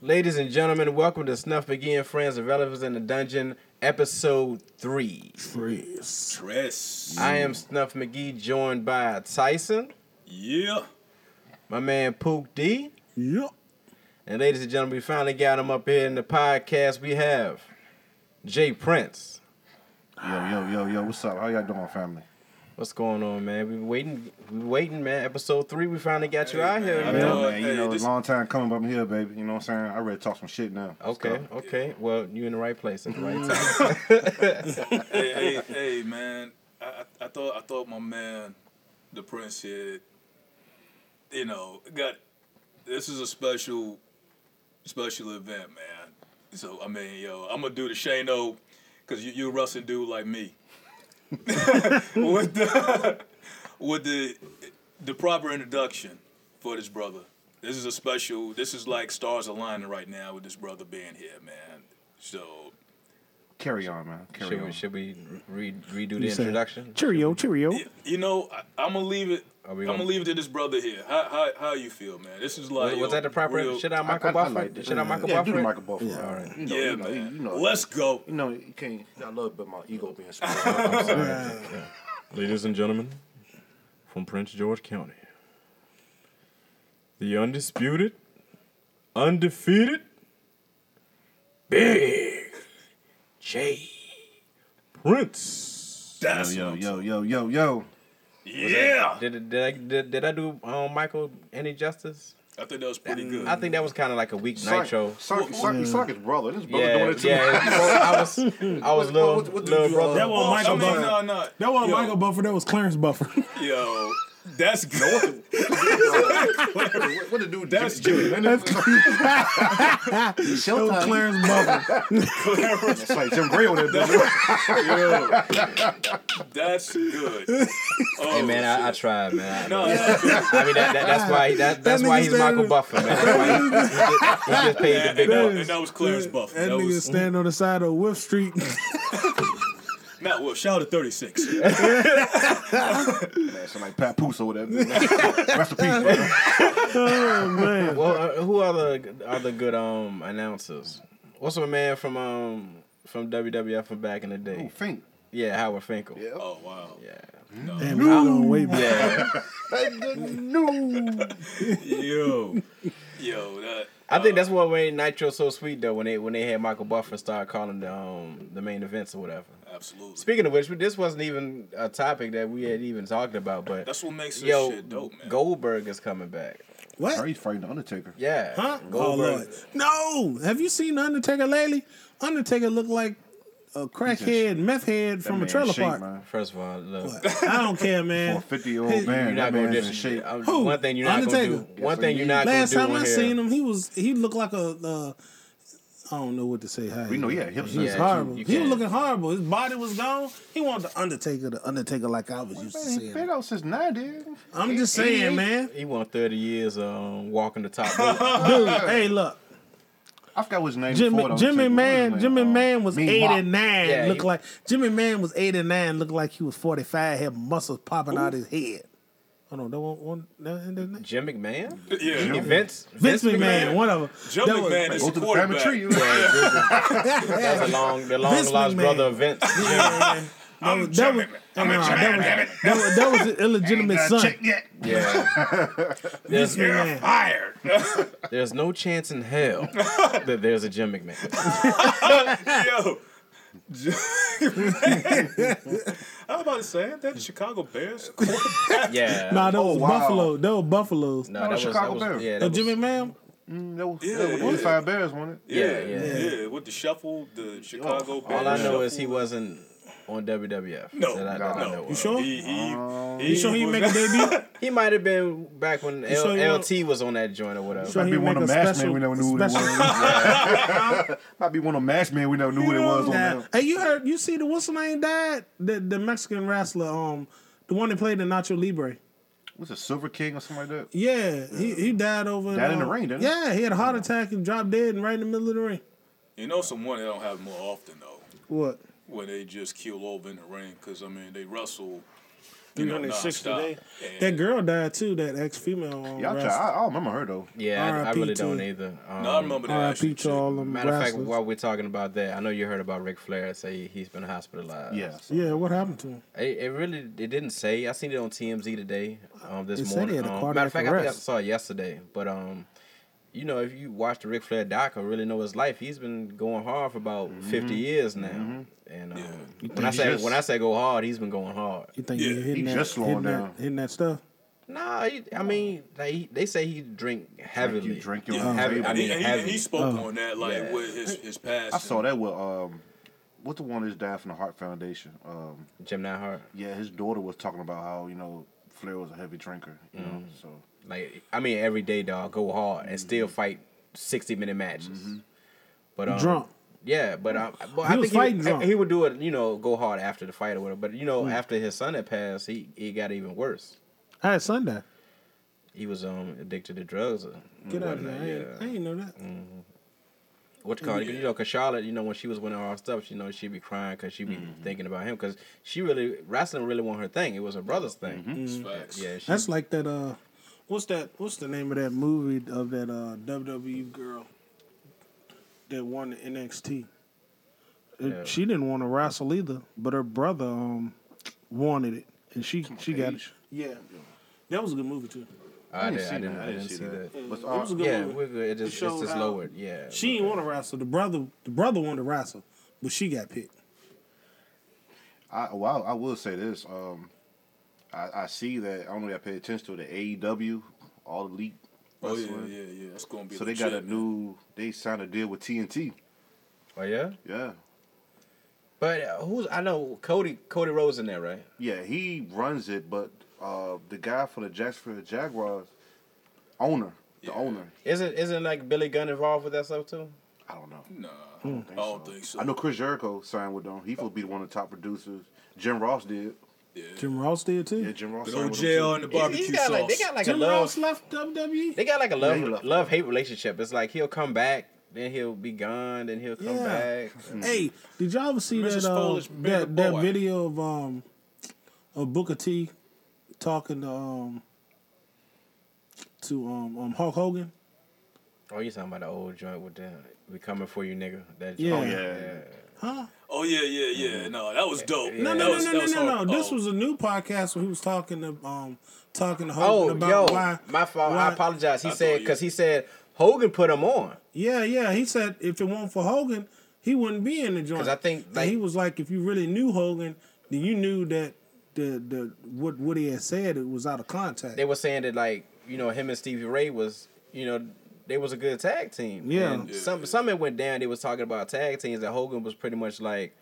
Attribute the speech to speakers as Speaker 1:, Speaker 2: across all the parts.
Speaker 1: Ladies and gentlemen, welcome to Snuff Again, Friends and Relatives in the Dungeon, Episode 3.
Speaker 2: Chris.
Speaker 3: Dress.
Speaker 1: I am Snuff McGee, joined by Tyson,
Speaker 3: Yeah.
Speaker 1: my man Pook D,
Speaker 2: Yep.
Speaker 1: and ladies and gentlemen, we finally got him up here in the podcast. We have Jay Prince.
Speaker 4: Yo, yo, yo, yo, what's up? How y'all doing, family?
Speaker 1: What's going on, man? We been waiting, we waiting, man. Episode 3, we finally got you out here,
Speaker 3: man.
Speaker 4: Yeah,
Speaker 1: man.
Speaker 3: know,
Speaker 4: man,
Speaker 3: hey,
Speaker 4: you know,
Speaker 3: this-
Speaker 4: it's a long time coming, but I'm here, baby. You know what I'm saying? I ready to talk some shit now.
Speaker 1: Okay,
Speaker 4: Stuff.
Speaker 1: okay. Well, you in the right place at the right time.
Speaker 3: hey, hey, hey, man. I, I, I thought I thought my man, the prince here, you know, got this is a special special event, man. So I mean, yo, I'm gonna do the Shano, cause you you a Russian dude like me. with the with the the proper introduction for this brother. This is a special. This is like stars aligning right now with this brother being here, man. So
Speaker 4: Carry on, man. Carry
Speaker 1: Should
Speaker 4: on.
Speaker 1: we, should we re- redo the
Speaker 2: You said,
Speaker 1: introduction?
Speaker 2: Cheerio, cheerio.
Speaker 3: Y- You know, I, I'm gonna leave it.
Speaker 1: Are
Speaker 3: I'm
Speaker 1: we
Speaker 3: gonna
Speaker 1: gonna-
Speaker 3: leave it to this brother here. How how how you feel, man? This is like
Speaker 1: Was, was
Speaker 3: yo,
Speaker 1: that the proper?
Speaker 3: real-
Speaker 1: Should I
Speaker 4: I-
Speaker 1: Michael
Speaker 4: I- I
Speaker 1: Buffer?
Speaker 4: like this.
Speaker 1: should I Michael
Speaker 4: yeah,
Speaker 1: Buffer?
Speaker 4: do the Michael Buffer.
Speaker 2: Yeah.
Speaker 4: All right. You know,
Speaker 3: Yeah,
Speaker 4: you know,
Speaker 3: man.
Speaker 4: You know,
Speaker 3: Let's go.
Speaker 4: you know, you can't. I love but my ego being spoiled.
Speaker 1: Ladies and gentlemen, from Prince George County, the undisputed, undefeated, big J Prince.
Speaker 3: That's
Speaker 4: yo,
Speaker 3: what-
Speaker 4: yo, yo, yo, yo.
Speaker 3: yeah.
Speaker 1: Did, it- did I did, did I do um, Michael any justice?
Speaker 3: I think that was pretty good.
Speaker 1: I think that was kind of like a weak nitro.
Speaker 4: Sock, sock, sock, sock his brother. This brother
Speaker 1: Yeah,
Speaker 4: Oh, doing it too.
Speaker 1: yeah. I was I was little
Speaker 4: what- what did
Speaker 1: little
Speaker 4: you, uh,
Speaker 1: brother.
Speaker 2: That
Speaker 3: Oh,
Speaker 2: wasn't Michael
Speaker 3: I mean,
Speaker 2: Buffer.
Speaker 3: no, no.
Speaker 2: That wasn't
Speaker 3: yo,
Speaker 2: Michael Buffer. That was Clarence Buffer.
Speaker 3: Yo, that's good.
Speaker 4: what, what the dude?
Speaker 3: That's
Speaker 4: Jimmy, Jimmy Lennon?
Speaker 2: that was Clarence Buffer.
Speaker 4: It's like Jim Gray on that dude.
Speaker 3: Yo, that's good. Oh,
Speaker 1: Hey man, I, I
Speaker 3: shit.
Speaker 1: tried, man. I,
Speaker 3: no, that's good.
Speaker 1: I mean that, that, that's why that, that's
Speaker 2: That
Speaker 1: why
Speaker 2: nigga
Speaker 1: he's Michael
Speaker 2: standing-
Speaker 1: Buffer, man. That's why he, he just, he just paid the
Speaker 3: and,
Speaker 1: big
Speaker 3: that,
Speaker 1: bucks.
Speaker 3: and that was Clarence Buff.
Speaker 2: That
Speaker 3: That
Speaker 2: nigga
Speaker 3: was
Speaker 2: standing on the side of Wolf Street.
Speaker 3: not well. Shout out to thirty six.
Speaker 4: Man, somebody Pat Poose over there. Rest in peace, brother.
Speaker 2: oh man.
Speaker 1: Well, uh, who are the are the good um announcers? What's my man from um from WWF from back in the day?
Speaker 4: Ooh, Fink.
Speaker 1: Yeah, Howard Finkel. Yeah.
Speaker 3: Oh wow.
Speaker 1: Yeah.
Speaker 2: Damn, we were gonna wait. man.
Speaker 3: Yo, yo, that.
Speaker 1: I think that's what made Nitro so sweet though when they when they had Michael Buffer start calling the um the main events or whatever.
Speaker 3: Absolutely.
Speaker 1: Speaking of which, this wasn't even a topic that we had even talked about, but
Speaker 3: That's what makes this
Speaker 1: yo
Speaker 3: shit dope, man.
Speaker 1: Goldberg is coming back.
Speaker 4: Bro,
Speaker 2: What?
Speaker 4: he's fighting the Undertaker.
Speaker 1: Yeah.
Speaker 2: Huh? Oh
Speaker 1: Goldberg.
Speaker 2: lord. No. Have you seen the Undertaker lately? Undertaker looked like a crackhead, meth head from a
Speaker 4: Man,
Speaker 2: trailer
Speaker 4: shape,
Speaker 2: park.
Speaker 4: man.
Speaker 1: First of all, look.
Speaker 2: I don't care,
Speaker 4: For a
Speaker 2: man.
Speaker 4: 50 year old
Speaker 1: You're
Speaker 4: man,
Speaker 1: not
Speaker 4: that
Speaker 1: gonna
Speaker 4: man is in
Speaker 1: dis-
Speaker 4: shape.
Speaker 1: uh,
Speaker 2: Who?
Speaker 1: One thing you're not gonna
Speaker 2: Undertaker.
Speaker 1: do. One thing you're not gonna
Speaker 2: Last
Speaker 1: do.
Speaker 2: time
Speaker 1: on
Speaker 2: I
Speaker 1: here-
Speaker 2: seen him, he was he looked like a uh, I don't know what to say. How
Speaker 4: We know he had hips.
Speaker 2: He was
Speaker 1: Yeah,
Speaker 2: horrible.
Speaker 1: you- you
Speaker 2: he was
Speaker 1: can't-
Speaker 2: looking horrible. His body was gone. He wanted the Undertaker, the Undertaker, like I was used to
Speaker 4: Man, he
Speaker 2: saying.
Speaker 4: been out since 90.
Speaker 2: I'm just
Speaker 4: He- he-
Speaker 2: saying, man.
Speaker 1: He won 30 years um, walking the top. rope.
Speaker 2: Dude, hey, look,
Speaker 4: I forgot his name.
Speaker 2: Jimmy,
Speaker 4: before, though.
Speaker 2: Jimmy
Speaker 4: What was his
Speaker 2: Man,
Speaker 4: name?
Speaker 2: Jimmy
Speaker 4: Um,
Speaker 2: Man was
Speaker 4: Mean Bop.
Speaker 2: 89.
Speaker 1: Yeah, he-
Speaker 2: looked like Jimmy Man was 89. Looked like he was 45. Had muscles popping out his head. Hold on, that one, one that, that, that,
Speaker 1: Jim McMahon?
Speaker 3: Yeah.
Speaker 1: Yeah, Vince,
Speaker 2: Vince McMahon, one of them.
Speaker 3: Joe
Speaker 2: That was-
Speaker 3: McMahon is
Speaker 4: Go
Speaker 3: the
Speaker 4: to the family
Speaker 3: quarterback.
Speaker 4: tree. you know?
Speaker 1: Yeah, that's the long, the long
Speaker 2: Vince
Speaker 1: lost
Speaker 2: McMahon.
Speaker 1: brother of Vince.
Speaker 2: Yeah.
Speaker 3: I'm
Speaker 2: That was- that was-
Speaker 3: German.
Speaker 2: nah,
Speaker 3: I'm a
Speaker 2: that
Speaker 3: German.
Speaker 2: was- that was- that was an illegitimate
Speaker 4: Ain't got
Speaker 2: son.
Speaker 4: checked yet.
Speaker 1: Yeah, there's,
Speaker 3: You're
Speaker 2: Man.
Speaker 3: fired.
Speaker 1: there's no chance in hell that there's a Jim McMahon.
Speaker 3: Yo. I was about to say, ain't that the Chicago Bears?
Speaker 1: Yeah,
Speaker 2: Nah, that
Speaker 4: Oh,
Speaker 2: was
Speaker 4: wow.
Speaker 2: Buffalo. That was Buffaloes.
Speaker 1: No,
Speaker 4: that was Chicago Bears.
Speaker 1: Yeah,
Speaker 2: Oh,
Speaker 1: that was,
Speaker 2: Jimmy Man.
Speaker 4: Mm, That was,
Speaker 3: Yeah,
Speaker 4: that was
Speaker 3: yeah.
Speaker 4: the 85 Bears won it.
Speaker 1: Yeah, yeah.
Speaker 3: With the shuffle, the Chicago Bears.
Speaker 1: all I know
Speaker 3: shuffle.
Speaker 1: is he wasn't on WWF.
Speaker 3: No,
Speaker 1: that I, that I
Speaker 4: no.
Speaker 1: know
Speaker 2: You
Speaker 1: of.
Speaker 2: sure?
Speaker 3: He, he,
Speaker 2: Um, You sure he
Speaker 3: was-
Speaker 2: make a debut?
Speaker 1: He might have been back when L-
Speaker 2: sure he won't-
Speaker 1: LT was on that joint or whatever.
Speaker 2: Sure
Speaker 4: Might
Speaker 2: he
Speaker 4: be one
Speaker 2: make
Speaker 4: of
Speaker 2: a
Speaker 4: the masked men
Speaker 2: special-
Speaker 4: we never knew who it
Speaker 2: special-
Speaker 4: was. Might be one of the masked men we never knew what it was on
Speaker 2: Nah.
Speaker 4: there.
Speaker 2: Hey, you heard? You see the what's the name died? The the Mexican wrestler, um, the one that played in Nacho Libre.
Speaker 4: Was it Silver King or something like that?
Speaker 2: Yeah, he, he died over.
Speaker 4: Died in the
Speaker 2: um,
Speaker 4: ring, didn't he?
Speaker 2: Yeah, he had a heart attack and dropped dead and right in the middle of the ring.
Speaker 3: You know, someone that don't have more often, though,
Speaker 2: What?
Speaker 3: where they just kill over in the ring, because, I mean, they wrestle. You know,
Speaker 5: 306
Speaker 3: nonstop.
Speaker 5: today.
Speaker 3: And
Speaker 2: That girl died too. That um, ex female.
Speaker 4: Y'all try. I, I don't remember her though.
Speaker 1: Yeah, I, I
Speaker 2: R.I.P.
Speaker 1: really don't
Speaker 2: to-
Speaker 1: either. Um,
Speaker 3: No, I remember that.
Speaker 2: R.I.P.
Speaker 3: actually,
Speaker 2: to all them
Speaker 1: Matter of fact,
Speaker 2: wrestlers.
Speaker 1: while we're talking about that, I know you heard about Ric Flair say he's been hospitalized.
Speaker 4: Yeah. so-
Speaker 2: yeah, what happened to him?
Speaker 1: It, it really it didn't say. I seen it on TMZ today. Um, this
Speaker 2: It said he
Speaker 1: morning.
Speaker 2: had a
Speaker 1: Um,
Speaker 2: cardiac
Speaker 1: matter of fact, I think I
Speaker 2: arrest.
Speaker 1: saw it yesterday. But um, you know, if you watch the Ric Flair doc or really know his life, he's been going hard for about
Speaker 4: Mm-hmm.
Speaker 1: fifty years now. And um,
Speaker 3: Yeah.
Speaker 1: when I
Speaker 4: he
Speaker 1: say
Speaker 4: just-
Speaker 1: when I say go hard, he's been going hard.
Speaker 2: You think
Speaker 3: Yeah,
Speaker 2: he hitting
Speaker 4: he
Speaker 2: that,
Speaker 4: just slowing
Speaker 2: hitting
Speaker 4: down.
Speaker 2: that, hitting that stuff?
Speaker 1: Nah, he, I mean they they say he drink heavily.
Speaker 4: You drink your
Speaker 3: Yeah.
Speaker 4: own
Speaker 1: Have-
Speaker 4: table.
Speaker 1: I
Speaker 3: And,
Speaker 1: mean,
Speaker 3: he, and he-
Speaker 1: heavy.
Speaker 3: and he spoke on that, like
Speaker 1: Yeah.
Speaker 3: with his his past.
Speaker 4: I saw that with um, what the one that just died from the Heart Foundation. Um,
Speaker 1: Jim not hard.
Speaker 4: yeah, his daughter was talking about how you know Flair was a heavy drinker. You know,
Speaker 2: Mm.
Speaker 4: so
Speaker 1: Like I mean, every day, dog, go hard and still fight sixty minute matches. But um,
Speaker 2: Drunk.
Speaker 1: Yeah, but um, but
Speaker 2: He
Speaker 1: I
Speaker 2: was
Speaker 1: think
Speaker 2: fighting
Speaker 1: he,
Speaker 2: drunk. Mm.
Speaker 1: he would do it. You know, go hard after the fight or whatever. But you know, after his son had passed, he he got even worse.
Speaker 2: I had Sunday.
Speaker 1: He was um addicted to drugs. Uh, or
Speaker 2: Get out of here!
Speaker 1: whatnot,
Speaker 2: I ain't, I ain't know that.
Speaker 1: what you call it?
Speaker 3: Yeah.
Speaker 1: You know, cause Charlotte, you know, when she was winning all her stuff, you know, she'd be crying because she'd be thinking about him because she really wrestling really wasn't her thing. It was her brother's thing.
Speaker 3: Facts.
Speaker 1: Mm. Yeah, she,
Speaker 2: That's like that. Uh, what's that? What's the name of that movie of that uh, WWE girl that won the NXT? It-
Speaker 1: Yeah.
Speaker 2: She didn't want to wrestle either, but her brother um wanted it, and she she got it.
Speaker 4: Paige?
Speaker 2: Yeah, that was a good movie too.
Speaker 1: I,
Speaker 4: didn't
Speaker 1: did,
Speaker 4: see
Speaker 1: I didn't,
Speaker 4: that.
Speaker 1: I didn't see that.
Speaker 4: What's-
Speaker 2: it
Speaker 3: um,
Speaker 2: was a good
Speaker 1: Yeah,
Speaker 2: movie.
Speaker 1: we're good. It just, it's
Speaker 2: showed
Speaker 1: just
Speaker 2: how-
Speaker 1: lowered. Yeah,
Speaker 2: She didn't want to wrestle. The brother the brother wanted to wrestle, but she got picked.
Speaker 4: I well, I will say this. Um, I, I see that. I don't know if I pay attention to the AEW All Elite.
Speaker 3: Oh yeah,
Speaker 4: wrestling.
Speaker 3: yeah, yeah. That's gonna be.
Speaker 4: So they got a
Speaker 3: legit, man.
Speaker 4: new. They signed a deal with TNT.
Speaker 1: oh yeah.
Speaker 4: Yeah.
Speaker 1: But uh, who's I know Cody Cody Rhodes in there, right?
Speaker 4: Yeah, he runs it, but uh, the guy for the Jacksonville Jaguars, owner, the
Speaker 3: Yeah.
Speaker 4: owner.
Speaker 1: Isn't isn't like Billy Gunn involved with that stuff too?
Speaker 4: I don't know.
Speaker 3: Nah, I don't think so.
Speaker 4: I know Chris Jericho signed with them. He supposed to be one of the top producers. Jim Ross did.
Speaker 3: Yeah.
Speaker 2: Jim Ross did too.
Speaker 4: Yeah, Jim Ross.
Speaker 3: Good
Speaker 4: signed
Speaker 3: old
Speaker 4: with
Speaker 3: JR
Speaker 4: them
Speaker 3: and the
Speaker 4: too.
Speaker 1: He's-
Speaker 3: barbecue
Speaker 1: he's got
Speaker 3: sauce.
Speaker 1: like they got like
Speaker 2: Jim
Speaker 1: a love
Speaker 2: Ross left E? WWE.
Speaker 1: they got like a love
Speaker 4: Yeah, he left.
Speaker 1: love hate relationship. It's like he'll come back, then he'll be gone, then he'll come
Speaker 2: Yeah.
Speaker 1: back.
Speaker 2: Hey, did y'all ever see
Speaker 3: Mrs.
Speaker 2: that uh,
Speaker 3: Foley's bigger
Speaker 2: that, that
Speaker 3: boy.
Speaker 2: video of um of Booker T talking to um to um, um Hulk Hogan?
Speaker 1: Oh, you talking about the old joint with the we coming for you, nigga? That
Speaker 2: Yeah.
Speaker 1: joint.
Speaker 2: Oh,
Speaker 4: yeah.
Speaker 2: Huh?
Speaker 3: Oh yeah, yeah, yeah. No, that was dope.
Speaker 2: No,
Speaker 3: That
Speaker 2: no,
Speaker 3: was- that
Speaker 2: no, no, no,
Speaker 3: was
Speaker 2: no, no.
Speaker 3: hard-
Speaker 2: This
Speaker 3: oh.
Speaker 2: was a new podcast where he was talking to um talking to
Speaker 1: Oh,
Speaker 2: Hogan about
Speaker 1: yo,
Speaker 2: why
Speaker 1: my fault.
Speaker 2: why-
Speaker 1: I apologize. He
Speaker 3: I
Speaker 1: said
Speaker 3: thought
Speaker 1: because
Speaker 3: you-
Speaker 1: he said Hogan put him on.
Speaker 2: Yeah, yeah. He said if it weren't for Hogan, he wouldn't be in the joint.
Speaker 1: 'Cause I think,
Speaker 2: And
Speaker 1: like-
Speaker 2: he was like, if you really knew Hogan, then you knew that the the what what he had said it was out of context.
Speaker 1: They were saying that like you know him and Stevie Ray was you know they was a good tag team.
Speaker 2: Yeah.
Speaker 1: And
Speaker 3: Yeah.
Speaker 1: some some it went down. They was talking about tag teams that Hogan was pretty much like.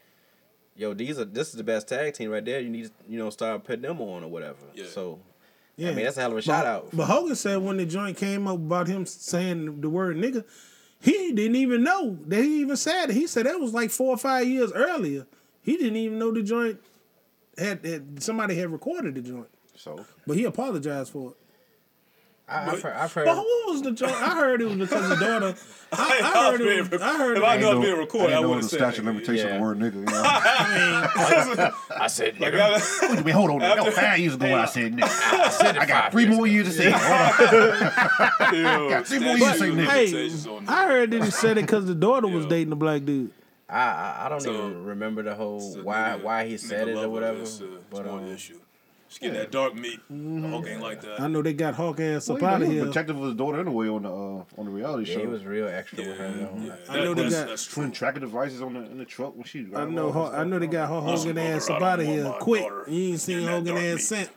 Speaker 1: Yo, these are this is the best tag team right there. You need to, you know start putting them on or whatever.
Speaker 3: Yeah.
Speaker 1: So
Speaker 2: yeah.
Speaker 1: I mean, that's a hell of a
Speaker 2: But-
Speaker 1: shout out.
Speaker 2: But Hogan said when the joint came up about him saying the word nigga, he didn't even know that he even said it. He said that was like four or five years earlier. He didn't even know the joint had, had somebody had recorded the joint.
Speaker 4: So
Speaker 2: But he apologized for it.
Speaker 1: I, I've heard, I've heard
Speaker 2: But what was the joint? I heard it was because his daughter. I, I heard it. was- I heard
Speaker 3: If
Speaker 2: it.
Speaker 3: I
Speaker 2: was-
Speaker 3: knew I was being recorded, I
Speaker 4: didn't know
Speaker 3: would have
Speaker 4: the
Speaker 3: said.
Speaker 4: statute
Speaker 3: Statue
Speaker 4: of limitation
Speaker 1: Yeah.
Speaker 4: of the word nigga. You know?
Speaker 3: Oh.
Speaker 1: I said,
Speaker 3: Like,
Speaker 1: nigga,
Speaker 3: I,
Speaker 4: Wait a minute, hold on. That was five years ago. I said nigga. I, got three more years to say. it. Hold on.
Speaker 3: yo,
Speaker 4: see more you say,
Speaker 3: statute of
Speaker 4: nigga.
Speaker 2: Hey,
Speaker 3: limitations on
Speaker 2: I
Speaker 3: that.
Speaker 2: heard that he said it because the daughter was
Speaker 3: Yeah.
Speaker 2: dating the black dude.
Speaker 1: I, I I don't
Speaker 3: So-
Speaker 1: even remember the whole
Speaker 3: So
Speaker 1: why
Speaker 3: nigga-
Speaker 1: why he
Speaker 3: nigga
Speaker 1: said it
Speaker 3: love
Speaker 1: or
Speaker 3: her,
Speaker 1: whatever.
Speaker 3: It's, uh, it's
Speaker 1: but
Speaker 3: more the
Speaker 1: um,
Speaker 3: issue. Just get that dark meat. Hulk ain't like that.
Speaker 2: Mm-hmm. I know they got Hawk ass up
Speaker 4: Well,
Speaker 2: out of
Speaker 4: he was
Speaker 2: here.
Speaker 4: protective of his daughter anyway on the uh, on the reality
Speaker 1: yeah,
Speaker 4: show.
Speaker 1: he was real extra
Speaker 3: Yeah,
Speaker 1: with her. Though.
Speaker 3: yeah.
Speaker 2: I know
Speaker 3: That-
Speaker 2: they
Speaker 3: that's,
Speaker 2: got-
Speaker 3: that's true.
Speaker 4: Putting tracking devices on the in the truck when she. was
Speaker 2: I
Speaker 4: driving off
Speaker 2: know.
Speaker 4: and
Speaker 2: Ho- I
Speaker 4: stuff.
Speaker 2: know they got Hulk Hogan
Speaker 3: Listen,
Speaker 2: ass
Speaker 3: brother,
Speaker 2: up
Speaker 3: I
Speaker 2: out
Speaker 3: don't
Speaker 2: of
Speaker 3: want
Speaker 2: here
Speaker 3: my
Speaker 2: quick.
Speaker 3: daughter
Speaker 2: You ain't seen
Speaker 3: in that
Speaker 2: Hogan
Speaker 3: dark
Speaker 2: ass
Speaker 3: meat.
Speaker 2: sent.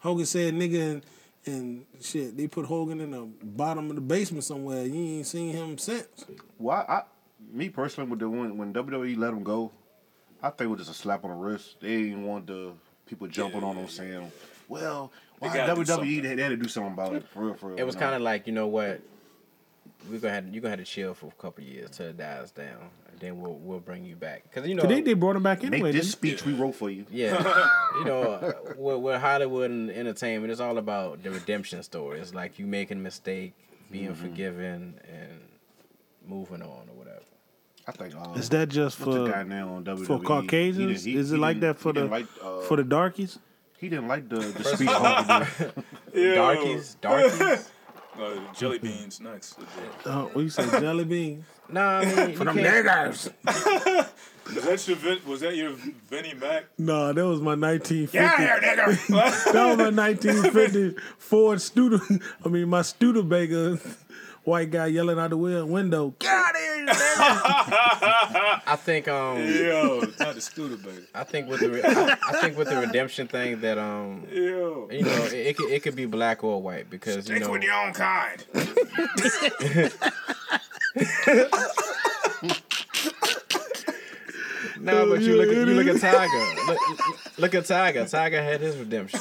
Speaker 2: Hogan said nigga and, and shit. They put Hogan in the bottom of the basement somewhere. You ain't seen him since.
Speaker 4: Well, I, I me personally with the one when WWE let him go, I think it was just a slap on the wrist. They didn't want the people jumping on him saying, "Well, why
Speaker 3: gotta do
Speaker 4: WWE
Speaker 3: something.
Speaker 4: they, they had to do something about it." For real, for real.
Speaker 1: It was
Speaker 4: you
Speaker 1: kind
Speaker 4: know.
Speaker 1: of like you know what, we're gonna have, you're gonna have to chill for a couple years till it dies down, and then we'll we'll bring you back because you know
Speaker 2: They, they brought him back
Speaker 4: make
Speaker 2: anyway.
Speaker 4: this
Speaker 2: didn't
Speaker 4: speech we wrote for you.
Speaker 1: yeah you know uh, with, with Hollywood and entertainment it's all about the redemption story. It's like you making a mistake, being
Speaker 2: Mm-hmm.
Speaker 1: forgiven, and moving on or whatever.
Speaker 4: I think uh,
Speaker 2: they? Is that just
Speaker 4: what's the guy
Speaker 2: for
Speaker 4: now on WWE?
Speaker 2: for
Speaker 4: He
Speaker 2: Caucasians?
Speaker 4: didn't- he-
Speaker 2: Is it
Speaker 4: he
Speaker 2: like
Speaker 4: didn't-
Speaker 2: that for
Speaker 4: he
Speaker 2: the
Speaker 4: didn't like, uh,
Speaker 2: for the darkies?
Speaker 4: He didn't like the, the speech bubble.
Speaker 3: Ew.
Speaker 1: Darkies, darkies.
Speaker 3: Uh, jelly beans next.
Speaker 2: Oh, what you say, jelly bean?
Speaker 1: nah, I mean, you
Speaker 2: For them
Speaker 1: can't-
Speaker 2: niggas.
Speaker 3: Was that your Vin, was that your Vinnie Mac?
Speaker 2: No, that was my 1950.
Speaker 3: nigga.
Speaker 2: That was my 1950 Ford Studebaker. I mean, my Studebaker white guy yelling out the wi- window. Get out of here, nigga.
Speaker 1: I think um,
Speaker 3: Yo, not the Studebaker.
Speaker 1: I think with the re- I, I think with the redemption thing that um,
Speaker 3: Yo.
Speaker 1: you know, it, it could it could be black or white because you know
Speaker 3: own kind.
Speaker 1: No, but you look at you look
Speaker 2: idiot.
Speaker 1: at Tiger. Look, look at Tiger. Tiger had his redemption.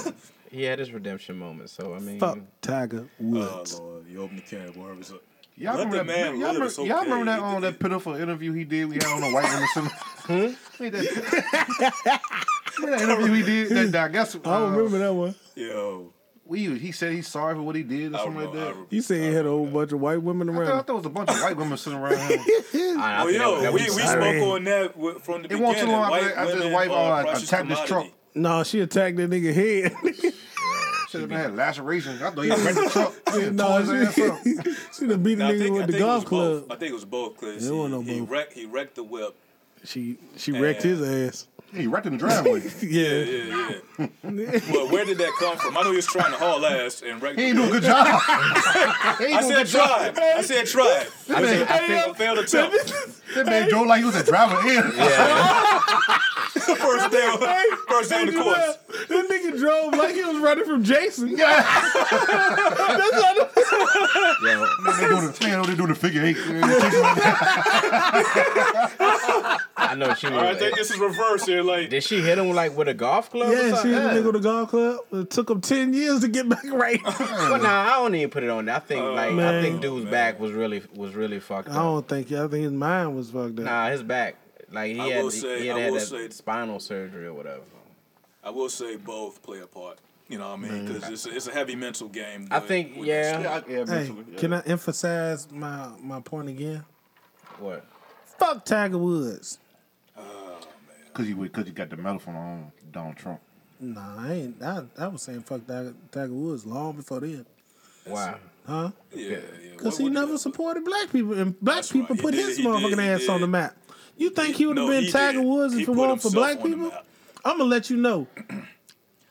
Speaker 1: He had his redemption moment. So I mean,
Speaker 2: Fuck Tiger
Speaker 3: Oh,
Speaker 2: Woods.
Speaker 3: Lord. You open the can of worms up.
Speaker 4: Y'all
Speaker 3: Let
Speaker 4: remember,
Speaker 3: the man
Speaker 4: y'all,
Speaker 3: live,
Speaker 4: remember,
Speaker 3: it's
Speaker 4: y'all
Speaker 3: okay.
Speaker 4: remember that
Speaker 3: It-
Speaker 4: on
Speaker 3: it-
Speaker 4: that pitiful interview he did? We had on a white woman. Some, Wait, that, that interview he did. That, that, I guess uh,
Speaker 2: I don't remember that one.
Speaker 3: Yo.
Speaker 4: We he said he's sorry for what he did or
Speaker 3: I
Speaker 4: something like
Speaker 3: don't know. I
Speaker 4: that.
Speaker 3: re-
Speaker 2: You said he had a whole bunch of white women
Speaker 4: I thought, I
Speaker 2: around.
Speaker 4: thought there was a bunch of white women sitting around
Speaker 1: I,
Speaker 4: him.
Speaker 1: I
Speaker 3: Oh,
Speaker 1: think that-
Speaker 3: yo,
Speaker 1: that
Speaker 3: we, we
Speaker 1: was-
Speaker 2: sorry.
Speaker 3: spoke on that wi- from the
Speaker 4: It
Speaker 3: beginning.
Speaker 4: won't too long
Speaker 3: White
Speaker 4: after, after his
Speaker 3: women
Speaker 4: wife
Speaker 3: are a
Speaker 4: uh,
Speaker 3: precious
Speaker 4: attacked his truck.
Speaker 3: commodity.
Speaker 2: No, she attacked that nigga head.
Speaker 4: Should have had lacerations. I thought he wrecked the truck.
Speaker 2: no,
Speaker 4: no, his ass
Speaker 2: she,
Speaker 4: up.
Speaker 2: she done beat the
Speaker 3: Now, I
Speaker 2: nigga
Speaker 3: think, I
Speaker 2: with the
Speaker 3: think it was
Speaker 2: golf
Speaker 3: both.
Speaker 2: club.
Speaker 3: I think it was both, Chris.
Speaker 2: There
Speaker 3: He,
Speaker 2: wasn't no
Speaker 3: he
Speaker 2: both.
Speaker 3: wrecked, he wrecked the whip.
Speaker 2: She she wrecked his ass.
Speaker 4: He wrecked in the driveway.
Speaker 2: Yeah.
Speaker 3: Yeah, yeah. well, where did that come from? I know he was trying to haul ass and wreck
Speaker 4: He
Speaker 3: the
Speaker 4: ain't do a good job. he ain't
Speaker 3: I
Speaker 4: do a
Speaker 3: said
Speaker 4: good job.
Speaker 3: try. I said try.
Speaker 1: I think- I think-
Speaker 3: I failed attempt.
Speaker 4: That man drove like he was a driver in.
Speaker 1: yeah.
Speaker 3: First day, on- first day on the course.
Speaker 2: That nigga drove like he was running from Jason.
Speaker 4: Yeah.
Speaker 1: yo,
Speaker 4: they doing the, man, they doing the figure eight. Man,
Speaker 1: I know she
Speaker 3: All right, I
Speaker 1: was.
Speaker 3: think this is reverse here. Like,
Speaker 1: Did she hit him like with a golf club? or
Speaker 2: Yeah, she
Speaker 1: something?
Speaker 2: was a nigga with the golf club. It took him ten years to get back right. I
Speaker 1: Well, nah, I don't even put it on. there. I think
Speaker 3: Oh,
Speaker 1: like
Speaker 2: man.
Speaker 1: I think dude's back was really was really fucked up.
Speaker 2: don't think. I think his mind was fucked up.
Speaker 1: Nah, his back. Like he
Speaker 3: I
Speaker 1: had
Speaker 3: will say-
Speaker 1: he had,
Speaker 3: I
Speaker 1: had
Speaker 3: will
Speaker 1: that
Speaker 3: say-
Speaker 1: spinal surgery or whatever.
Speaker 3: I will say both play a part. You know what I mean? Because it's, a- it's a heavy mental game.
Speaker 1: I
Speaker 3: with-
Speaker 1: think
Speaker 3: with
Speaker 1: yeah.
Speaker 4: yeah,
Speaker 2: Hey, can I emphasize my my point again?
Speaker 1: What?
Speaker 2: Fuck Tiger Woods.
Speaker 4: Because you, cause you got the medal from um, Donald Trump.
Speaker 2: Nah, I ain't. I, I was saying fuck Tiger, Tiger Woods long before then,
Speaker 1: Wow.
Speaker 2: huh?
Speaker 3: Yeah, yeah.
Speaker 2: Because
Speaker 3: What-
Speaker 2: he
Speaker 3: what-
Speaker 2: never supported black people, and black
Speaker 3: That's
Speaker 2: people
Speaker 3: right. He
Speaker 2: put
Speaker 3: did,
Speaker 2: his
Speaker 3: he did,
Speaker 2: motherfucking
Speaker 3: he
Speaker 2: ass on the
Speaker 3: did.
Speaker 2: map. You think he would have
Speaker 3: No,
Speaker 2: been
Speaker 3: he
Speaker 2: Tiger
Speaker 3: did.
Speaker 2: Woods
Speaker 3: He
Speaker 2: if it
Speaker 3: put
Speaker 2: weren't for
Speaker 3: himself
Speaker 2: black
Speaker 3: on the
Speaker 2: people?
Speaker 3: map.
Speaker 2: I'm gonna let you know.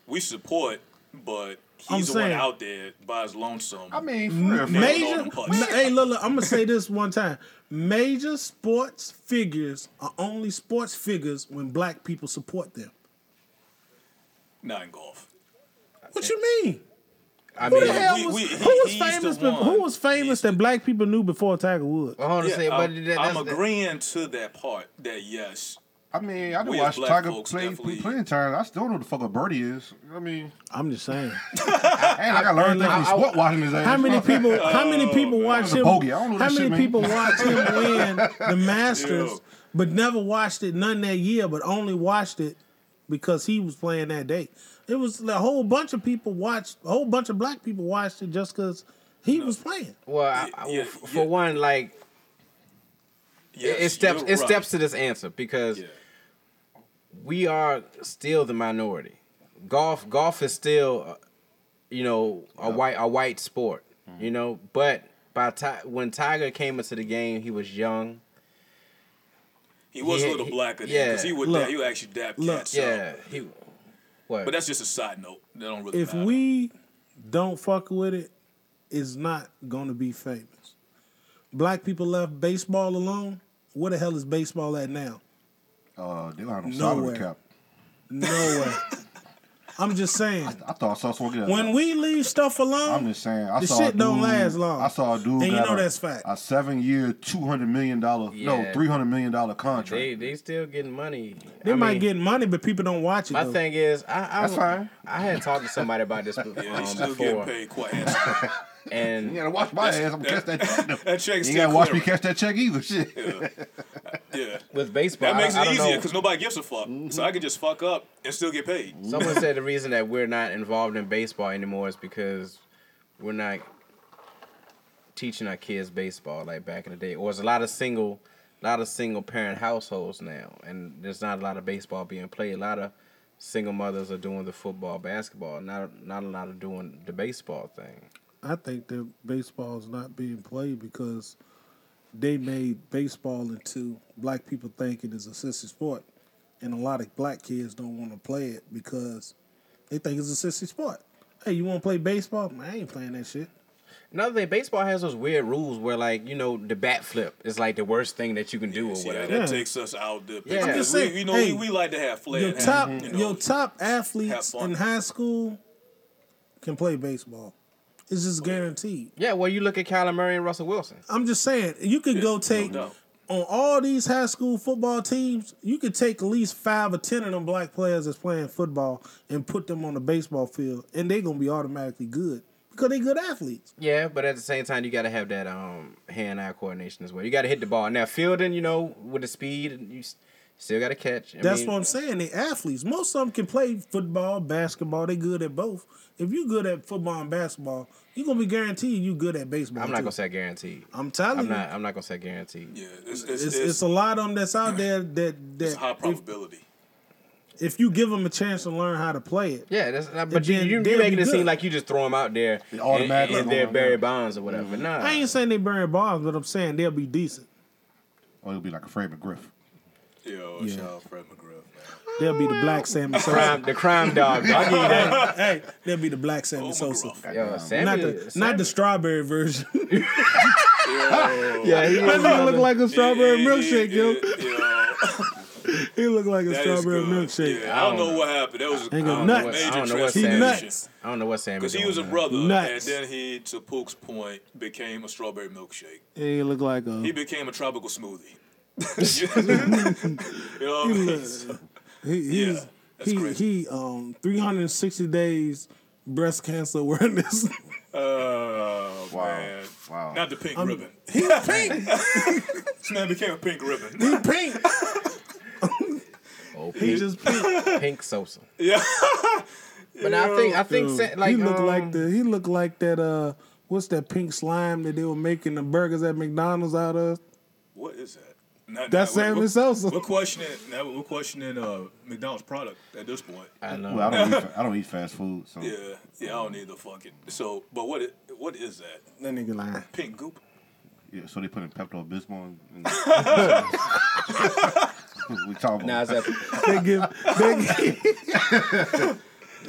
Speaker 3: We support, but he's
Speaker 2: I'm
Speaker 3: the
Speaker 2: saying-
Speaker 3: one out there by his lonesome.
Speaker 4: I mean, for real, for real.
Speaker 3: Lord
Speaker 2: Major,
Speaker 3: and Puck.
Speaker 2: Ma- hey, look, look, I'm gonna say this one time. Major sports figures are only sports figures when black people support them.
Speaker 3: not in golf.
Speaker 2: What you mean?
Speaker 1: I
Speaker 2: Who
Speaker 1: mean,
Speaker 2: the hell
Speaker 3: we-
Speaker 2: was
Speaker 3: we-
Speaker 2: who
Speaker 3: he-
Speaker 2: was
Speaker 3: he's the
Speaker 2: famous?
Speaker 3: one.
Speaker 2: bef- Who was
Speaker 3: He's
Speaker 2: famous
Speaker 3: the-
Speaker 2: that black people knew before Tiger Woods?
Speaker 1: well, hold on a second,
Speaker 3: Yeah,
Speaker 1: but
Speaker 3: I'm,
Speaker 1: that,
Speaker 3: I'm
Speaker 1: that's-
Speaker 3: agreeing to that part. That yes,
Speaker 4: I mean, I didn't
Speaker 3: We as
Speaker 4: watch
Speaker 3: black
Speaker 4: Tiger
Speaker 3: folks
Speaker 4: play
Speaker 3: definitely-
Speaker 4: plenty times. I still know who the fuck a birdie is. I mean,
Speaker 2: I'm just saying.
Speaker 4: and Ah, I got learned that from
Speaker 1: I- I-
Speaker 4: sport watching his ass.
Speaker 2: How many people? How many people
Speaker 4: That
Speaker 2: watch
Speaker 4: was a
Speaker 2: him?
Speaker 4: Oh, bogey. I don't know
Speaker 2: How
Speaker 4: that
Speaker 2: many
Speaker 4: shit, man.
Speaker 2: people watch him win the Masters,
Speaker 3: Yo.
Speaker 2: but never watched it none that year, but only watched it because he was playing that day. It was a whole bunch of people watched. A whole bunch of black people watched it just because he was playing.
Speaker 1: Well, I, I-
Speaker 3: Yeah,
Speaker 1: for
Speaker 3: yeah.
Speaker 1: for one, like
Speaker 3: yes
Speaker 1: it steps it
Speaker 3: you're right.
Speaker 1: steps to this answer because
Speaker 3: Yeah.
Speaker 1: we are still the minority. Golf golf is still, uh, you know, a white a white sport. You
Speaker 3: Mm-hmm.
Speaker 1: know, but by ti- when Tiger came into the game, he was young.
Speaker 3: He was
Speaker 1: Yeah,
Speaker 3: a little
Speaker 1: he-
Speaker 3: blacker then
Speaker 1: yeah.
Speaker 3: because he would
Speaker 2: Look.
Speaker 3: dab, he would actually dab
Speaker 2: Look.
Speaker 3: cats. up.
Speaker 1: Yeah, he. What?
Speaker 3: But that's just a side note. That don't really
Speaker 2: if
Speaker 3: matter.
Speaker 2: we don't fuck with it, it's not gonna be famous. Black people left baseball alone. Where the hell is baseball at now?
Speaker 4: Uh, they got him side of the
Speaker 2: Nowhere.
Speaker 4: cap.
Speaker 2: No way. I'm just saying.
Speaker 4: I thought I saw someone get a-
Speaker 2: When we leave stuff alone,
Speaker 4: I'm just saying. I
Speaker 2: the
Speaker 4: saw
Speaker 2: shit
Speaker 4: a dude,
Speaker 2: don't last long.
Speaker 4: I saw a dude.
Speaker 2: And you
Speaker 4: got
Speaker 2: know
Speaker 4: a-
Speaker 2: that's fact.
Speaker 4: A seven-year, two hundred million dollar, no,
Speaker 1: Yeah.
Speaker 4: three hundred million dollar contract.
Speaker 1: they they still getting money.
Speaker 2: they
Speaker 1: I
Speaker 2: might
Speaker 1: mean,
Speaker 2: get money, but people don't watch it.
Speaker 1: My
Speaker 2: though.
Speaker 1: thing is, I I,
Speaker 4: That's fine.
Speaker 1: I had talked to somebody about this um,
Speaker 3: yeah, he's still getting
Speaker 1: before,
Speaker 3: paid quite handsomely.
Speaker 1: and
Speaker 4: you gotta watch my ass. I'm gonna catch that.
Speaker 3: that check's
Speaker 4: you
Speaker 3: still
Speaker 4: gotta watch me
Speaker 3: clearing.
Speaker 4: catch that check either. Shit.
Speaker 3: Yeah.
Speaker 1: with baseball,
Speaker 3: That
Speaker 1: I-
Speaker 3: makes
Speaker 1: I
Speaker 3: it
Speaker 1: don't
Speaker 3: easier
Speaker 1: know. Mm-hmm.
Speaker 3: because nobody gives a fuck. So I can just fuck up and still get paid.
Speaker 1: Someone said the reason that we're not involved in baseball anymore is because we're not teaching our kids baseball like back in the day. Or it's a lot of single, lot of single parent households now, and there's not a lot of baseball being played. A lot of single mothers are doing the football, basketball. Not not a lot of doing the baseball thing.
Speaker 2: I think that baseball's not being played because they made baseball into black people think it is a sissy sport, and a lot of black kids don't want to play it because they think it's a sissy sport. Hey, you want to play baseball? Man, I ain't playing that shit.
Speaker 1: Another thing, baseball has those weird rules where, like, you know, the bat flip is like the worst thing that you can do or
Speaker 3: See,
Speaker 1: whatever.
Speaker 3: that,
Speaker 2: Yeah.
Speaker 3: that takes us out there.
Speaker 1: Yeah. I'm
Speaker 2: just saying,
Speaker 3: we, you know,
Speaker 2: hey,
Speaker 3: we, we like to have flair.
Speaker 2: Your
Speaker 3: and
Speaker 2: top,
Speaker 3: have, you know,
Speaker 2: your top
Speaker 3: have
Speaker 2: athletes
Speaker 3: fun.
Speaker 2: in high school can play baseball. It's just guaranteed.
Speaker 1: Yeah, well, you look at Kyler Murray and Russell Wilson.
Speaker 2: I'm just saying, you could go take
Speaker 3: doubt.
Speaker 2: on all these high school football teams. You could take at least five or ten of them black players that's playing football and put them on the baseball field, and they're gonna be automatically good because they're good athletes.
Speaker 1: Yeah, but at the same time, you got to have that um, hand-eye coordination as well. You got to hit the ball. Now, fielding, you know, with the speed, you s- still got to catch. I
Speaker 2: That's
Speaker 1: mean,
Speaker 2: what I'm saying. They athletes. Most of them can play football, basketball. They good at both. If you good at football and basketball, you're gonna be guaranteed you good at baseball.
Speaker 1: I'm not
Speaker 2: too.
Speaker 1: gonna say guaranteed.
Speaker 2: I'm telling
Speaker 1: I'm
Speaker 2: you.
Speaker 1: not. I'm not gonna say guaranteed.
Speaker 3: yeah, it's, it's,
Speaker 2: It's,
Speaker 3: it's,
Speaker 2: it's, a lot of them that's out there that
Speaker 3: it's high
Speaker 2: that if,
Speaker 3: probability.
Speaker 2: if you give them a chance to learn how to play it,
Speaker 1: Yeah, that's not, but you,
Speaker 2: then
Speaker 1: you you
Speaker 2: they'll
Speaker 1: making
Speaker 2: be
Speaker 1: it seem
Speaker 2: good.
Speaker 1: like you just throw them out there and,
Speaker 4: automatically
Speaker 1: and they're
Speaker 4: throw 'em out
Speaker 1: Barry
Speaker 4: there.
Speaker 1: Bonds or whatever. Nah,
Speaker 2: Mm-hmm. I ain't saying they burn bombs, but I'm saying they'll be decent.
Speaker 4: Or Oh, it'll be like a Fred McGriff.
Speaker 3: Yo,
Speaker 2: Yeah.
Speaker 3: shout out Fred McGriff, man.
Speaker 2: They'll be the black Sammy Sosa.
Speaker 1: crime, the crime dog. I'll give you that.
Speaker 2: hey, they'll be the black Sammy
Speaker 3: Oh,
Speaker 2: Sosa.
Speaker 3: McGruff.
Speaker 1: Yo, Sammy,
Speaker 2: Not the
Speaker 1: Sammy-
Speaker 2: not the strawberry version.
Speaker 3: Yo.
Speaker 1: yeah, he
Speaker 2: that
Speaker 1: was
Speaker 2: nigga
Speaker 1: another-
Speaker 2: look like a strawberry
Speaker 3: Yeah,
Speaker 2: milkshake,
Speaker 3: yeah,
Speaker 2: yo.
Speaker 3: yeah, yo.
Speaker 2: He look like a
Speaker 3: That is
Speaker 2: strawberry
Speaker 3: good.
Speaker 2: milkshake.
Speaker 3: Yeah, I don't know what happened. That was
Speaker 2: Nigga
Speaker 3: a
Speaker 2: nuts.
Speaker 1: I
Speaker 3: major
Speaker 1: don't know what
Speaker 2: He
Speaker 1: Sammy.
Speaker 2: nuts.
Speaker 3: transformation.
Speaker 1: I don't know what Sammy.
Speaker 3: Because he
Speaker 1: doing
Speaker 3: was a
Speaker 1: now.
Speaker 3: brother,
Speaker 2: Nuts.
Speaker 3: and then he, to Pook's point, became a strawberry milkshake.
Speaker 2: He look like a
Speaker 3: He
Speaker 2: he,
Speaker 3: became a tropical smoothie. you know what I mean? So,
Speaker 2: look- he he's,
Speaker 3: Yeah, that's
Speaker 2: he
Speaker 3: crazy.
Speaker 2: he um 360 days breast cancer awareness.
Speaker 3: oh,
Speaker 4: Wow.
Speaker 3: man.
Speaker 4: Wow.
Speaker 3: Not the pink ribbon.
Speaker 2: he pink,
Speaker 3: This man became a pink ribbon.
Speaker 2: pink.
Speaker 1: Oh,
Speaker 2: He
Speaker 1: pink,
Speaker 2: just pink.
Speaker 1: pink Sosa.
Speaker 3: yeah.
Speaker 1: But I think I think
Speaker 2: Dude,
Speaker 1: Sa- like
Speaker 2: he looked
Speaker 1: um,
Speaker 2: like the he looked like that uh what's that pink slime that they were making the burgers at McDonald's out of?
Speaker 3: What is that? Not,
Speaker 2: That's
Speaker 3: we're-
Speaker 2: Sammy
Speaker 3: we're-
Speaker 2: Sosa.
Speaker 3: We're questioning, now we're questioning uh, McDonald's product at this point.
Speaker 1: I know.
Speaker 4: Well, I don't eat. fa- I don't eat fast food. So
Speaker 3: Yeah, yeah, I don't need the fucking. So, but what? i- What is that?
Speaker 2: That nigga lying.
Speaker 3: Pink goop?
Speaker 4: Yeah, so they put in Pepto Bismol. And... we talking
Speaker 1: Nah,
Speaker 4: about
Speaker 1: it's that
Speaker 2: They give they give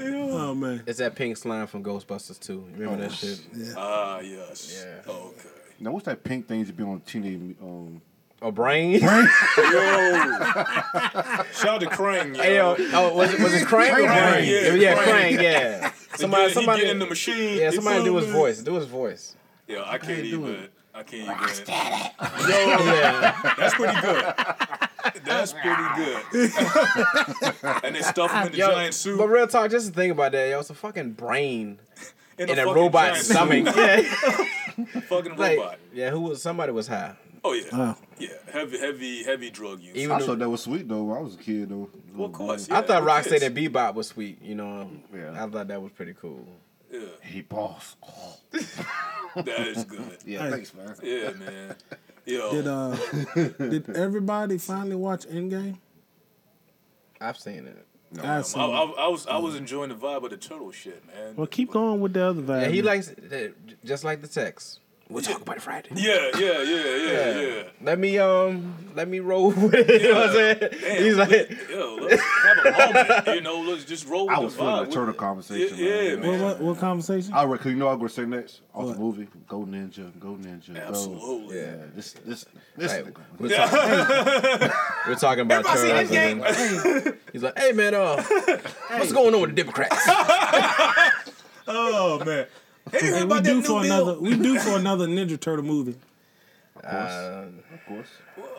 Speaker 2: Oh man.
Speaker 1: it's that pink slime from Ghostbusters too. Remember
Speaker 3: Oh,
Speaker 1: that shit?
Speaker 3: Ah, yes.
Speaker 1: Yeah.
Speaker 3: Okay.
Speaker 4: now what's that pink thing that be on teenage? Um,
Speaker 1: A brain?
Speaker 3: Yo. Shout out to Krang. Yo.
Speaker 1: Hey, yo, oh, was it was it Crank or Brain?
Speaker 4: Krang,
Speaker 1: Yeah,
Speaker 3: yeah,
Speaker 1: yeah
Speaker 3: Krang.
Speaker 1: Crank. Yeah.
Speaker 3: Somebody,
Speaker 1: Somebody, somebody.
Speaker 3: he get in the machine.
Speaker 1: yeah,
Speaker 3: he
Speaker 1: somebody
Speaker 3: put-
Speaker 1: do his voice. Do his voice.
Speaker 3: Yeah, I can't
Speaker 4: do
Speaker 3: even.
Speaker 4: it.
Speaker 3: I can't even. Yo,
Speaker 1: Yeah.
Speaker 3: that's pretty good. That's pretty good. and they stuff him in the
Speaker 1: Yo,
Speaker 3: giant suit.
Speaker 1: but real talk, just to think about that, yo, it's a fucking brain
Speaker 3: in
Speaker 1: in a
Speaker 3: fucking
Speaker 1: robot
Speaker 3: giant
Speaker 1: stomach. yeah.
Speaker 3: Suit, fucking
Speaker 1: Like,
Speaker 3: robot.
Speaker 1: yeah, who was somebody was high.
Speaker 3: Oh yeah.
Speaker 2: Wow.
Speaker 3: Yeah. Heavy, heavy, heavy drug use.
Speaker 1: Even
Speaker 4: I
Speaker 1: though-
Speaker 4: thought that was sweet though. When I was a kid though. Um,
Speaker 3: well, of course.
Speaker 1: I
Speaker 3: yeah,
Speaker 1: thought
Speaker 3: it
Speaker 1: Rocksteady
Speaker 3: is.
Speaker 1: and Bebop was sweet, you know.
Speaker 4: Yeah.
Speaker 1: I thought that was pretty cool.
Speaker 3: Yeah,
Speaker 4: Hey boss.
Speaker 3: that is good.
Speaker 4: Yeah, thanks man.
Speaker 3: Yeah, man. Yo.
Speaker 2: Did
Speaker 1: um,
Speaker 2: uh did everybody finally watch Endgame?
Speaker 1: I've seen it.
Speaker 2: I
Speaker 3: I,
Speaker 2: seen
Speaker 3: I,
Speaker 2: it.
Speaker 3: I was I
Speaker 1: Mm.
Speaker 3: was enjoying the vibe of the turtle shit, man.
Speaker 2: Well keep going with the other vibe.
Speaker 1: Yeah, he likes that- just like the text. We'll talk about it Friday.
Speaker 3: Yeah, yeah, yeah, yeah, yeah.
Speaker 1: Let me um let me roll with it. You know what I'm saying?
Speaker 3: Damn,
Speaker 1: He's like
Speaker 3: let- yo, let's have a moment. You know, let's just roll with
Speaker 4: I was
Speaker 3: the
Speaker 4: feeling
Speaker 3: vibe.
Speaker 4: the turtle
Speaker 3: yeah,
Speaker 4: conversation.
Speaker 3: yeah,
Speaker 4: man.
Speaker 2: what,
Speaker 3: man.
Speaker 2: what, what conversation?
Speaker 4: I reckon you know what I'm gonna say next off
Speaker 2: What?
Speaker 4: the movie. Go ninja, go ninja, go.
Speaker 3: Absolutely.
Speaker 1: Yeah.
Speaker 4: Yeah, this this this.
Speaker 1: Hey,
Speaker 4: nigga.
Speaker 1: we're, talking, we're talking about
Speaker 3: Everybody seen
Speaker 1: terrorism. He's like, hey man, uh, what's going on with the Democrats?
Speaker 3: Oh man. Hey, you heard
Speaker 2: Hey, we
Speaker 3: about
Speaker 2: do
Speaker 3: that
Speaker 2: for
Speaker 3: new
Speaker 2: another
Speaker 3: bill?
Speaker 2: we do for another Ninja Turtle movie.
Speaker 4: of course,
Speaker 1: Uh,
Speaker 4: of course.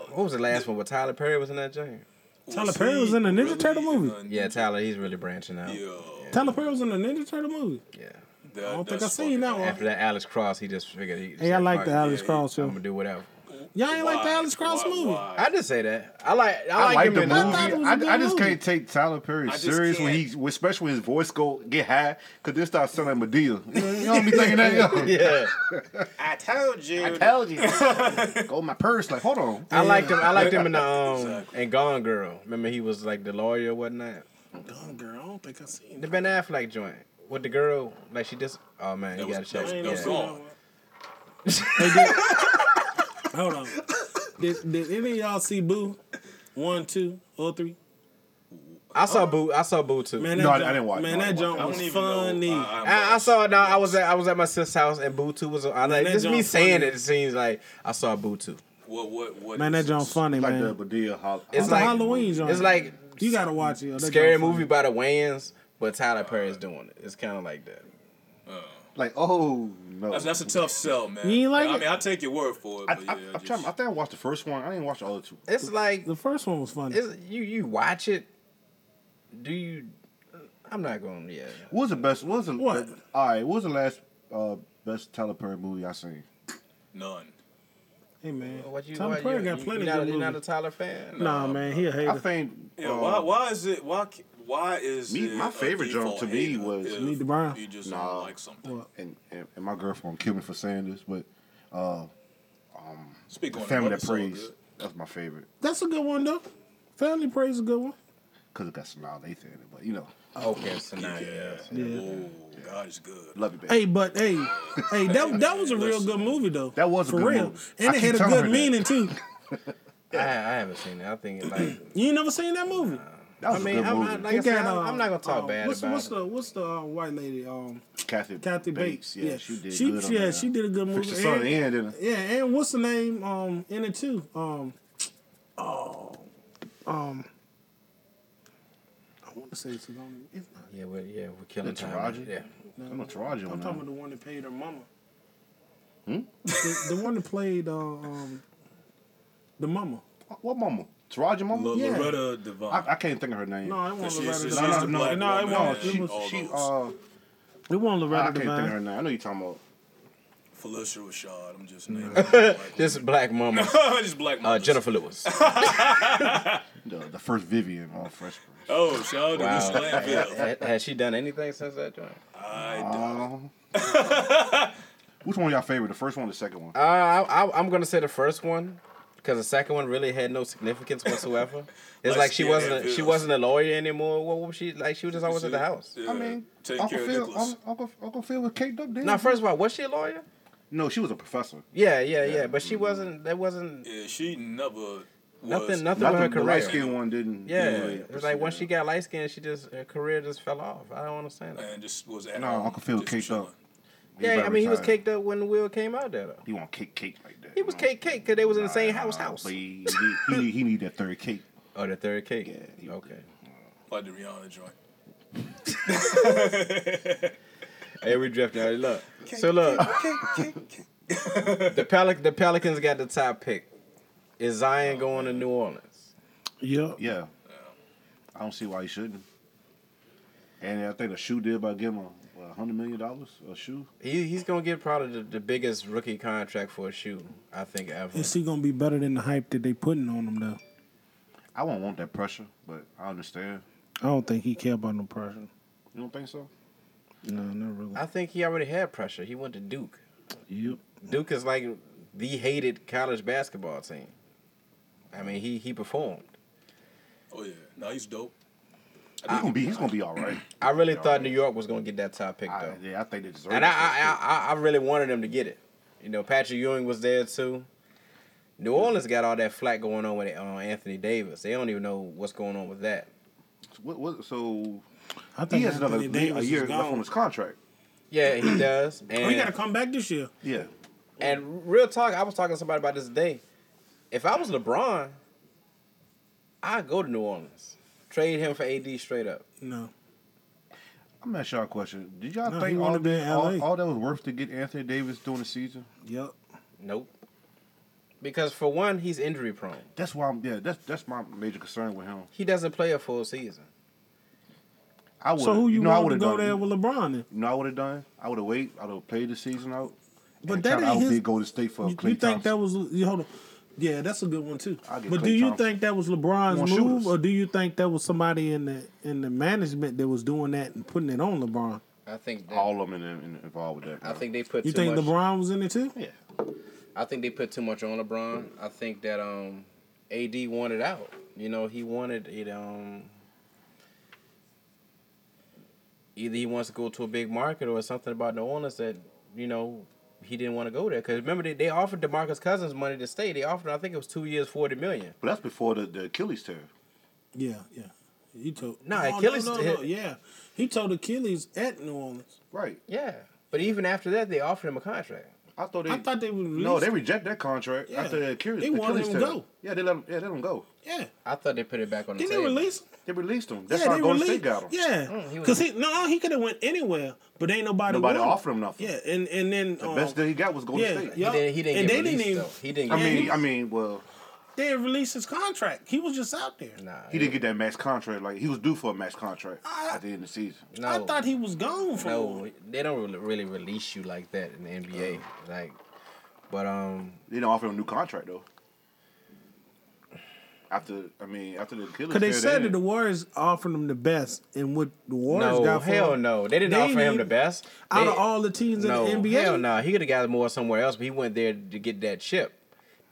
Speaker 1: what was the last one? Where Tyler Perry was in that joint?
Speaker 2: Tyler Perry was in the Ninja Turtle movie.
Speaker 1: Yeah, Tyler, he's really branching out. Yeah.
Speaker 3: Yo,
Speaker 2: Tyler Perry was in the Ninja Turtle movie.
Speaker 3: that,
Speaker 2: I don't think
Speaker 3: that's
Speaker 2: I
Speaker 3: fucking-
Speaker 2: seen that one.
Speaker 1: After that, Alex Cross, he just figured he.
Speaker 2: Hey, I like the Alex
Speaker 3: yeah,
Speaker 2: Cross
Speaker 1: I'm
Speaker 2: show.
Speaker 1: gonna do whatever.
Speaker 2: Y'all ain't like the
Speaker 3: Why?
Speaker 2: Alex Cross
Speaker 3: Why-
Speaker 2: movie.
Speaker 3: why?
Speaker 1: I just say that. I like. I,
Speaker 4: I
Speaker 1: like,
Speaker 4: like
Speaker 1: him
Speaker 4: the
Speaker 1: in
Speaker 4: movie.
Speaker 1: that
Speaker 2: thought it was a
Speaker 4: I,
Speaker 2: good
Speaker 4: I just
Speaker 2: movie.
Speaker 4: can't take Tyler Perry
Speaker 3: just
Speaker 4: serious when
Speaker 3: can't.
Speaker 4: he, especially when his voice go get high, cause then start sounding like Medea. You know, you don't be thinking that. yo.
Speaker 1: Yeah,
Speaker 3: I told you.
Speaker 4: I told you. go in my purse. Like, hold on.
Speaker 1: I liked him. I liked him in the um
Speaker 3: Exactly.
Speaker 1: in Gone Girl. Remember, he was like the lawyer or whatnot.
Speaker 2: Dumb girl. I don't think I seen
Speaker 1: The
Speaker 2: that.
Speaker 1: Ben Affleck joint with the girl, like she just. Oh man,
Speaker 3: That
Speaker 1: you
Speaker 3: was-
Speaker 1: gotta check.
Speaker 3: that
Speaker 1: it.
Speaker 3: was-
Speaker 1: yeah.
Speaker 3: that was-
Speaker 2: Hey, did- hold on. Did, did any of y'all see Boo? One, two, or three?
Speaker 1: I saw Boo. I saw Boo too.
Speaker 2: Man,
Speaker 4: No, I- I
Speaker 2: junk,
Speaker 4: didn't watch- no, I
Speaker 2: Man, that
Speaker 4: didn't
Speaker 2: junk
Speaker 3: I
Speaker 2: was
Speaker 3: don't even
Speaker 2: funny.
Speaker 3: know. I,
Speaker 1: I, I saw. No, I was at. I was at my sister's house, and Boo Two was. on. I like
Speaker 2: that
Speaker 1: just me
Speaker 2: junk
Speaker 1: saying
Speaker 2: funny.
Speaker 1: it. It seems like I saw Boo Two.
Speaker 3: What? What? What?
Speaker 2: man, that
Speaker 3: is
Speaker 2: junk
Speaker 3: this?
Speaker 2: funny,
Speaker 4: Like
Speaker 2: man.
Speaker 4: the Badia Hall.
Speaker 1: It's
Speaker 2: It's
Speaker 1: like-
Speaker 2: a Halloween joint.
Speaker 1: It's like
Speaker 2: you gotta watch it. yo. That junk
Speaker 1: scary
Speaker 2: funny.
Speaker 1: movie by the Wayans, but Tyler Perry's doing it. It's kind of like that.
Speaker 4: like oh no.
Speaker 3: That's, that's a tough sell, man.
Speaker 2: You ain't like
Speaker 3: I
Speaker 2: it?
Speaker 3: mean, I take your word for it,
Speaker 4: I,
Speaker 3: but
Speaker 4: I,
Speaker 3: yeah,
Speaker 4: I'm
Speaker 3: just,
Speaker 4: trying, I think I watched the first one. I didn't watch the other two.
Speaker 1: It's like
Speaker 2: The first one was funny.
Speaker 1: it's, you. You watch it. Do you? I'm not going. Yeah.
Speaker 4: What was the best? What was the
Speaker 2: What?
Speaker 4: All right. What was the last uh, best Tyler Perry movie I seen?
Speaker 3: none.
Speaker 2: hey man,
Speaker 1: What you?
Speaker 2: Tom
Speaker 1: what,
Speaker 2: Perry
Speaker 1: you,
Speaker 2: got
Speaker 1: you-
Speaker 2: plenty
Speaker 1: you not,
Speaker 2: of
Speaker 1: you
Speaker 2: good
Speaker 1: not a
Speaker 2: movies.
Speaker 1: Tyler fan.
Speaker 2: Nah, man, he a hater.
Speaker 4: I think.
Speaker 3: Yeah,
Speaker 4: uh,
Speaker 3: why? Why is it? Why? c- Why is
Speaker 4: me-
Speaker 3: it
Speaker 4: my
Speaker 3: a
Speaker 4: favorite jump
Speaker 3: default
Speaker 4: to me
Speaker 3: hater
Speaker 4: was
Speaker 3: if
Speaker 2: Nita Brown.
Speaker 3: You just
Speaker 4: Nah.
Speaker 3: don't like something.
Speaker 2: What?
Speaker 4: And, and, and my girlfriend killed me for saying this, but uh,
Speaker 3: Speak
Speaker 4: the
Speaker 3: on it,
Speaker 4: family
Speaker 3: brother,
Speaker 4: that
Speaker 3: it's all
Speaker 4: prays
Speaker 3: good.
Speaker 4: that's my favorite
Speaker 2: That's a good one though. Family Praise is a good one.
Speaker 4: because it got Sanaa Lathan in it. But you know,
Speaker 1: Okay, so now yeah.
Speaker 3: Yeah.
Speaker 2: Yeah.
Speaker 3: Oh, God is good.
Speaker 4: love you, baby.
Speaker 2: Hey, but hey, hey, that that was a real
Speaker 3: Listen.
Speaker 2: good movie though.
Speaker 4: That was a
Speaker 2: for
Speaker 4: good
Speaker 2: real,
Speaker 4: movie. I
Speaker 2: and it
Speaker 4: keep
Speaker 2: had a
Speaker 4: telling
Speaker 2: good
Speaker 4: her that.
Speaker 2: meaning too.
Speaker 1: I, I haven't seen it. I think it like.
Speaker 2: You ain't never seen that movie?
Speaker 4: That was
Speaker 1: I mean,
Speaker 4: a good
Speaker 1: I'm,
Speaker 4: movie.
Speaker 1: I, like I
Speaker 2: It
Speaker 1: said,
Speaker 2: got,
Speaker 1: I'm,
Speaker 2: uh,
Speaker 1: I'm not gonna talk
Speaker 2: uh,
Speaker 1: bad
Speaker 2: what's,
Speaker 1: about
Speaker 2: what's
Speaker 1: it.
Speaker 2: the what's the uh, white lady? Um,
Speaker 4: Kathy,
Speaker 2: Kathy Bates.
Speaker 4: Yeah, she did
Speaker 2: She,
Speaker 4: good.
Speaker 2: she,
Speaker 4: on
Speaker 2: yeah,
Speaker 4: that.
Speaker 2: she did a good movie.
Speaker 4: Fixed the sun
Speaker 2: And-
Speaker 4: in, didn't it?
Speaker 2: Yeah, and what's the name um in it too? Um oh um I want to say it's the only it's not
Speaker 1: Yeah, we're, yeah, we're killing
Speaker 4: The
Speaker 1: time.
Speaker 4: Taraji?
Speaker 1: Yeah.
Speaker 4: I'm not Taraji
Speaker 2: I'm
Speaker 4: on
Speaker 2: talking about
Speaker 4: that.
Speaker 2: the one that played her mama. Hmm? The, the one that played uh, um the mama.
Speaker 4: What mama? Taraji mama?
Speaker 3: L-
Speaker 2: yeah.
Speaker 3: Loretta Devine.
Speaker 4: I, I can't think of her name.
Speaker 2: No, it
Speaker 3: She's-
Speaker 2: wasn't Loretta
Speaker 3: she's
Speaker 4: no,
Speaker 3: the
Speaker 4: no,
Speaker 2: Devine.
Speaker 4: no,
Speaker 3: black
Speaker 2: no, it
Speaker 3: woman
Speaker 2: wasn't.
Speaker 3: in
Speaker 2: It, was,
Speaker 3: all
Speaker 4: she, she,
Speaker 3: those.
Speaker 4: uh,
Speaker 2: it wasn't
Speaker 4: Oh, I
Speaker 2: Loretta
Speaker 4: can't think of her
Speaker 2: Devine.
Speaker 4: name. I know you're talking about.
Speaker 3: Felicia Rashad. I'm just naming. them.
Speaker 1: This black mama,
Speaker 3: just black.
Speaker 1: uh,
Speaker 3: mothers.
Speaker 1: Jennifer Lewis.
Speaker 4: The, the first Vivian on Fresh Prince.
Speaker 3: Oh, shout out to Miss Landville.
Speaker 1: Has, has she done anything since that joint?
Speaker 3: I
Speaker 4: Um, Uh, which one y'all favorite? The first one or the second one?
Speaker 1: Uh, I, I, I'm gonna say the first one because the second one really had no significance whatsoever. It's
Speaker 3: Like
Speaker 1: like she
Speaker 3: Skinhead
Speaker 1: wasn't a, she
Speaker 3: Bills.
Speaker 1: wasn't a lawyer anymore. What was she like? She was just always at the house.
Speaker 3: Yeah,
Speaker 4: I mean,
Speaker 3: take
Speaker 4: Uncle
Speaker 3: care of
Speaker 4: Phil, um,
Speaker 3: Nicholas.
Speaker 4: Uncle, Uncle, Uncle Phil was caked up then.
Speaker 1: Now, first of all, was she a lawyer?
Speaker 4: no, she was a professor.
Speaker 1: Yeah, yeah, yeah. But she wasn't. That wasn't
Speaker 3: yeah, she never. Was,
Speaker 1: nothing. Nothing
Speaker 4: Not
Speaker 1: with her
Speaker 4: the, the
Speaker 1: career.
Speaker 4: light skinned one didn't.
Speaker 1: Yeah,
Speaker 4: didn't really
Speaker 1: it's like once she
Speaker 4: proceed.
Speaker 1: got light skinned, she just her career just fell off. I don't understand that.
Speaker 3: And just was at
Speaker 4: No,
Speaker 3: home,
Speaker 4: Uncle Phil
Speaker 3: just
Speaker 4: caked
Speaker 3: chilling.
Speaker 4: up. He
Speaker 1: Yeah,
Speaker 4: about
Speaker 1: I mean he was
Speaker 4: retired.
Speaker 1: caked up when the wheel came out there. Though.
Speaker 4: He want cake, cake like that.
Speaker 1: He was cake cake because they was in the same house house.
Speaker 4: But he, he, he, need, he need that third cake.
Speaker 1: Oh, the third cake.
Speaker 4: Yeah, he-
Speaker 1: okay.
Speaker 3: Like the Rihanna joint.
Speaker 1: Hey, we drifting. Hey, look. So look, the Pelic- the Pelicans got the top pick. Is Zion going to New Orleans?
Speaker 2: Yeah.
Speaker 4: Yeah. I don't see why he shouldn't. And I think the shoe did by giving him a, a hundred million dollars a shoe.
Speaker 1: He he's gonna get probably the, the biggest rookie contract for a shoe I think ever.
Speaker 2: Is he gonna be better than the hype that they putting on him though?
Speaker 4: I won't want that pressure, but I understand.
Speaker 2: I don't think he care about no pressure.
Speaker 4: You don't think so?
Speaker 2: No, not really.
Speaker 1: I think he already had pressure. He went to Duke.
Speaker 2: yep.
Speaker 1: Duke is like the hated college basketball team. I mean, he he performed.
Speaker 3: Oh yeah, no, he's dope.
Speaker 4: He's gonna be. He's gonna be all right.
Speaker 1: I really thought New York was gonna get that top pick
Speaker 4: I,
Speaker 1: though,
Speaker 4: yeah, I think they deserve.
Speaker 1: and I
Speaker 4: this
Speaker 1: I, I I I really wanted them to get it. You know, Patrick Ewing was there too. New Orleans got all that flack going on with uh, Anthony Davis. They don't even know what's going on with that.
Speaker 4: pick. what, what, so
Speaker 2: I
Speaker 4: he
Speaker 2: think
Speaker 4: has another
Speaker 2: Anthony Davis
Speaker 4: a
Speaker 2: is
Speaker 4: year
Speaker 2: gone.
Speaker 4: left on his contract.
Speaker 1: Yeah, he does. And,
Speaker 2: Oh, he gotta come back this year.
Speaker 4: Yeah,
Speaker 1: and real talk, I was talking to somebody about this today. If I was LeBron, I'd go to New Orleans, trade him for AD straight up.
Speaker 2: No.
Speaker 4: I'm asking y'all a question. Did y'all
Speaker 2: No, he
Speaker 4: think
Speaker 2: wanna
Speaker 4: all,
Speaker 2: be in
Speaker 4: that, all,
Speaker 2: LA.
Speaker 4: all that was worth to get Anthony Davis during the season?
Speaker 2: Yep.
Speaker 1: Nope. Because for one, he's injury prone.
Speaker 4: That's why I'm. Yeah, that's that's my major concern with him.
Speaker 1: He doesn't play a full season.
Speaker 4: I would.
Speaker 2: So who you,
Speaker 4: know, I
Speaker 2: want to
Speaker 4: would've
Speaker 2: go
Speaker 4: done,
Speaker 2: there with LeBron? Then?
Speaker 4: You know, I would have done. I would have waited. I would have played the season out.
Speaker 2: But
Speaker 4: and
Speaker 2: that
Speaker 4: tried to
Speaker 2: ain't his-
Speaker 4: outbid Golden State for
Speaker 2: You,
Speaker 4: Klay
Speaker 2: you think that
Speaker 4: Thompson.
Speaker 2: was you hold on? Yeah, that's a good one too.
Speaker 4: I'll get
Speaker 2: But
Speaker 4: Klay
Speaker 2: do you
Speaker 4: Thompson.
Speaker 2: think that was
Speaker 4: More
Speaker 2: LeBron's
Speaker 4: shooters.
Speaker 2: move, or do you think that was somebody in the in the management that was doing that and putting it on LeBron?
Speaker 1: I think that,
Speaker 4: all of them in, in, involved with that?
Speaker 1: I
Speaker 4: bro.
Speaker 1: think they put
Speaker 2: You
Speaker 1: too
Speaker 2: think
Speaker 1: much.
Speaker 2: LeBron was in it too?
Speaker 4: Yeah.
Speaker 1: I think they put too much on LeBron. I think that um, AD wanted out. You know, he wanted it. Um, either he wants to go to a big market or something about the owners that you know he didn't want to go there. Because remember they, they offered Demarcus Cousins money to stay. They offered I think it was two years, forty million.
Speaker 4: But that's before the, the Achilles tear.
Speaker 2: Yeah, yeah. He told
Speaker 1: No, Achilles-
Speaker 2: No, no, no. Yeah, he told Achilles at New Orleans.
Speaker 4: Right.
Speaker 1: Yeah, but even after that they offered him a contract.
Speaker 4: I thought they.
Speaker 2: I thought they would release.
Speaker 4: no, they reject that contract
Speaker 2: Yeah.
Speaker 4: after the Achilles.
Speaker 2: They
Speaker 4: the
Speaker 2: won't let
Speaker 4: Achilles
Speaker 2: him
Speaker 4: tear.
Speaker 2: go.
Speaker 4: Yeah, they let him. Yeah, they let him go.
Speaker 2: Yeah.
Speaker 1: I thought they put it back on the
Speaker 2: Didn't they
Speaker 1: table.
Speaker 2: release him?
Speaker 4: They released him. That's
Speaker 2: yeah,
Speaker 4: why
Speaker 2: they
Speaker 4: Golden
Speaker 2: released.
Speaker 4: State got him.
Speaker 2: Yeah,
Speaker 1: Mm, he was-
Speaker 2: because he, no, he could have went anywhere, but ain't nobody.
Speaker 4: Nobody
Speaker 2: wanted him.
Speaker 4: offered him nothing.
Speaker 2: Yeah, and and then
Speaker 4: The
Speaker 2: um,
Speaker 4: best that he got was Golden
Speaker 2: yeah,
Speaker 4: State.
Speaker 2: yeah.
Speaker 1: He didn't. He didn't
Speaker 2: And
Speaker 1: get
Speaker 2: they
Speaker 1: released
Speaker 2: didn't even-
Speaker 1: though. He didn't.
Speaker 4: I
Speaker 1: Get
Speaker 2: Yeah,
Speaker 4: mean,
Speaker 2: he-
Speaker 4: I mean, well,
Speaker 2: they released his contract. He was just out there.
Speaker 1: nah.
Speaker 4: he didn't get that max contract. Like he was due for a max contract
Speaker 2: I-
Speaker 4: at the end of the season.
Speaker 1: No.
Speaker 2: I thought he was gone from.
Speaker 1: no, they don't really- really release you like that in the NBA. Like, but um,
Speaker 4: They didn't offer him a new contract though. After I mean, after the Achilles
Speaker 2: Because they
Speaker 4: tear,
Speaker 2: said that
Speaker 4: didn't.
Speaker 2: the Warriors offered him the best, and what the Warriors
Speaker 1: no,
Speaker 2: got for
Speaker 1: hell
Speaker 2: him,
Speaker 1: no, they didn't
Speaker 2: They
Speaker 1: offer him the
Speaker 2: didn't-
Speaker 1: best.
Speaker 2: Out
Speaker 1: They-
Speaker 2: of all the teams
Speaker 1: no,
Speaker 2: in the NBA,
Speaker 1: hell no, he could have got more somewhere else, but he went there to get that chip.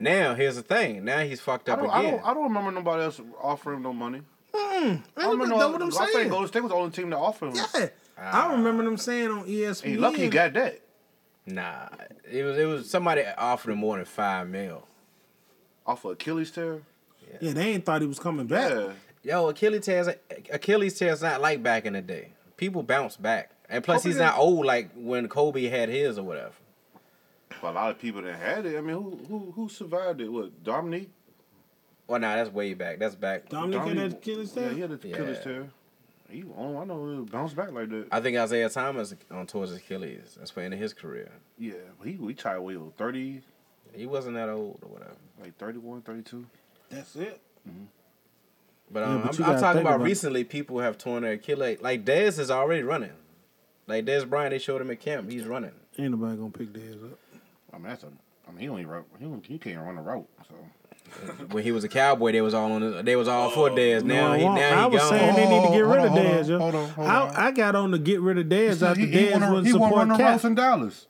Speaker 1: Now here's the thing. Now he's fucked
Speaker 4: I
Speaker 1: up
Speaker 4: don't, I
Speaker 1: again.
Speaker 4: don't, I don't remember nobody else offering him no money.
Speaker 2: I
Speaker 4: I
Speaker 2: don't
Speaker 4: remember
Speaker 2: know what I'm
Speaker 4: I
Speaker 2: saying.
Speaker 4: think Golden State was the only team that offered him.
Speaker 2: yeah,
Speaker 1: Ah.
Speaker 2: I remember them saying on E ESPN.
Speaker 4: He lucky he got that.
Speaker 1: nah, it was it was somebody offered him more than five mil.
Speaker 4: Off of Achilles tear.
Speaker 2: Yeah, they ain't thought he was coming back.
Speaker 4: Yeah.
Speaker 1: Yo, Achilles tears. Achilles tears not like back in the day. People bounce back, and plus
Speaker 4: Kobe
Speaker 1: he's
Speaker 4: didn't-
Speaker 1: not old like when Kobe had his or whatever.
Speaker 4: But a lot of people that had it. I mean, who who who survived it? What Dominique?
Speaker 1: Well, nah, that's way back. That's back.
Speaker 2: Dominic had that Achilles tear?
Speaker 4: Yeah, he had the Achilles
Speaker 1: Yeah.
Speaker 4: tear. He, all I know is bounce back like that.
Speaker 1: I think Isaiah Thomas on towards his Achilles. That's the end of his career.
Speaker 4: yeah, but he we tied with him, 30,
Speaker 1: He wasn't that old or whatever.
Speaker 4: like 31, 32.
Speaker 2: That's it.
Speaker 1: But, um,
Speaker 2: Yeah, but you
Speaker 1: I'm, I'm
Speaker 2: gotta
Speaker 1: talking
Speaker 2: think
Speaker 1: about,
Speaker 2: about it.
Speaker 1: recently people have torn their Achilles. Like Dez is already running. Like Dez Bryant, they showed him at camp. He's running.
Speaker 2: Ain't nobody gonna pick theirs up.
Speaker 4: I mean, that's a. I mean, he only route. He, don't- he can't run a route. So
Speaker 1: When he was a cowboy, they was all on. His, they was all for Dez.
Speaker 2: No,
Speaker 1: Now
Speaker 2: I
Speaker 1: he
Speaker 2: won't. I
Speaker 1: now he
Speaker 2: was
Speaker 1: gone.
Speaker 2: saying they need to get
Speaker 4: Hold
Speaker 2: rid
Speaker 4: on,
Speaker 2: of
Speaker 4: hold on,
Speaker 2: Dez, yo.
Speaker 4: hold on, hold on.
Speaker 2: I, I got on to get rid of Dez after Dez uh, wouldn't support Cap.
Speaker 4: Dallas.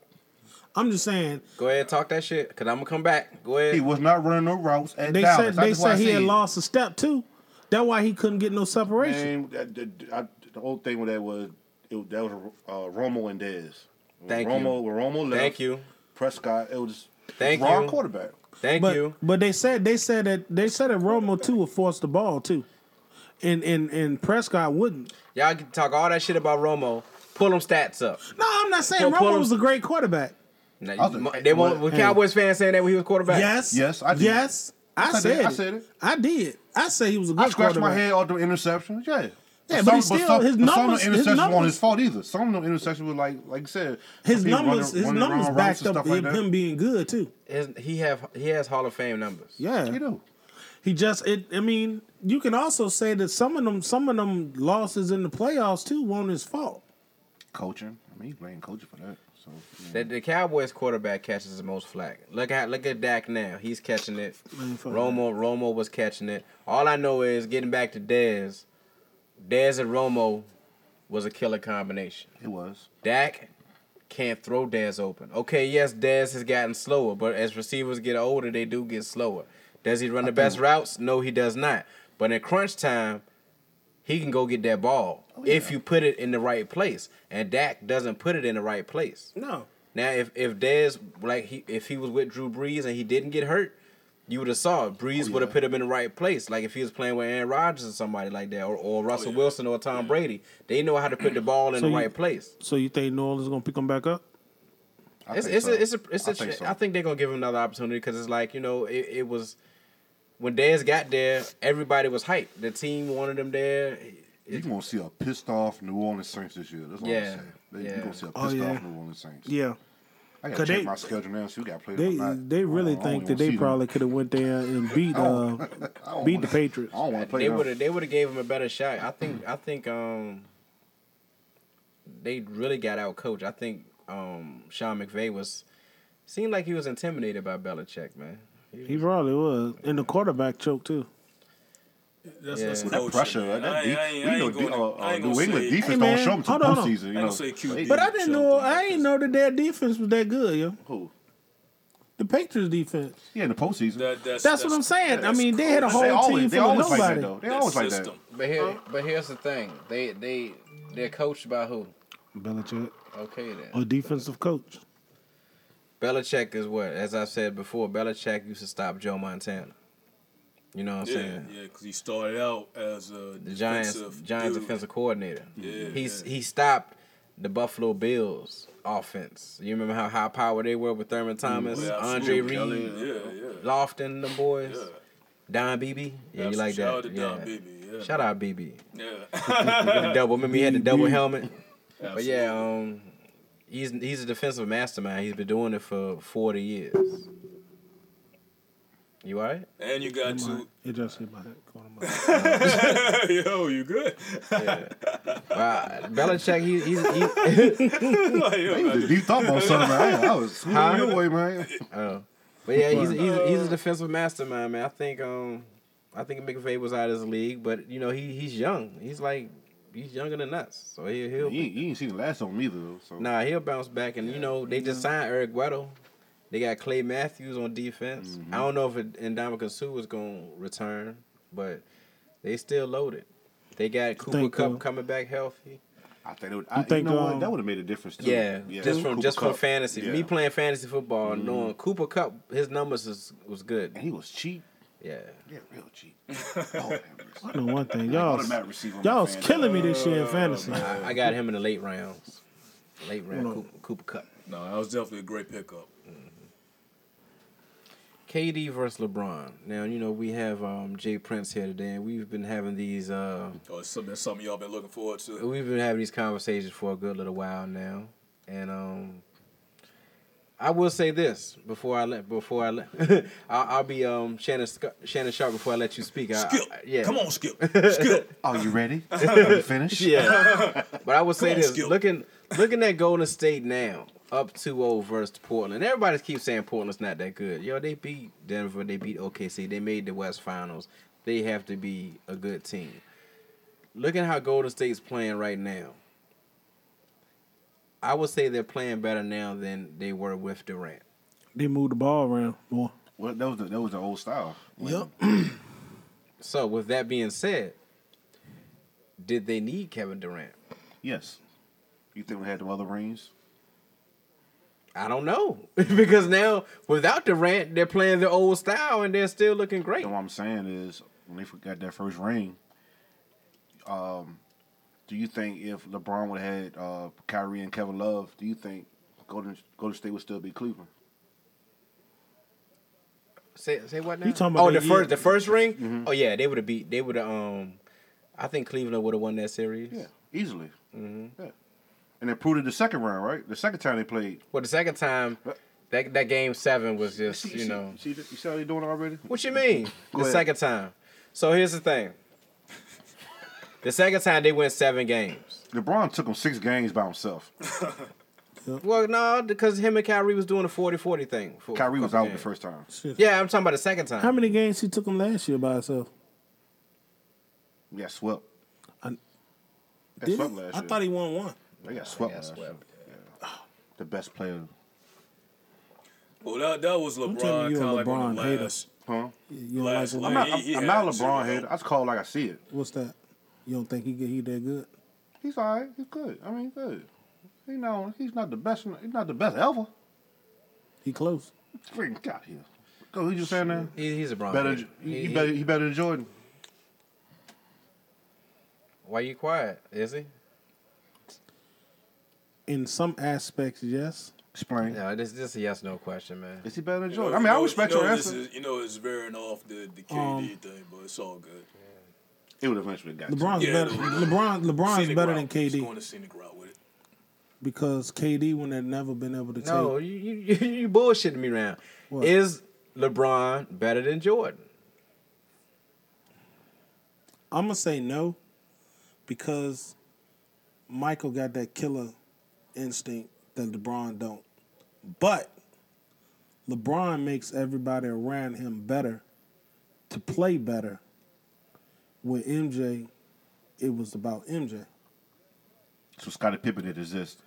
Speaker 2: I'm just saying
Speaker 1: Go ahead, talk that shit. Cause I'm gonna come back. Go ahead.
Speaker 4: He was not running no routes at
Speaker 2: they
Speaker 4: Dallas.
Speaker 2: said they said he had lost a step too. That's why he couldn't get no separation.
Speaker 4: Man, that, that- I, the whole thing with that was it, that was uh, Romo and Dez. When
Speaker 1: Thank you.
Speaker 4: Romo, When Romo left,
Speaker 1: Thank you.
Speaker 4: Prescott. It was
Speaker 1: Thank
Speaker 4: wrong
Speaker 1: you.
Speaker 4: quarterback.
Speaker 1: Thank
Speaker 2: but
Speaker 1: you.
Speaker 2: but they said they said that they said that Romo too would force the ball too, and and and Prescott wouldn't.
Speaker 1: Y'all can talk all that shit about Romo. Pull them stats up.
Speaker 2: No, I'm not saying
Speaker 1: Well, pull
Speaker 2: Romo
Speaker 1: him-
Speaker 2: was a great quarterback.
Speaker 1: Now,
Speaker 4: I was
Speaker 1: you-
Speaker 4: like,
Speaker 1: they want
Speaker 4: what?
Speaker 1: with Cowboys fans saying that when he was quarterback.
Speaker 2: Yes,
Speaker 4: Yes, I did.
Speaker 2: Yes, I,
Speaker 4: Yes, I
Speaker 2: said
Speaker 4: did. I
Speaker 2: it.
Speaker 4: said it.
Speaker 2: I did. I said he was a good
Speaker 4: I scratched
Speaker 2: quarterback.
Speaker 4: my head off the interceptions. Yeah.
Speaker 2: Yeah, but he still- his
Speaker 4: but some of
Speaker 2: numbers-
Speaker 4: the
Speaker 2: his
Speaker 4: interceptions weren't
Speaker 2: numbers-
Speaker 4: his fault either. Some of the interceptions were like, like you said,
Speaker 2: His
Speaker 4: people
Speaker 2: numbers,
Speaker 4: running-
Speaker 2: his
Speaker 4: running
Speaker 2: numbers
Speaker 4: around routes
Speaker 2: backed
Speaker 4: and
Speaker 2: up
Speaker 4: stuff
Speaker 2: him,
Speaker 4: like that.
Speaker 2: him being good too.
Speaker 1: His, he have he has Hall of Fame numbers.
Speaker 2: Yeah,
Speaker 4: You know,
Speaker 2: He just it. I mean, you can also say that some of them, some of them losses in the playoffs too, weren't his fault.
Speaker 4: coaching. I mean, he blamed coaching for that. So yeah.
Speaker 1: The, the Cowboys quarterback catches the most flack. Look at look at Dak now. He's catching it.
Speaker 2: Man, fuck
Speaker 1: Romo Romo was catching it. All I know is getting back to Dez. Dez and Romo was a killer combination.
Speaker 4: it was.
Speaker 1: Dak can't throw Dez open. Okay, yes, Dez has gotten slower, but as receivers get older, they do get slower. Does he run the best routes? No, he does not. But in crunch time, he can go get that ball if you put it in the right place. And Dak doesn't put it in the right place.
Speaker 2: No,
Speaker 1: Now, if if Dez like he if he was with Drew Brees and he didn't get hurt, you would have saw it. Brees
Speaker 4: Oh,
Speaker 1: would have put him in the right place. Like if he was playing with Aaron Rodgers or somebody like that, or,
Speaker 4: Oh,
Speaker 1: or Russell
Speaker 3: yeah.
Speaker 1: Wilson or Tom Brady, they know how to put the ball in
Speaker 2: So
Speaker 1: the
Speaker 2: you-
Speaker 1: right place.
Speaker 2: So you think New Orleans is gonna pick him back up?
Speaker 4: I
Speaker 1: It's
Speaker 4: think
Speaker 1: it's,
Speaker 4: so.
Speaker 1: a, it's a it's a
Speaker 4: I think
Speaker 1: ch-
Speaker 4: so.
Speaker 1: I think they're gonna give him another opportunity because it's like you know it, it was when Dez got there, everybody was hyped. The team wanted him there.
Speaker 4: You're gonna see a pissed off New Orleans Saints this year. That's all I'm
Speaker 1: Yeah,
Speaker 4: saying. You're
Speaker 1: yeah.
Speaker 4: gonna see a pissed
Speaker 2: Oh, yeah.
Speaker 4: off New Orleans Saints.
Speaker 2: Yeah,
Speaker 4: I gotta
Speaker 2: 'Cause
Speaker 4: check
Speaker 2: they-
Speaker 4: my schedule now. See, we got played.
Speaker 2: they
Speaker 4: or not.
Speaker 2: they really
Speaker 4: I don't
Speaker 2: think
Speaker 4: even
Speaker 2: that they
Speaker 4: see them.
Speaker 2: probably could have went there and beat uh,
Speaker 4: I don't
Speaker 2: beat
Speaker 4: wanna-
Speaker 2: the Patriots.
Speaker 4: I don't want to play.
Speaker 1: They
Speaker 4: them.
Speaker 1: would have they would have gave him a better shot. I think I think um they really got out coached. I think um Sean McVay was seemed like he was intimidated by Belichick, man.
Speaker 2: He probably was, and the quarterback choke too.
Speaker 3: That's,
Speaker 1: Yeah.
Speaker 3: that's
Speaker 1: That
Speaker 4: That
Speaker 3: coaching,
Speaker 4: pressure,
Speaker 3: man.
Speaker 4: that,
Speaker 3: I ain't-
Speaker 4: that deep,
Speaker 3: I ain't-
Speaker 4: we
Speaker 3: I
Speaker 4: know
Speaker 3: ain't
Speaker 4: de-
Speaker 3: gonna-
Speaker 4: uh,
Speaker 3: I
Speaker 4: uh,
Speaker 3: ain't
Speaker 4: New
Speaker 3: gonna
Speaker 4: England
Speaker 3: say-
Speaker 4: defense
Speaker 2: man,
Speaker 4: don't show them to
Speaker 2: hold on, hold on.
Speaker 4: postseason. You
Speaker 3: I ain't
Speaker 4: know,
Speaker 3: gonna say QB.
Speaker 4: They-
Speaker 2: But I didn't
Speaker 3: Something
Speaker 2: know
Speaker 3: like
Speaker 2: I
Speaker 3: that.
Speaker 2: didn't know that their defense was that good, yo.
Speaker 4: who?
Speaker 2: the Patriots defense.
Speaker 4: Yeah, in the postseason.
Speaker 3: That, that's,
Speaker 2: That's what I'm saying. I mean, they had a
Speaker 4: they
Speaker 2: whole team
Speaker 4: always, they
Speaker 2: full of
Speaker 4: always like that
Speaker 2: nobody.
Speaker 4: though. They always like that.
Speaker 1: But here, but here's the thing. They they they're coached by who?
Speaker 2: Belichick,
Speaker 1: Okay then.
Speaker 3: Oh.
Speaker 2: a defensive coach.
Speaker 1: Belichick is what, as I said before, Belichick used to stop Joe Montana. You know what I'm
Speaker 3: Yeah,
Speaker 1: saying?
Speaker 3: yeah, because he started out as a
Speaker 1: The Giants
Speaker 3: defensive
Speaker 1: Giants
Speaker 3: dude.
Speaker 1: defensive coordinator.
Speaker 3: Yeah,
Speaker 1: He's
Speaker 3: yeah.
Speaker 1: he stopped the Buffalo Bills offense. You remember how high powered they were with Thurman Thomas,
Speaker 3: Mm-hmm. Yeah,
Speaker 1: Andre
Speaker 3: absolutely.
Speaker 1: Reed,
Speaker 3: Kelly, yeah, yeah.
Speaker 1: Lofton, them boys,
Speaker 3: Yeah.
Speaker 1: Don Beebe. Yeah, you
Speaker 3: Absolutely.
Speaker 1: like
Speaker 3: Shout
Speaker 1: that?
Speaker 3: out to
Speaker 1: yeah.
Speaker 3: Don Beebe, yeah.
Speaker 1: Shout out Beebe.
Speaker 3: Yeah.
Speaker 1: double. Remember he had the double
Speaker 2: BB.
Speaker 1: helmet. But yeah, um, he's he's a defensive mastermind. He's been doing it for forty years. You alright?
Speaker 3: and you got to.
Speaker 2: It just hit my head. corner of my eye.
Speaker 3: Yo, you good?
Speaker 1: Wow, Belichick, he, he's he,
Speaker 3: Like, yo,
Speaker 4: He was a deep thought about something. Man. I, I was
Speaker 1: Huh?
Speaker 4: huh? your way, man.
Speaker 1: oh, but yeah, he's he's, he's a defensive mastermind, man. I think um, I think McVay was out of his league, but you know he he's young. He's like he's younger than us, so he, he'll
Speaker 4: You ain't, you ain't seen the last of him either, though. So.
Speaker 1: Nah, he'll bounce back, and you know they just signed Eric Weddle. They got Clay Matthews on defense. I don't know if Indominus Sue is gonna return, but they still loaded. They got Cooper
Speaker 2: think,
Speaker 1: Cup
Speaker 2: uh,
Speaker 1: coming back healthy.
Speaker 4: I think, it would, I, you
Speaker 2: think,
Speaker 4: know what?
Speaker 2: um,
Speaker 4: That would have made a difference, too.
Speaker 1: Yeah, just from
Speaker 4: Cooper
Speaker 1: just from
Speaker 4: Kupp.
Speaker 1: fantasy.
Speaker 4: Yeah.
Speaker 1: Me playing fantasy football, knowing Cooper Cup, his numbers is, was good.
Speaker 4: And he was cheap.
Speaker 1: Yeah,
Speaker 4: Yeah, real cheap. Oh, Lord have mercy.
Speaker 2: I know one thing, y'all.
Speaker 4: Automatic receiver on
Speaker 2: Y'all's
Speaker 4: the fan.
Speaker 2: killing me this year in fantasy.
Speaker 1: I, I got him in the late rounds. Late round
Speaker 2: Hold on.
Speaker 1: Cooper, Cooper Cup.
Speaker 3: No, that was definitely a great pickup.
Speaker 1: KD versus LeBron. Now you know we have um, Jay Prince here today, and we've been having these. Uh,
Speaker 3: Oh, it's something, something y'all been looking forward to.
Speaker 1: we've been having these conversations for a good little while now, and um, I will say this before I let before I let I'll, I'll be um Shannon Sc- Shannon Sharp before I let you speak. I,
Speaker 3: Skip,
Speaker 1: I- yeah,
Speaker 3: come on, Skip, Skip.
Speaker 4: Are you ready? Are you finished?
Speaker 1: yeah. but I will say
Speaker 3: on,
Speaker 1: this:
Speaker 3: Skip.
Speaker 1: looking looking at Golden State now, up 2-0 versus Portland. Everybody keeps saying Portland's not that good. Yo, they beat Denver, they beat OKC, they made the West Finals. They have to be a good team. Look at how Golden State's playing right now. I would say they're playing better now than they were with Durant.
Speaker 2: They moved the ball around more.
Speaker 4: Well, that was the, that was the old style. When-
Speaker 2: Yep.
Speaker 1: So, with that being said, did they need Kevin Durant?
Speaker 4: Yes. You think we had the other rings?
Speaker 1: I don't know because now without Durant, they're playing the old style and they're still looking great.
Speaker 4: And what I'm saying is, when they got that first ring, um, do you think if LeBron would have had uh, Kyrie and Kevin Love, do you think Golden Golden State would still be Cleveland?
Speaker 1: Say, say what now?
Speaker 2: You talking about
Speaker 1: oh
Speaker 2: that
Speaker 1: the
Speaker 2: year?
Speaker 1: first the first ring?
Speaker 4: Mm-hmm.
Speaker 1: Oh yeah, they would have beat. They would have. Um, I think Cleveland would have won that series.
Speaker 4: Yeah, easily. Yeah. And they proved it the second round, right? The second time they played.
Speaker 1: Well, the second time,
Speaker 4: Uh,
Speaker 1: that that game seven was just you know.
Speaker 4: See, you see how they doing already?
Speaker 1: What you mean? the
Speaker 4: Go ahead.
Speaker 1: second time. So here's the thing. The second time they went seven games.
Speaker 4: LeBron took them six games by himself.
Speaker 1: Well, no, because him and Kyrie was doing a 40-40 thing. For a
Speaker 4: Kyrie was
Speaker 1: couple
Speaker 4: out the
Speaker 1: games.
Speaker 4: first time.
Speaker 1: Yeah, I'm talking about the second time.
Speaker 2: How many games he took him last year by himself?
Speaker 4: Yeah, swept.
Speaker 2: I-
Speaker 4: They
Speaker 2: Did
Speaker 4: swept
Speaker 2: he?
Speaker 4: last
Speaker 2: I
Speaker 4: year.
Speaker 2: thought he won one.
Speaker 4: they got swept.
Speaker 1: Yeah,
Speaker 4: last year.
Speaker 1: swept.
Speaker 4: The best player.
Speaker 3: Well, that, that was LeBron,
Speaker 2: telling
Speaker 3: kind
Speaker 2: you,
Speaker 3: of like
Speaker 2: LeBron
Speaker 3: on the
Speaker 2: hater.
Speaker 3: last.
Speaker 4: Huh?
Speaker 2: You don't
Speaker 3: Last leg.
Speaker 2: like him?
Speaker 4: I'm not,
Speaker 3: he-
Speaker 4: I'm,
Speaker 3: he
Speaker 4: I'm
Speaker 3: had
Speaker 4: not
Speaker 3: it, so,
Speaker 4: LeBron
Speaker 3: you know.
Speaker 4: head. I just call it like I see it.
Speaker 2: What's that? You don't think he get he that good?
Speaker 4: He's all right. He's good. I mean, he's good. He know he's not the best. He's not the best ever.
Speaker 2: He close.
Speaker 4: Freaking got here. Go. Who you saying there?
Speaker 1: He, he's a Bron.
Speaker 4: Better.
Speaker 1: hater.
Speaker 4: He,
Speaker 1: He- he-
Speaker 4: better. He better than Jordan.
Speaker 1: Why you quiet? Is he?
Speaker 2: In some aspects, yes.
Speaker 4: Explain.
Speaker 1: No, this this is a yes no question, man.
Speaker 4: Is he better than
Speaker 3: You know,
Speaker 4: Jordan? I mean,
Speaker 3: you
Speaker 4: I
Speaker 3: know-
Speaker 4: respect
Speaker 3: you know,
Speaker 4: your Um,
Speaker 3: this
Speaker 4: answer.
Speaker 3: Is, you know, it's veering off the, the KD thing, but it's all good.
Speaker 4: it would eventually got.
Speaker 2: LeBron's
Speaker 3: Yeah,
Speaker 2: better.
Speaker 3: no,
Speaker 2: LeBron LeBron's
Speaker 3: Scenic
Speaker 2: better
Speaker 3: route.
Speaker 2: than
Speaker 3: Just
Speaker 2: KD
Speaker 3: going to scenic route with it.
Speaker 2: because KD would have never been able to
Speaker 1: No,
Speaker 2: take.
Speaker 1: you you, you you bullshitting me now.
Speaker 2: What?
Speaker 1: Is LeBron better than Jordan?
Speaker 2: I'm gonna say no because Michael got that killer instinct that LeBron don't. But LeBron makes everybody around him better to play better. With MJ, it was about MJ.
Speaker 4: So Scottie Pippen did exist.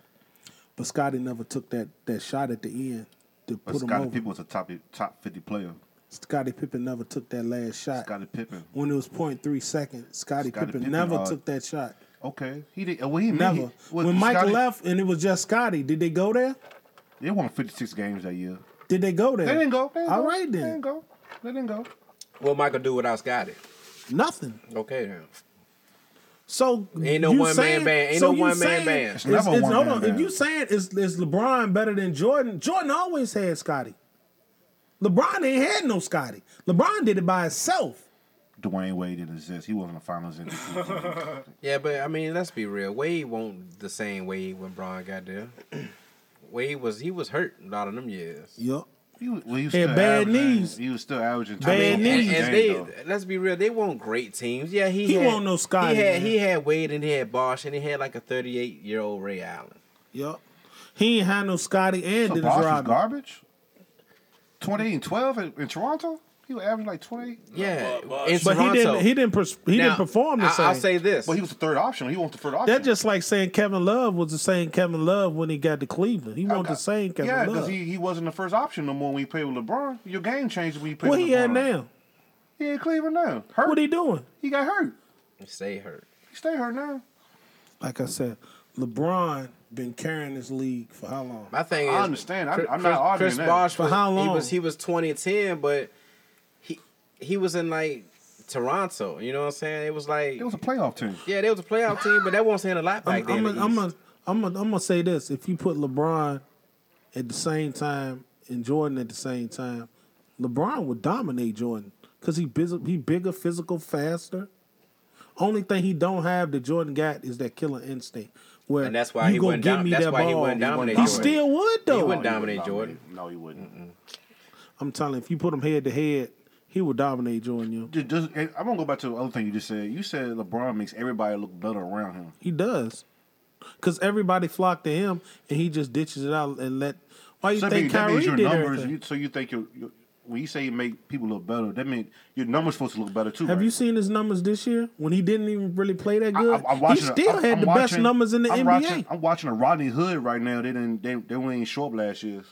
Speaker 2: But Scotty never took that, that shot at the end to
Speaker 4: But
Speaker 2: put him
Speaker 4: Scottie
Speaker 2: over.
Speaker 4: Pippen was a top top fifty player.
Speaker 2: Scottie Pippen never took that last shot.
Speaker 4: Scottie Pippen.
Speaker 2: when it was 0.3 seconds, Scottie
Speaker 4: Scottie
Speaker 2: Pippen,
Speaker 4: Pippen,
Speaker 2: never
Speaker 4: uh,
Speaker 2: took that shot.
Speaker 4: Okay, he did. Well, he
Speaker 2: Never.
Speaker 4: He, well,
Speaker 2: when Mike
Speaker 4: Scottie-
Speaker 2: left and it was just Scotty, did they go there?
Speaker 4: they won fifty six games that year.
Speaker 2: Did they go there?
Speaker 4: They didn't go. They didn't
Speaker 2: All
Speaker 4: go.
Speaker 2: right
Speaker 4: They
Speaker 2: then.
Speaker 4: didn't go. They didn't go.
Speaker 1: What Michael do without Scotty?
Speaker 2: Nothing.
Speaker 1: Okay then.
Speaker 2: So
Speaker 1: Ain't no
Speaker 2: you
Speaker 1: one-man
Speaker 2: saying-
Speaker 1: band. Ain't
Speaker 2: so
Speaker 1: no
Speaker 2: you
Speaker 1: one-man
Speaker 2: saying-
Speaker 1: band.
Speaker 4: It's
Speaker 2: It's,
Speaker 4: never
Speaker 2: it's-
Speaker 4: one
Speaker 2: hold
Speaker 4: man
Speaker 2: on. If
Speaker 4: band.
Speaker 2: you saying is is LeBron better than Jordan? Jordan always had Scotty. LeBron ain't had no Scotty. LeBron did it by himself.
Speaker 4: Dwayne Wade didn't exist. He wasn't a Finals MVP.
Speaker 1: Yeah, but I mean, let's be real. Wade won't the same Wade when Braun got there. Wade was he was hurt a lot of them years.
Speaker 2: Yep.
Speaker 4: he, was- well, he was
Speaker 2: Had
Speaker 4: still
Speaker 2: bad
Speaker 4: averaging-
Speaker 2: knees.
Speaker 4: He was still averaging.
Speaker 2: Bad
Speaker 4: I mean,
Speaker 2: knees.
Speaker 1: And, and
Speaker 4: game, though.
Speaker 1: they, let's be real, they weren't great teams. Yeah, he
Speaker 2: He
Speaker 1: had,
Speaker 2: won't know Scotty,
Speaker 1: He had,
Speaker 2: man.
Speaker 1: he had Wade and he had Bosch and he had like a thirty eight year old Ray Allen.
Speaker 2: Yep. He ain't had no Scotty and
Speaker 4: So
Speaker 2: Dennis
Speaker 4: Bosh was
Speaker 2: Rodman.
Speaker 4: garbage. Twenty eight and twelve in, in Toronto. He was averaging like twenty eight.
Speaker 1: Yeah,
Speaker 3: Bo- Bosh.
Speaker 1: in
Speaker 2: But he
Speaker 1: Toronto.
Speaker 2: didn't. He didn't. Pers- he
Speaker 1: Now,
Speaker 2: didn't perform the
Speaker 1: I,
Speaker 2: same.
Speaker 1: I'll say this.
Speaker 4: But he was the third option. He wasn't the third option.
Speaker 2: That just like saying Kevin Love was the same Kevin Love when he got to Cleveland. He wasn't the same Kevin
Speaker 4: yeah,
Speaker 2: Love.
Speaker 4: because he, he wasn't the first option no more when you played with LeBron. Your game changed when you played
Speaker 2: what
Speaker 4: with
Speaker 2: he at
Speaker 4: LeBron.
Speaker 2: now?
Speaker 4: He in Cleveland now. Hurt.
Speaker 2: What he doing?
Speaker 4: he got hurt.
Speaker 1: Stay hurt.
Speaker 4: He stay hurt now.
Speaker 2: Like I said, LeBron been carrying this league for how long?
Speaker 1: My thing
Speaker 4: I
Speaker 1: is,
Speaker 4: understand. I'm-
Speaker 1: Chris-
Speaker 4: I'm not arguing
Speaker 1: Chris
Speaker 4: that.
Speaker 1: Bosh
Speaker 2: For
Speaker 1: was,
Speaker 2: how
Speaker 1: He
Speaker 2: long?
Speaker 1: was he was twenty and ten, but he he was in like Toronto. You know what I'm saying? It was like
Speaker 4: It was a playoff team.
Speaker 1: yeah, they was a playoff team, but that wasn't saying a lot back then.
Speaker 2: I'm gonna
Speaker 1: in the
Speaker 2: I'm
Speaker 1: East.
Speaker 2: gonna I'm gonna I'm gonna say this: if you put LeBron at the same time and Jordan at the same time, LeBron would dominate Jordan because he busy, he bigger, physical, faster. Only thing he don't have that Jordan got is that killer instinct. Where
Speaker 1: And that's why
Speaker 2: you
Speaker 1: he
Speaker 2: gonna
Speaker 1: wouldn't
Speaker 2: give
Speaker 1: dom-
Speaker 2: me
Speaker 1: that's
Speaker 2: that
Speaker 1: why he
Speaker 2: ball.
Speaker 1: wouldn't dominate
Speaker 2: He
Speaker 1: Jordan.
Speaker 2: still would though.
Speaker 1: wouldn't dominate Jordan.
Speaker 4: No, he wouldn't.
Speaker 2: I'm telling you, if you put him head to head, he will dominate Jordan. Yo.
Speaker 4: Just- just- and I'm gonna go back to the other thing you just said. You said LeBron makes everybody look better around him.
Speaker 2: He does. Cause everybody flocked to him and he just ditches it out and let why you
Speaker 4: So that
Speaker 2: think
Speaker 4: means- that
Speaker 2: Kyrie
Speaker 4: means your
Speaker 2: did
Speaker 4: numbers.
Speaker 2: everything?
Speaker 4: You, so you think your, your when you say you make people look better, that means your numbers supposed to look better too.
Speaker 2: Have
Speaker 4: right?
Speaker 2: you seen his numbers this year when he didn't even really play that
Speaker 4: I-
Speaker 2: good?
Speaker 4: I'm watching-
Speaker 2: he still
Speaker 4: I'm-
Speaker 2: had
Speaker 4: I'm
Speaker 2: the best
Speaker 4: watching-
Speaker 2: numbers in the
Speaker 4: I'm
Speaker 2: NBA.
Speaker 4: Watching, I'm watching a Rodney Hood right now. They didn't. They they only ain't show up last year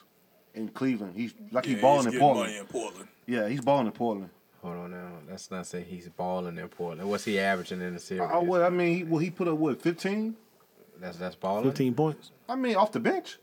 Speaker 4: in Cleveland. He's like he's
Speaker 3: Yeah,
Speaker 4: balling
Speaker 3: he's
Speaker 4: in
Speaker 3: getting
Speaker 4: Portland.
Speaker 3: money in Portland.
Speaker 4: Yeah, he's balling in Portland.
Speaker 1: Hold on now. Let's not say he's balling in Portland. What's he averaging in the series?
Speaker 4: Oh well, I mean, he, well he put up what 15?
Speaker 1: that's that's balling.
Speaker 2: 15 points.
Speaker 4: I mean, off the bench.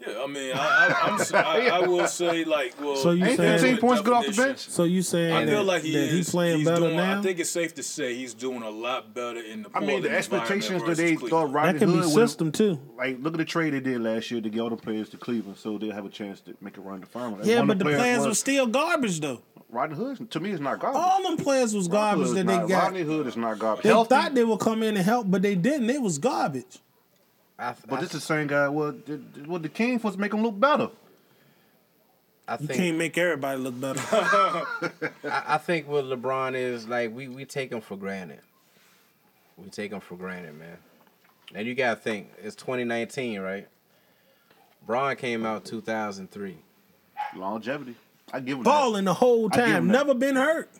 Speaker 3: Yeah, I mean, I, I, I'm, s- I, I will say like, well,
Speaker 2: So you
Speaker 4: Ain't
Speaker 2: saying-
Speaker 4: 15 points good off the bench?
Speaker 2: So you saying
Speaker 3: I feel
Speaker 2: that,
Speaker 3: like he
Speaker 2: that
Speaker 3: is.
Speaker 2: he playing
Speaker 3: he's
Speaker 2: better
Speaker 3: doing,
Speaker 2: now?
Speaker 3: I think it's safe to say he's doing a lot better in the.
Speaker 4: I mean,
Speaker 3: Portland
Speaker 4: the expectations
Speaker 3: environment
Speaker 4: that they
Speaker 3: versus
Speaker 4: thought
Speaker 3: Cleveland.
Speaker 4: Rodney
Speaker 2: that could be
Speaker 4: Hood
Speaker 2: system too.
Speaker 4: Would, like, look at the trade they did last year to get all the players to Cleveland, so they'll have a chance to make a run to finals.
Speaker 2: Yeah,
Speaker 4: One
Speaker 2: but
Speaker 4: of
Speaker 2: the players
Speaker 4: was,
Speaker 2: were still garbage though.
Speaker 4: Rodney Hood. To me, is not garbage.
Speaker 2: All them players was
Speaker 4: Rodney
Speaker 2: Oh, garbage
Speaker 4: Hood is
Speaker 2: that they
Speaker 4: not-
Speaker 2: got.
Speaker 4: Rodney Hood is not garbage.
Speaker 2: They
Speaker 4: Healthy,
Speaker 2: thought they would come in and help, but they didn't. It was garbage.
Speaker 1: I,
Speaker 4: but
Speaker 1: I,
Speaker 4: this is the same guy. Well, the, well, the King supposed to make him look better.
Speaker 1: I
Speaker 2: You
Speaker 1: think
Speaker 2: can't make everybody look better.
Speaker 1: I, I think what LeBron is like, we we take him for granted. We take him for granted, man. And you gotta think, it's 2019, right? Braun came out 2003,
Speaker 4: Longevity. I give him
Speaker 2: Balling the whole
Speaker 4: I give him
Speaker 2: time,
Speaker 4: that.
Speaker 2: never been hurt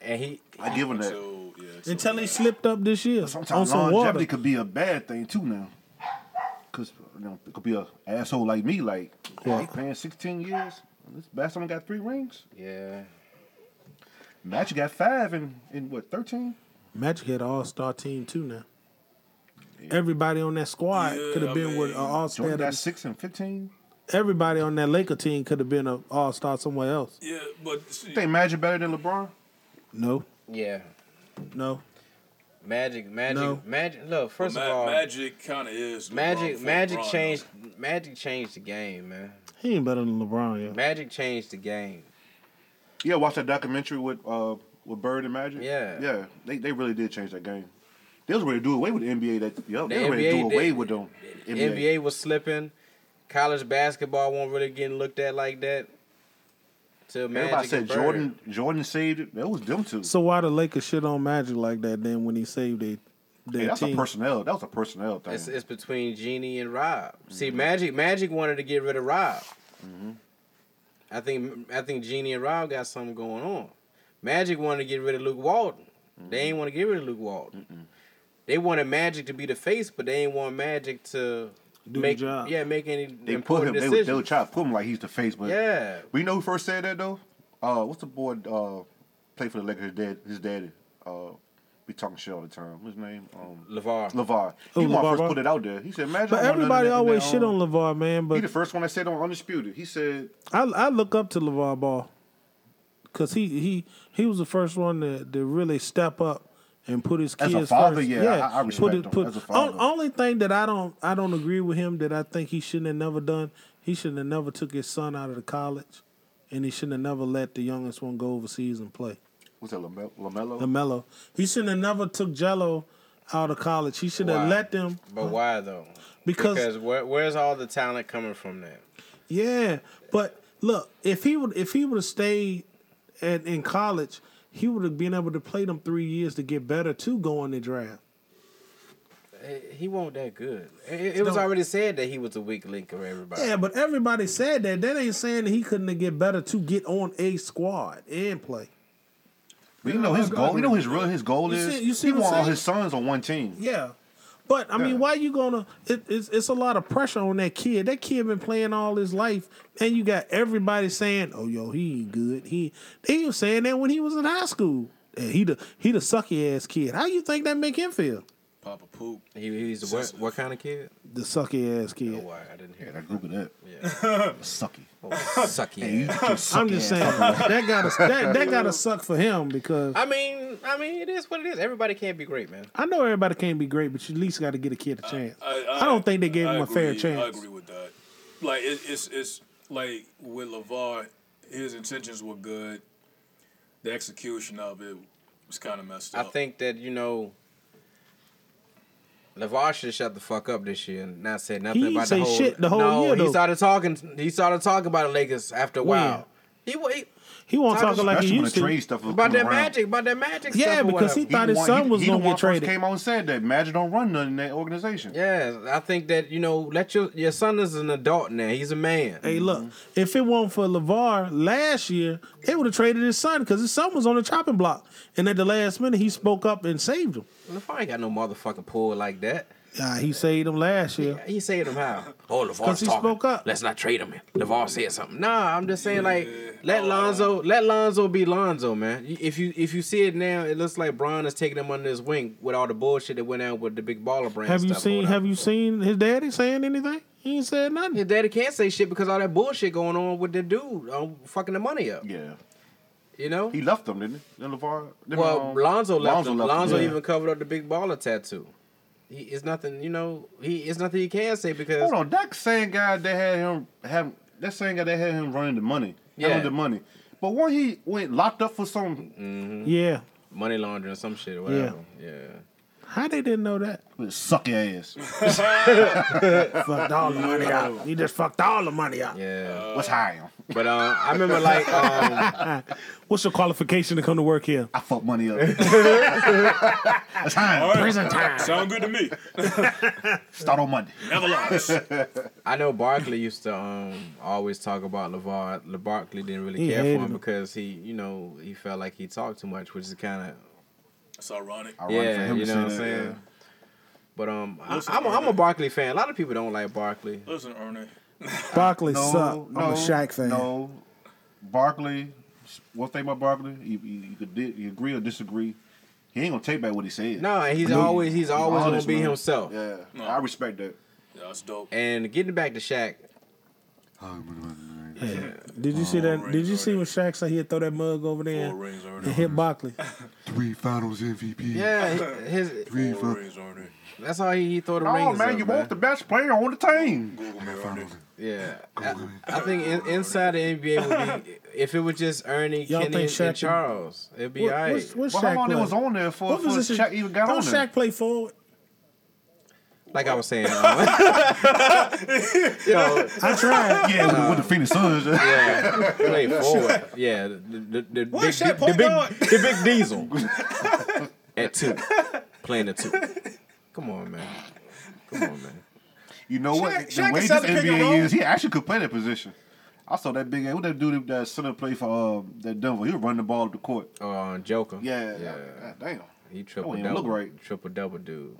Speaker 1: and he
Speaker 4: that. I give him that.
Speaker 3: So, yeah, so
Speaker 2: until he slipped up this year on
Speaker 4: Sometimes
Speaker 2: some
Speaker 4: longevity
Speaker 2: water.
Speaker 4: could be a bad thing too now. Cause you know, it could be a asshole like me, like
Speaker 2: Yeah.
Speaker 4: he playing sixteen years. This best someone got three rings.
Speaker 1: yeah.
Speaker 4: Magic got five in, in what, thirteen?
Speaker 2: Magic had an All Star team too now. Everybody on that squad
Speaker 3: Yeah,
Speaker 2: could
Speaker 3: I
Speaker 2: have been with an
Speaker 3: mean,
Speaker 2: All
Speaker 4: Jordan
Speaker 2: Star.
Speaker 4: got six and fifteen.
Speaker 2: Everybody on that Laker team could have been an All Star somewhere else.
Speaker 3: yeah, but see,
Speaker 4: You think Magic better than LeBron?
Speaker 2: No,
Speaker 1: Yeah.
Speaker 2: no.
Speaker 1: Magic, magic,
Speaker 2: No.
Speaker 1: magic. Look, first
Speaker 3: Ma-
Speaker 1: of all, magic,
Speaker 3: Magic kind of is LeBron
Speaker 1: magic,
Speaker 3: for
Speaker 1: magic
Speaker 3: LeBron,
Speaker 1: changed, magic changed the game, man.
Speaker 2: He ain't better than LeBron. Yeah.
Speaker 1: Magic changed the game.
Speaker 4: Yeah, watch that documentary with uh with Bird and Magic.
Speaker 1: Yeah.
Speaker 4: Yeah. They they really did change that game. They was ready to do away with the NBA that yup,
Speaker 1: The
Speaker 4: they were ready to
Speaker 1: NBA
Speaker 4: do away
Speaker 1: did-
Speaker 4: with them.
Speaker 1: NBA. was slipping. College basketball won't really getting looked at like that. Till Magic
Speaker 4: Everybody said
Speaker 1: and Bird.
Speaker 4: Jordan Jordan saved it. That was them two.
Speaker 2: So why the Lakers shit on Magic like that? Then when he saved their their
Speaker 4: Hey, that's a
Speaker 2: team,
Speaker 4: personnel. That was a personnel thing.
Speaker 1: It's, it's between Genie and Rob. See, Magic Magic wanted to get rid of Rob. I think I think Genie and Rob got something going on. Magic wanted to get rid of Luke Walton. They ain't want to get rid of Luke Walton. They wanted Magic to be the face, but they ain't want Magic to
Speaker 2: do
Speaker 1: make
Speaker 2: the job.
Speaker 1: yeah make any
Speaker 4: They put him.
Speaker 1: important
Speaker 4: They, would-
Speaker 1: decisions.
Speaker 4: they would try to put him like he's the face, but
Speaker 1: yeah,
Speaker 4: We know who first said that though. Uh, what's the boy uh played for the Lakers? His dad, his daddy. Uh, we talking shit all the time. What's his name? Um,
Speaker 1: Levar.
Speaker 4: Levar.
Speaker 2: Who,
Speaker 4: He
Speaker 2: Oh, LeVar
Speaker 4: want first
Speaker 2: Ball?
Speaker 4: put it out there. He said, "Imagine."
Speaker 2: But
Speaker 4: I won
Speaker 2: everybody
Speaker 4: nothing in
Speaker 2: always
Speaker 4: that,
Speaker 2: shit
Speaker 4: um,
Speaker 2: on LeVar, man.
Speaker 4: He
Speaker 2: But
Speaker 4: the first one that said on Undisputed. He said,
Speaker 2: I I look up to LeVar Ball because he he he was the first one to, to really step up and put his
Speaker 4: As
Speaker 2: kids
Speaker 4: a father,
Speaker 2: first.
Speaker 4: yeah, I- I respect him as a father.
Speaker 2: on- only thing that I don't I don't agree with him that I think he shouldn't have never done. He shouldn't have never took his son out of the college, and he shouldn't have never let the youngest one go overseas and play.
Speaker 4: "What's that, Lame- Lamelo?"
Speaker 2: Lamelo, he shouldn't have never took Jello out of college. He should have
Speaker 1: Why?
Speaker 2: let them
Speaker 1: But why though?
Speaker 2: Because-
Speaker 1: where, where's all the talent coming from then?
Speaker 2: Yeah, but look, if he would if he would have stayed at, in college, he would have been able to play them three years to get better to go on the draft.
Speaker 1: He- He won't that good. It, it was
Speaker 2: No.
Speaker 1: already said that he was a weak link of everybody.
Speaker 2: Yeah, but everybody said that. That ain't saying that he couldn't have get better to get on a squad and play.
Speaker 4: But you know his goal. You know his real his goal
Speaker 2: You
Speaker 4: is
Speaker 2: see- you see
Speaker 4: he
Speaker 2: what I'm
Speaker 4: want all
Speaker 2: saying?
Speaker 4: his sons on one team.
Speaker 2: Yeah. But I
Speaker 4: Yeah.
Speaker 2: mean, why you gonna? It, it's it's a lot of pressure on that kid. That kid been playing all his life, and you got everybody saying, "Oh, yo, he ain't good." He they was saying that when he was in high school. And he the he the sucky ass kid. How you think that make him feel?
Speaker 3: Papa Poop.
Speaker 1: He, he's what, what kind of kid?
Speaker 2: the sucky ass
Speaker 1: Oh,
Speaker 2: kid.
Speaker 1: why I didn't
Speaker 4: Yeah,
Speaker 1: hear.
Speaker 4: that group of that
Speaker 1: That.
Speaker 4: sucky.
Speaker 1: Yeah,
Speaker 2: Oh,
Speaker 4: Hey, you
Speaker 1: sucky. ass.
Speaker 4: get your sucky
Speaker 2: I'm just
Speaker 4: ass
Speaker 2: saying that gotta that, that gotta suck for him because
Speaker 1: I mean, I mean, it is what it is. Everybody can't be great, man.
Speaker 2: I know everybody can't be great, but you at least got to get a kid a chance. I,
Speaker 3: I,
Speaker 2: don't think they gave
Speaker 3: I
Speaker 2: him a fair
Speaker 3: agree. I
Speaker 2: chance.
Speaker 3: agree with that. Like it, it's it's like with Levar, his intentions were good. The execution of it was kind of messed
Speaker 2: Oh.
Speaker 1: I
Speaker 3: up.
Speaker 1: think that you know, Levar should shut the fuck up this year and not say nothing
Speaker 2: He ain't
Speaker 1: about
Speaker 2: say
Speaker 1: the whole.
Speaker 2: shit the whole
Speaker 1: no,
Speaker 2: year,
Speaker 1: he
Speaker 2: though.
Speaker 1: started talking. He started talking about the Lakers after a
Speaker 2: When?
Speaker 1: while. He, wa- he
Speaker 2: He won't
Speaker 1: Tyler's
Speaker 2: talk like
Speaker 4: Especially
Speaker 2: he
Speaker 4: when the
Speaker 2: used to.
Speaker 4: trade stuff was
Speaker 1: about
Speaker 4: coming
Speaker 1: that
Speaker 4: around.
Speaker 1: magic, about that magic.
Speaker 2: Yeah,
Speaker 1: stuff or
Speaker 2: because he
Speaker 1: whatever.
Speaker 4: the
Speaker 2: thought his
Speaker 4: one-
Speaker 2: son
Speaker 4: he-
Speaker 2: was
Speaker 4: he the
Speaker 2: gonna
Speaker 4: one first
Speaker 2: get traded.
Speaker 4: Came out and said that Magic don't run none in that organization.
Speaker 1: Yeah, I think that you know, let your your son is an adult now. He's a man.
Speaker 2: Hey, look,
Speaker 4: Mm-hmm.
Speaker 2: if it weren't for Levar last year, they would have traded his son because his son was on the chopping block, and at the last minute he spoke up and saved him.
Speaker 1: LeVar ain't got no motherfucking pull like that.
Speaker 2: Nah, he saved him last year.
Speaker 1: He saved him how? Oh, LeVar's
Speaker 2: 'Cause he
Speaker 1: talking.
Speaker 2: spoke up.
Speaker 1: Let's not trade him. LeVar said something. Nah, I'm just saying like
Speaker 3: Yeah.
Speaker 1: let
Speaker 3: Oh.
Speaker 1: Lonzo let Lonzo be Lonzo, man. You- If you if you see it now, it looks like Bron is taking him under his wing with all the bullshit that went out with the big baller brand.
Speaker 2: Have you
Speaker 1: stuff or
Speaker 2: seen?
Speaker 1: whatever.
Speaker 2: Have you seen his daddy saying anything? He ain't said nothing.
Speaker 1: His daddy can't say shit because all that bullshit going on with the dude um, fucking the money up.
Speaker 4: Yeah.
Speaker 1: You know.
Speaker 4: He left them, didn't he? Then LeVar. then,
Speaker 1: Well,
Speaker 4: um,
Speaker 1: Lonzo left him. Lonzo
Speaker 4: yeah.
Speaker 1: even covered up the big baller tattoo. He it's nothing, you know. He it's nothing he can say because
Speaker 4: Hold on, that same guy that had him have that same guy that had him running the money,
Speaker 1: Yeah.
Speaker 4: running the money. But when he went locked up for some
Speaker 3: Mm-hmm.
Speaker 2: Yeah,
Speaker 1: money laundering or some shit or whatever. Yeah.
Speaker 2: how they didn't know that?
Speaker 4: with suck your ass,
Speaker 2: fucked all the money out. He just fucked all the money out.
Speaker 1: Yeah.
Speaker 4: let's hire him.
Speaker 1: but um, I remember like um,
Speaker 2: What's your qualification to come to work here?
Speaker 4: I fuck money up. let's hire him.
Speaker 3: All right.
Speaker 2: Prison time.
Speaker 3: Sound good to me.
Speaker 4: Start on Monday.
Speaker 3: Never lost.
Speaker 1: I know Barkley used to um always talk about Levar. Le Barkley didn't really
Speaker 2: He
Speaker 1: care for
Speaker 2: hated
Speaker 1: him,
Speaker 2: him.
Speaker 1: because he, you know, he felt like he talked too much, which is kind of
Speaker 3: It's ironic.
Speaker 4: I
Speaker 1: yeah, you know what I'm saying. But um, I,
Speaker 3: Listen,
Speaker 1: I'm a, I'm a
Speaker 3: Ernie.
Speaker 1: Barkley fan. A lot of people don't like Barkley.
Speaker 3: Listen, Ernie.
Speaker 2: Barkley
Speaker 4: No,
Speaker 2: suck.
Speaker 4: no,
Speaker 2: I'm a Shaq fan.
Speaker 4: No, Barkley. One thing about Barkley, you, you, you could di- you agree or disagree. He ain't gonna take back what he said.
Speaker 1: No, and he's
Speaker 4: No,
Speaker 1: always he's always
Speaker 4: honest,
Speaker 1: gonna be
Speaker 4: man.
Speaker 1: himself.
Speaker 4: Yeah,
Speaker 3: No.
Speaker 4: I respect that.
Speaker 3: Yeah, that's dope.
Speaker 1: And getting back to Shaq,
Speaker 2: Did you see that?
Speaker 3: Alright,
Speaker 2: Did you see
Speaker 3: alright.
Speaker 2: when Shaq said he'd throw that mug over there
Speaker 3: Four rings,
Speaker 2: and
Speaker 3: Ernie.
Speaker 2: hit Barkley?
Speaker 5: Three finals MVP.
Speaker 1: yeah, his
Speaker 5: Three
Speaker 3: Four
Speaker 5: fi-
Speaker 3: rings, Ernie.
Speaker 1: That's how he, he throw the
Speaker 4: Oh
Speaker 1: rings.
Speaker 4: man,
Speaker 1: up,
Speaker 4: you want the best player on the team.
Speaker 3: Google me, Ernie.
Speaker 5: finals.
Speaker 1: Yeah, I, I think in, inside the NBA would be if it was just Ernie,
Speaker 2: Y'all
Speaker 1: Kenny,
Speaker 2: think
Speaker 1: and,
Speaker 2: Shaq
Speaker 1: and
Speaker 2: can-
Speaker 1: Charles, it'd be
Speaker 2: What,
Speaker 1: alright.
Speaker 2: what's, what's
Speaker 4: Well,
Speaker 2: Shaq
Speaker 4: how long
Speaker 2: play?
Speaker 4: it was on there for,
Speaker 2: What
Speaker 4: for
Speaker 2: position?
Speaker 4: Shaq even got
Speaker 2: Don't
Speaker 4: on there?
Speaker 2: Shaq play forward?
Speaker 1: like I was saying, um, you know,
Speaker 2: I tried.
Speaker 4: Yeah, with, the- with the Phoenix Suns.
Speaker 1: yeah, play forward. Yeah, the the, the,
Speaker 3: Where's
Speaker 1: big,
Speaker 3: Shaq
Speaker 1: the,
Speaker 3: point guard?
Speaker 1: big the big Diesel at two, playing at two. Come on, man. Come on, man.
Speaker 4: You know what?
Speaker 3: Shaq-
Speaker 4: the
Speaker 3: Shaq can
Speaker 4: way this
Speaker 3: sell the pick and roll.
Speaker 4: NBA is, he actually could play that position. I saw that big ass. What that dude that center play for um, that Denver? He was running the ball up the court.
Speaker 1: Uh, Joker.
Speaker 4: Yeah,
Speaker 1: yeah.
Speaker 4: God damn.
Speaker 1: He
Speaker 4: That
Speaker 1: triple
Speaker 4: wouldn't even
Speaker 1: double.
Speaker 4: look right.
Speaker 1: Triple double, dude.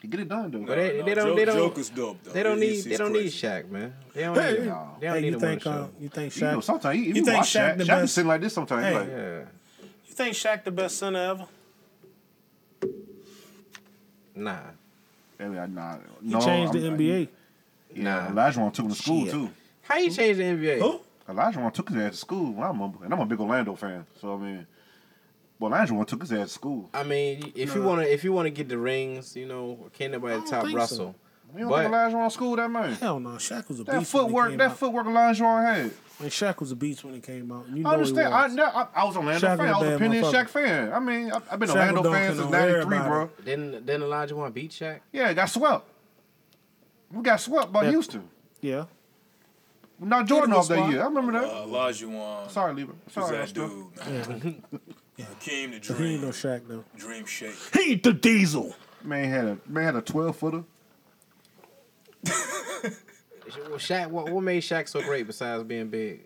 Speaker 4: He get it done though.
Speaker 1: But they,
Speaker 3: No,
Speaker 1: they don't. they
Speaker 3: Joke-
Speaker 1: don't.
Speaker 3: Joker's dope, though.
Speaker 1: They don't
Speaker 3: He's-
Speaker 1: need.
Speaker 3: he's
Speaker 1: They don't need
Speaker 3: crazy.
Speaker 1: Shaq, man. They don't need.
Speaker 2: Hey,
Speaker 4: no.
Speaker 1: They don't
Speaker 2: Hey,
Speaker 1: need
Speaker 2: you
Speaker 1: him on the
Speaker 2: think uh,
Speaker 1: show.
Speaker 2: you think
Speaker 4: you know,
Speaker 2: Shaq?
Speaker 4: sometimes he, if
Speaker 2: You
Speaker 4: you
Speaker 2: think
Speaker 4: watch
Speaker 2: Shaq
Speaker 4: Shaq,
Speaker 2: the
Speaker 4: Shaq be
Speaker 2: best?
Speaker 4: sitting like this sometimes.
Speaker 2: Hey.
Speaker 4: Hey. Like,
Speaker 1: Yeah.
Speaker 2: You think Shaq the best center ever?
Speaker 1: Nah.
Speaker 4: I mean, I- nah,
Speaker 2: He
Speaker 4: no,
Speaker 2: changed the
Speaker 4: I'm- I-
Speaker 2: NBA.
Speaker 4: Yeah, Elijah took him to school
Speaker 1: Shit.
Speaker 4: too.
Speaker 1: How you change the NBA?
Speaker 2: Who?
Speaker 4: Elijah one took his ass to school. I remember, and I'm a big Orlando fan, so I mean, well, Elijah one took his ass to school.
Speaker 1: I mean, if you
Speaker 2: Nah.
Speaker 1: wanna, if you wanna get the rings, you know, can't
Speaker 2: I
Speaker 1: nobody
Speaker 2: don't
Speaker 1: top
Speaker 2: think so.
Speaker 1: Russell.
Speaker 4: You don't
Speaker 1: But-
Speaker 4: think Elijah on school that man?
Speaker 2: Hell no, Shaq was a
Speaker 4: That
Speaker 2: beast. when
Speaker 4: footwork,
Speaker 2: he came
Speaker 4: that
Speaker 2: out.
Speaker 4: footwork Elijah on had.
Speaker 2: And Shaq was a beast when it came out. You know
Speaker 4: I understand.
Speaker 2: He
Speaker 4: I,
Speaker 2: was.
Speaker 4: no, I, I was an Orlando
Speaker 2: Shaq was
Speaker 4: fan. I
Speaker 2: a
Speaker 4: was a
Speaker 2: bad
Speaker 4: Penny and
Speaker 2: motherfucker.
Speaker 4: Shaq fan. I mean, I, I've been an
Speaker 2: Shaq was
Speaker 4: Orlando fan
Speaker 2: dunking
Speaker 4: since
Speaker 2: on
Speaker 4: '93, bro.
Speaker 2: everybody.
Speaker 1: Then, then Elijah want beat Shaq.
Speaker 4: Yeah, got swept. We got swept by
Speaker 2: Yeah.
Speaker 4: Houston.
Speaker 2: yeah.
Speaker 4: Not Jordan
Speaker 2: Hit him
Speaker 4: off that
Speaker 2: with
Speaker 4: year. I remember that.
Speaker 3: Uh, Olajuwon.
Speaker 4: Sorry, Libra.
Speaker 3: Who's
Speaker 4: Sorry,
Speaker 3: that
Speaker 4: Astro.
Speaker 3: dude, man? Hakeem the
Speaker 2: He ain't no
Speaker 3: Dream.
Speaker 2: Shaq though.
Speaker 3: Dream Shake.
Speaker 2: He ain't the diesel.
Speaker 4: Man had a man had a twelve footer.
Speaker 1: Well, Shaq, what, what made Shaq so great besides being big?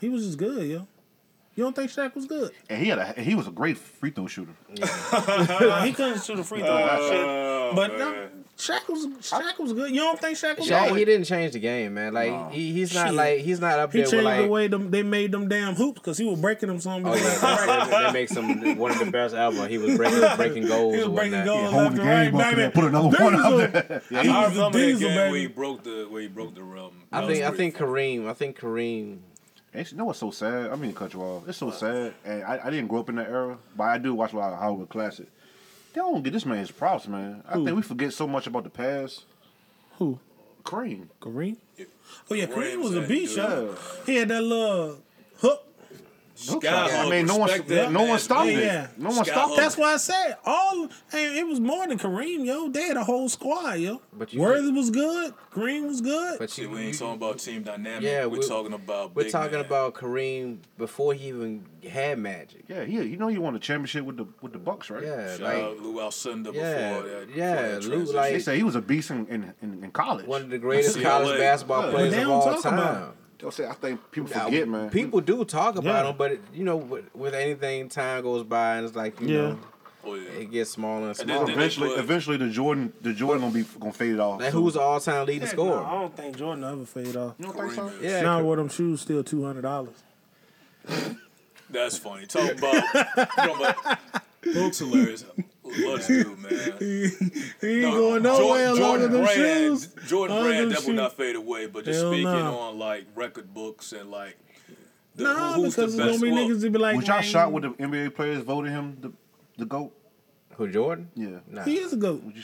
Speaker 2: He was just good, yo. You don't think Shaq was good?
Speaker 4: And he had a he was a great free throw shooter.
Speaker 2: Nah, he couldn't shoot a free
Speaker 3: Uh,
Speaker 2: throw. and shit. But no,
Speaker 3: Oh, man.
Speaker 2: Shaq was Shaq was good. You don't think Shaq was
Speaker 1: Shaq,
Speaker 2: good?
Speaker 1: he didn't change the game, man. Like he, he's not
Speaker 2: Shit.
Speaker 1: like he's not up
Speaker 2: He
Speaker 1: there
Speaker 2: changed
Speaker 1: with like.
Speaker 2: the way them, they made them damn hoops because he was breaking them some.
Speaker 1: Oh yeah, that, that makes him one of the best ever. He was breaking breaking goals.
Speaker 2: He was
Speaker 1: or
Speaker 2: breaking
Speaker 1: whatnot.
Speaker 2: goals
Speaker 4: hold
Speaker 2: left
Speaker 4: the
Speaker 2: and
Speaker 4: game up
Speaker 2: right,
Speaker 4: there,
Speaker 2: baby.
Speaker 4: put another
Speaker 2: There
Speaker 4: one
Speaker 2: was
Speaker 4: up
Speaker 2: a-
Speaker 4: there.
Speaker 2: He was
Speaker 3: I
Speaker 2: a
Speaker 3: remember that
Speaker 2: diesel,
Speaker 3: game
Speaker 2: baby.
Speaker 3: where he broke the where he broke the rim.
Speaker 1: I
Speaker 3: That
Speaker 1: think I
Speaker 3: was pretty
Speaker 1: think Kareem. I think Kareem.
Speaker 4: Actually, you know what's so sad? I mean, cut you off.
Speaker 3: Uh,
Speaker 4: It's so sad, and I, I didn't grow up in that era, but I do watch a lot of Hollywood classic. They don't get this man his props, man. I
Speaker 2: Who?
Speaker 4: think we forget so much about the past.
Speaker 2: Who?
Speaker 4: Kareem,
Speaker 2: Kareem?
Speaker 3: Yeah.
Speaker 2: Oh yeah, Kareem was a
Speaker 3: Ramsey,
Speaker 2: beast,
Speaker 3: dude.
Speaker 2: yo. He had that little hook.
Speaker 4: no
Speaker 3: Skyhook,
Speaker 4: try. I mean, no one,
Speaker 3: respect that
Speaker 4: no one
Speaker 3: man's
Speaker 4: stopped
Speaker 2: name.
Speaker 4: it.
Speaker 2: Yeah.
Speaker 4: No one
Speaker 3: Skyhook.
Speaker 4: stopped
Speaker 2: That's why I said all. Hey, it was more than Kareem, yo. They had a whole squad, yo.
Speaker 1: But
Speaker 2: But
Speaker 1: you-
Speaker 2: Worthy was good. Kareem was good.
Speaker 1: But
Speaker 3: See,
Speaker 1: you,
Speaker 3: we ain't talking about team dynamic.
Speaker 1: Yeah,
Speaker 3: we're,
Speaker 1: we-
Speaker 3: talking about.
Speaker 1: we're
Speaker 3: big
Speaker 1: talking
Speaker 3: man.
Speaker 1: about Kareem before he even had magic.
Speaker 4: Yeah, yeah. You know, you won a championship with the with the Bucks, right?
Speaker 1: Yeah,
Speaker 3: Shout
Speaker 1: like
Speaker 3: out Lou Alcindor
Speaker 1: Yeah,
Speaker 3: before that.
Speaker 1: yeah,
Speaker 3: before that
Speaker 1: Lou,
Speaker 3: transition.
Speaker 1: like-
Speaker 4: They say he was a beast in in, in, in college.
Speaker 1: one of the greatest
Speaker 3: See,
Speaker 1: college
Speaker 3: LA.
Speaker 1: basketball
Speaker 4: Yeah.
Speaker 1: players
Speaker 2: They
Speaker 1: of
Speaker 2: don't
Speaker 1: all
Speaker 2: talk about
Speaker 1: time.
Speaker 4: They'll say I think people
Speaker 1: Now,
Speaker 4: forget, man.
Speaker 1: People do talk about
Speaker 2: Yeah.
Speaker 1: him, but it, you know, with, with anything, time goes by, and it's like you
Speaker 2: Yeah.
Speaker 1: know,
Speaker 3: Oh, yeah.
Speaker 1: it gets smaller and
Speaker 3: And then-
Speaker 1: smaller.
Speaker 3: then-
Speaker 4: eventually,
Speaker 3: But-
Speaker 4: eventually, the Jordan, the Jordan gonna be gonna fade off.
Speaker 1: like,
Speaker 4: too.
Speaker 1: who's the all-time leading
Speaker 2: Heck
Speaker 1: scorer?
Speaker 2: no, I don't think Jordan ever fade off.
Speaker 4: You don't think so?
Speaker 3: Kareem.
Speaker 1: Yeah,
Speaker 2: now
Speaker 1: Ka-
Speaker 2: where them shoes still two hundred dollars.
Speaker 3: That's funny. Talking about, talking about Luke's hilarious. Love this dude, man.
Speaker 2: he ain't
Speaker 3: No,
Speaker 2: going nowhere
Speaker 3: Jor-
Speaker 2: longer than
Speaker 3: Brand,
Speaker 2: shoes.
Speaker 3: Jordan
Speaker 2: Longer
Speaker 3: Brand,
Speaker 2: than
Speaker 3: that will
Speaker 2: shoes.
Speaker 3: not fade away. But just
Speaker 2: Hell
Speaker 3: speaking
Speaker 2: no.
Speaker 3: on like record books and like, the,
Speaker 2: Nah,
Speaker 3: who- who's
Speaker 2: because
Speaker 3: the
Speaker 2: it's
Speaker 3: best?
Speaker 2: gonna be
Speaker 3: Well,
Speaker 2: niggas to be like,
Speaker 4: Would y'all
Speaker 2: man,
Speaker 4: shot with the NBA players voted him the the goat?
Speaker 1: Who Jordan?
Speaker 4: Yeah.
Speaker 1: Nah.
Speaker 2: He is a goat.
Speaker 4: Would you?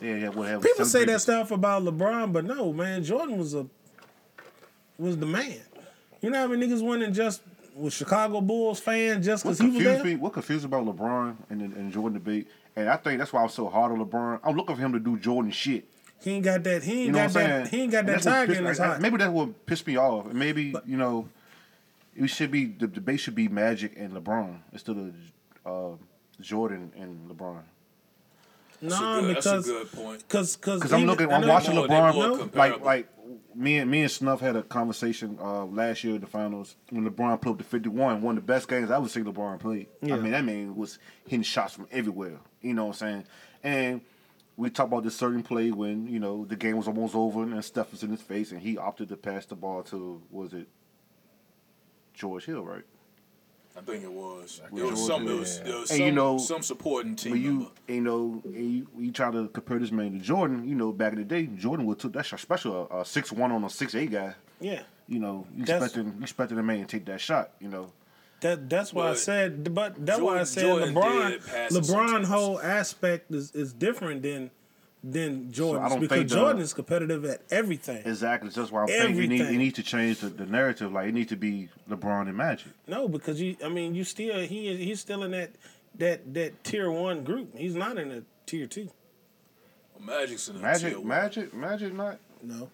Speaker 4: Yeah, yeah. What happened?
Speaker 2: People say that stuff about LeBron, but no, man, Jordan was a was the man. You know how many niggas went and just was Chicago Bulls fan just
Speaker 4: What
Speaker 2: because he was
Speaker 4: confused
Speaker 2: there?
Speaker 4: me? What confused about LeBron and and Jordan debate? And I think that's why I was so hard on LeBron. I'm looking for him to do Jordan shit.
Speaker 2: He ain't got that. He ain't
Speaker 4: You know
Speaker 2: got
Speaker 4: what I'm saying?
Speaker 2: that. He ain't got
Speaker 4: And
Speaker 2: that
Speaker 4: that's what
Speaker 2: tiger
Speaker 4: pissed-
Speaker 2: in his
Speaker 4: I- I-
Speaker 2: heart.
Speaker 4: Maybe that's what pissed me off. Maybe you know, it should be the debate should be Magic and LeBron instead of uh, Jordan and LeBron.
Speaker 3: That's
Speaker 2: No,
Speaker 3: a good, that's a
Speaker 2: because
Speaker 3: good point.
Speaker 2: because
Speaker 4: Because I'm looking, I'm watching
Speaker 3: more- they more
Speaker 4: LeBron. Like,
Speaker 3: comparable.
Speaker 4: like me and me and Snuff had a conversation uh, last year in the finals when LeBron played up to 51. One of the best games I would say LeBron played.
Speaker 2: Yeah.
Speaker 4: I mean, that man was hitting shots from everywhere. You know what I'm saying? And we talk about this certain play when you know the game was almost over and Steph was in his face and he opted to pass the ball to was it George Hill, right?
Speaker 3: I think it was.
Speaker 4: it
Speaker 3: There was
Speaker 4: was,
Speaker 3: some. There was, there was
Speaker 4: And
Speaker 3: some,
Speaker 4: you know,
Speaker 3: some supporting team
Speaker 4: When
Speaker 3: member.
Speaker 4: you you know and you, you try to compare this man to Jordan, you know back in the day Jordan would took that's a special a six one on a six eight guy.
Speaker 2: yeah,
Speaker 4: you know, you
Speaker 2: That's-
Speaker 4: expecting you expecting a man to take that shot, you know.
Speaker 2: that that's why I
Speaker 3: But
Speaker 2: said. But that's why I
Speaker 3: Jordan-
Speaker 2: said
Speaker 3: Jordan
Speaker 2: LeBron.
Speaker 3: did pass it
Speaker 2: LeBron
Speaker 3: sometimes.
Speaker 2: whole aspect is, is different than than Jordan's
Speaker 4: don't
Speaker 2: because
Speaker 4: think the-
Speaker 2: Jordan is competitive at everything.
Speaker 4: Exactly. That's why I'm saying you need
Speaker 2: Everything.
Speaker 4: you need to change the, the narrative. Like it needs to be LeBron and Magic.
Speaker 2: No, because you. I mean, you still he is he's still in that that that tier one group. He's not in a tier two.
Speaker 3: Magic's in the
Speaker 4: Magic,
Speaker 3: tier one.
Speaker 4: Magic, Magic not
Speaker 2: No.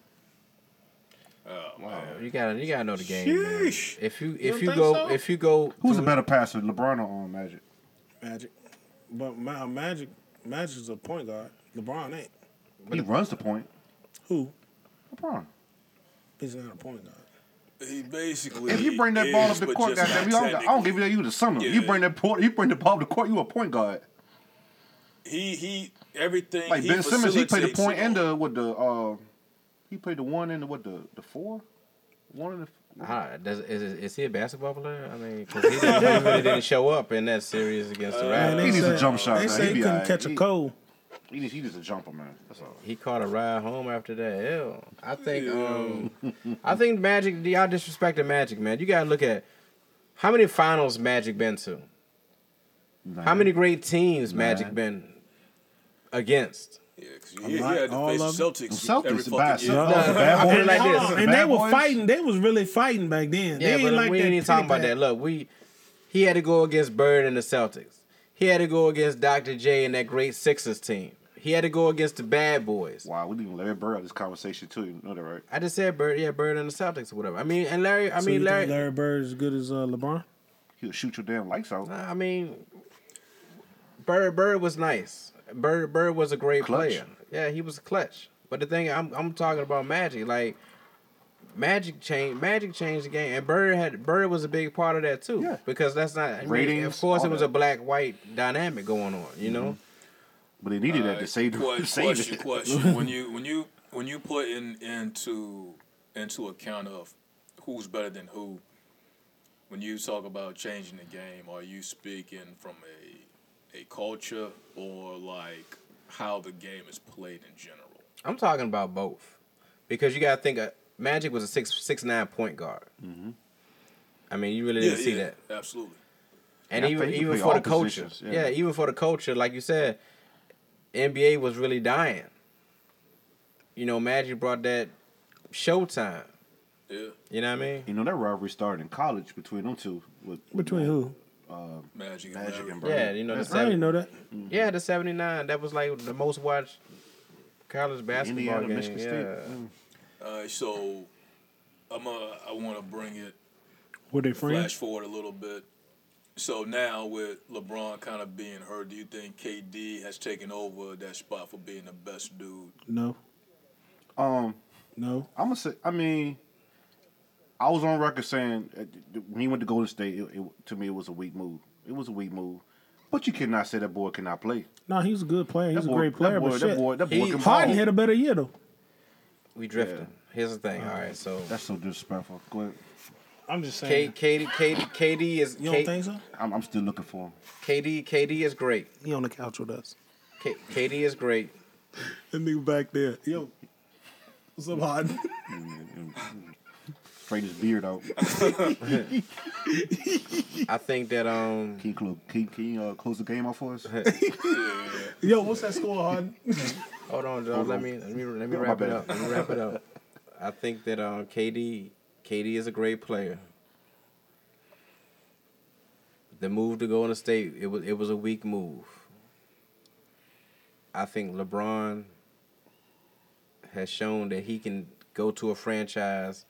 Speaker 1: You gotta you gotta know the game. Man.
Speaker 2: Sheesh.
Speaker 1: If you
Speaker 2: You
Speaker 1: if
Speaker 2: don't
Speaker 1: you,
Speaker 2: think
Speaker 1: go
Speaker 2: so?
Speaker 1: if you go
Speaker 4: who's
Speaker 1: to-
Speaker 4: a better passer, LeBron or um, Magic?
Speaker 2: Magic, but my Magic Magic's a point guard. LeBron ain't.
Speaker 4: he runs the point.
Speaker 2: Who?
Speaker 4: LeBron.
Speaker 2: He's not a point guard.
Speaker 3: He basically.
Speaker 4: If you bring that ball up
Speaker 3: is,
Speaker 4: the
Speaker 3: but
Speaker 4: court,
Speaker 3: just
Speaker 4: goddamn,
Speaker 3: not
Speaker 4: you, I, don't, I don't
Speaker 3: technically.
Speaker 4: give you that. You the summer.
Speaker 3: Yeah.
Speaker 4: You bring that port, you bring the ball up the court. You a point guard.
Speaker 3: he he everything.
Speaker 4: Like
Speaker 3: he
Speaker 4: Ben Simmons, he played the
Speaker 3: facilitates
Speaker 4: point
Speaker 3: it
Speaker 4: and
Speaker 3: on.
Speaker 4: the what the uh, he played the one and the what the the four, one and the.
Speaker 1: Huh, Ah, does, is, is he a basketball player? I mean, because he, didn't- he really didn't show up in that series against the
Speaker 2: Man,
Speaker 1: Raptors.
Speaker 2: they
Speaker 4: he needs a
Speaker 2: said-
Speaker 4: jump shot,
Speaker 2: They
Speaker 4: man.
Speaker 2: say
Speaker 4: He
Speaker 2: he
Speaker 4: be
Speaker 2: couldn't
Speaker 4: alright.
Speaker 2: catch a
Speaker 4: He-
Speaker 2: cold.
Speaker 4: He just he just a jumper, man. That's all.
Speaker 1: He caught a ride home after that. Hell, I think um, I think Magic. Y'all disrespecting Magic, man. You gotta look at how many finals Magic been to. How many great teams Magic
Speaker 4: Nine.
Speaker 1: been against?
Speaker 3: Yeah, 'cause he, he
Speaker 2: lot-
Speaker 3: had to
Speaker 2: all
Speaker 3: face
Speaker 2: of
Speaker 3: the Celtics,
Speaker 4: Celtics
Speaker 3: every
Speaker 4: by
Speaker 3: fucking year.
Speaker 4: itself.
Speaker 2: Yeah.
Speaker 4: The bad
Speaker 1: I put it
Speaker 4: boys.
Speaker 1: like this.
Speaker 2: Oh,
Speaker 4: The
Speaker 2: and
Speaker 4: bad
Speaker 2: they were
Speaker 4: boys.
Speaker 2: fighting. They was really fighting back then.
Speaker 1: Yeah,
Speaker 2: they
Speaker 1: but
Speaker 2: ain't like
Speaker 1: we
Speaker 2: that
Speaker 1: ain't even talking about
Speaker 2: pity-pat.
Speaker 1: that. Look, we he had to go against Bird and the Celtics. He had to go against Dr. J and that great Sixers team. He had to go against the Bad Boys.
Speaker 4: Wow, we didn't even let Larry Bird out of this conversation too. You know that, right?
Speaker 1: I just said Bird, yeah, Bird and the Celtics or whatever. I mean, and Larry, I
Speaker 2: So
Speaker 1: mean
Speaker 2: you
Speaker 1: Larry,
Speaker 2: think Larry Bird is as good as uh, LeBron.
Speaker 4: He'll shoot your damn lights out.
Speaker 1: I mean, Bird Bird was nice. Bird Bird was a great
Speaker 4: Clutch.
Speaker 1: player. Yeah, he was clutch. But the thing I'm I'm talking about Magic, like Magic changed Magic changed the game, and Bird had Bird was a big part of that too.
Speaker 4: Yeah.
Speaker 1: Because that's not I mean,
Speaker 4: Ratings,
Speaker 1: of course,
Speaker 4: all
Speaker 1: it was
Speaker 4: that. Mm-hmm.
Speaker 1: a black white dynamic going on. You know,
Speaker 4: But they needed that to save
Speaker 3: Question,
Speaker 4: the save
Speaker 3: question,
Speaker 4: it.
Speaker 3: question. when you when you when you put in into into account of who's better than who, when you talk about changing the game, are you speaking from a a culture or like how the game is played in general?
Speaker 1: I'm talking about both because you got to think uh, Magic was a six six nine point guard.
Speaker 4: Mm-hmm.
Speaker 1: I mean, you really didn't see that.
Speaker 3: Absolutely.
Speaker 1: and
Speaker 4: Yeah, I
Speaker 1: even
Speaker 4: think you
Speaker 1: even
Speaker 4: play
Speaker 1: for
Speaker 4: all
Speaker 1: the culture,
Speaker 4: positions,
Speaker 1: yeah.
Speaker 4: yeah.
Speaker 1: even for the culture, like you said, NBA was really dying. You know, Magic brought that Showtime.
Speaker 3: Yeah,
Speaker 1: You know what I mean?
Speaker 4: You know that rivalry started in college between them two. With,
Speaker 2: Between who?
Speaker 3: Magic, and
Speaker 4: Magic
Speaker 3: Larry.
Speaker 4: and Bird.
Speaker 1: Yeah, you know the
Speaker 4: That's
Speaker 2: I
Speaker 1: seven,
Speaker 2: didn't know that.
Speaker 1: yeah the seventy nine. That was like the most watched college basketball
Speaker 4: Indiana,
Speaker 1: game.
Speaker 4: Michigan State.
Speaker 1: yeah.
Speaker 4: Mm.
Speaker 3: All right, so I'm a, I want to bring it
Speaker 2: Were they
Speaker 3: flash
Speaker 2: friends?
Speaker 3: forward a little bit. So now with LeBron kind of being hurt, do you think KD has taken over that spot for being the best dude?
Speaker 2: No,
Speaker 4: Um,
Speaker 2: no.
Speaker 4: I'm gonna say. I mean, I was on record saying uh, th- th- when he went to Golden State, it, it, to me it was a weak move. It was a weak move. But you cannot say that boy cannot play.
Speaker 2: No, he's a good player. He's
Speaker 4: that
Speaker 2: a
Speaker 4: boy,
Speaker 2: great player,
Speaker 4: That boy,
Speaker 2: but
Speaker 4: that
Speaker 2: shit.
Speaker 4: boy, that boy
Speaker 1: He-
Speaker 4: can
Speaker 2: Harden
Speaker 4: ball.
Speaker 2: had a better year though.
Speaker 1: We drifting. Here's the thing. All right, so
Speaker 4: That's so disrespectful. Go ahead.
Speaker 2: I'm just
Speaker 1: K,
Speaker 2: saying.
Speaker 1: KD, KD, KD is
Speaker 2: you don't
Speaker 1: K,
Speaker 2: think so?
Speaker 4: I'm, I'm still looking for him.
Speaker 1: KD, KD is great.
Speaker 2: He on the couch with us.
Speaker 1: K, KD is great.
Speaker 2: That nigga back there. Yo, what's up, Harden?
Speaker 4: Straight his beard out.
Speaker 1: I think that um.
Speaker 4: Can you close, can, you- can you, uh, close the game off for us?
Speaker 2: Yo, what's that score, Harden?
Speaker 1: Hold on, dog. Let me let me let me
Speaker 4: My
Speaker 1: wrap it
Speaker 4: bad.
Speaker 1: up. Let me wrap it up. I think that um, KD KD is a great player. The move to Golden State it was it was a weak move. I think LeBron has shown that he can go to a franchise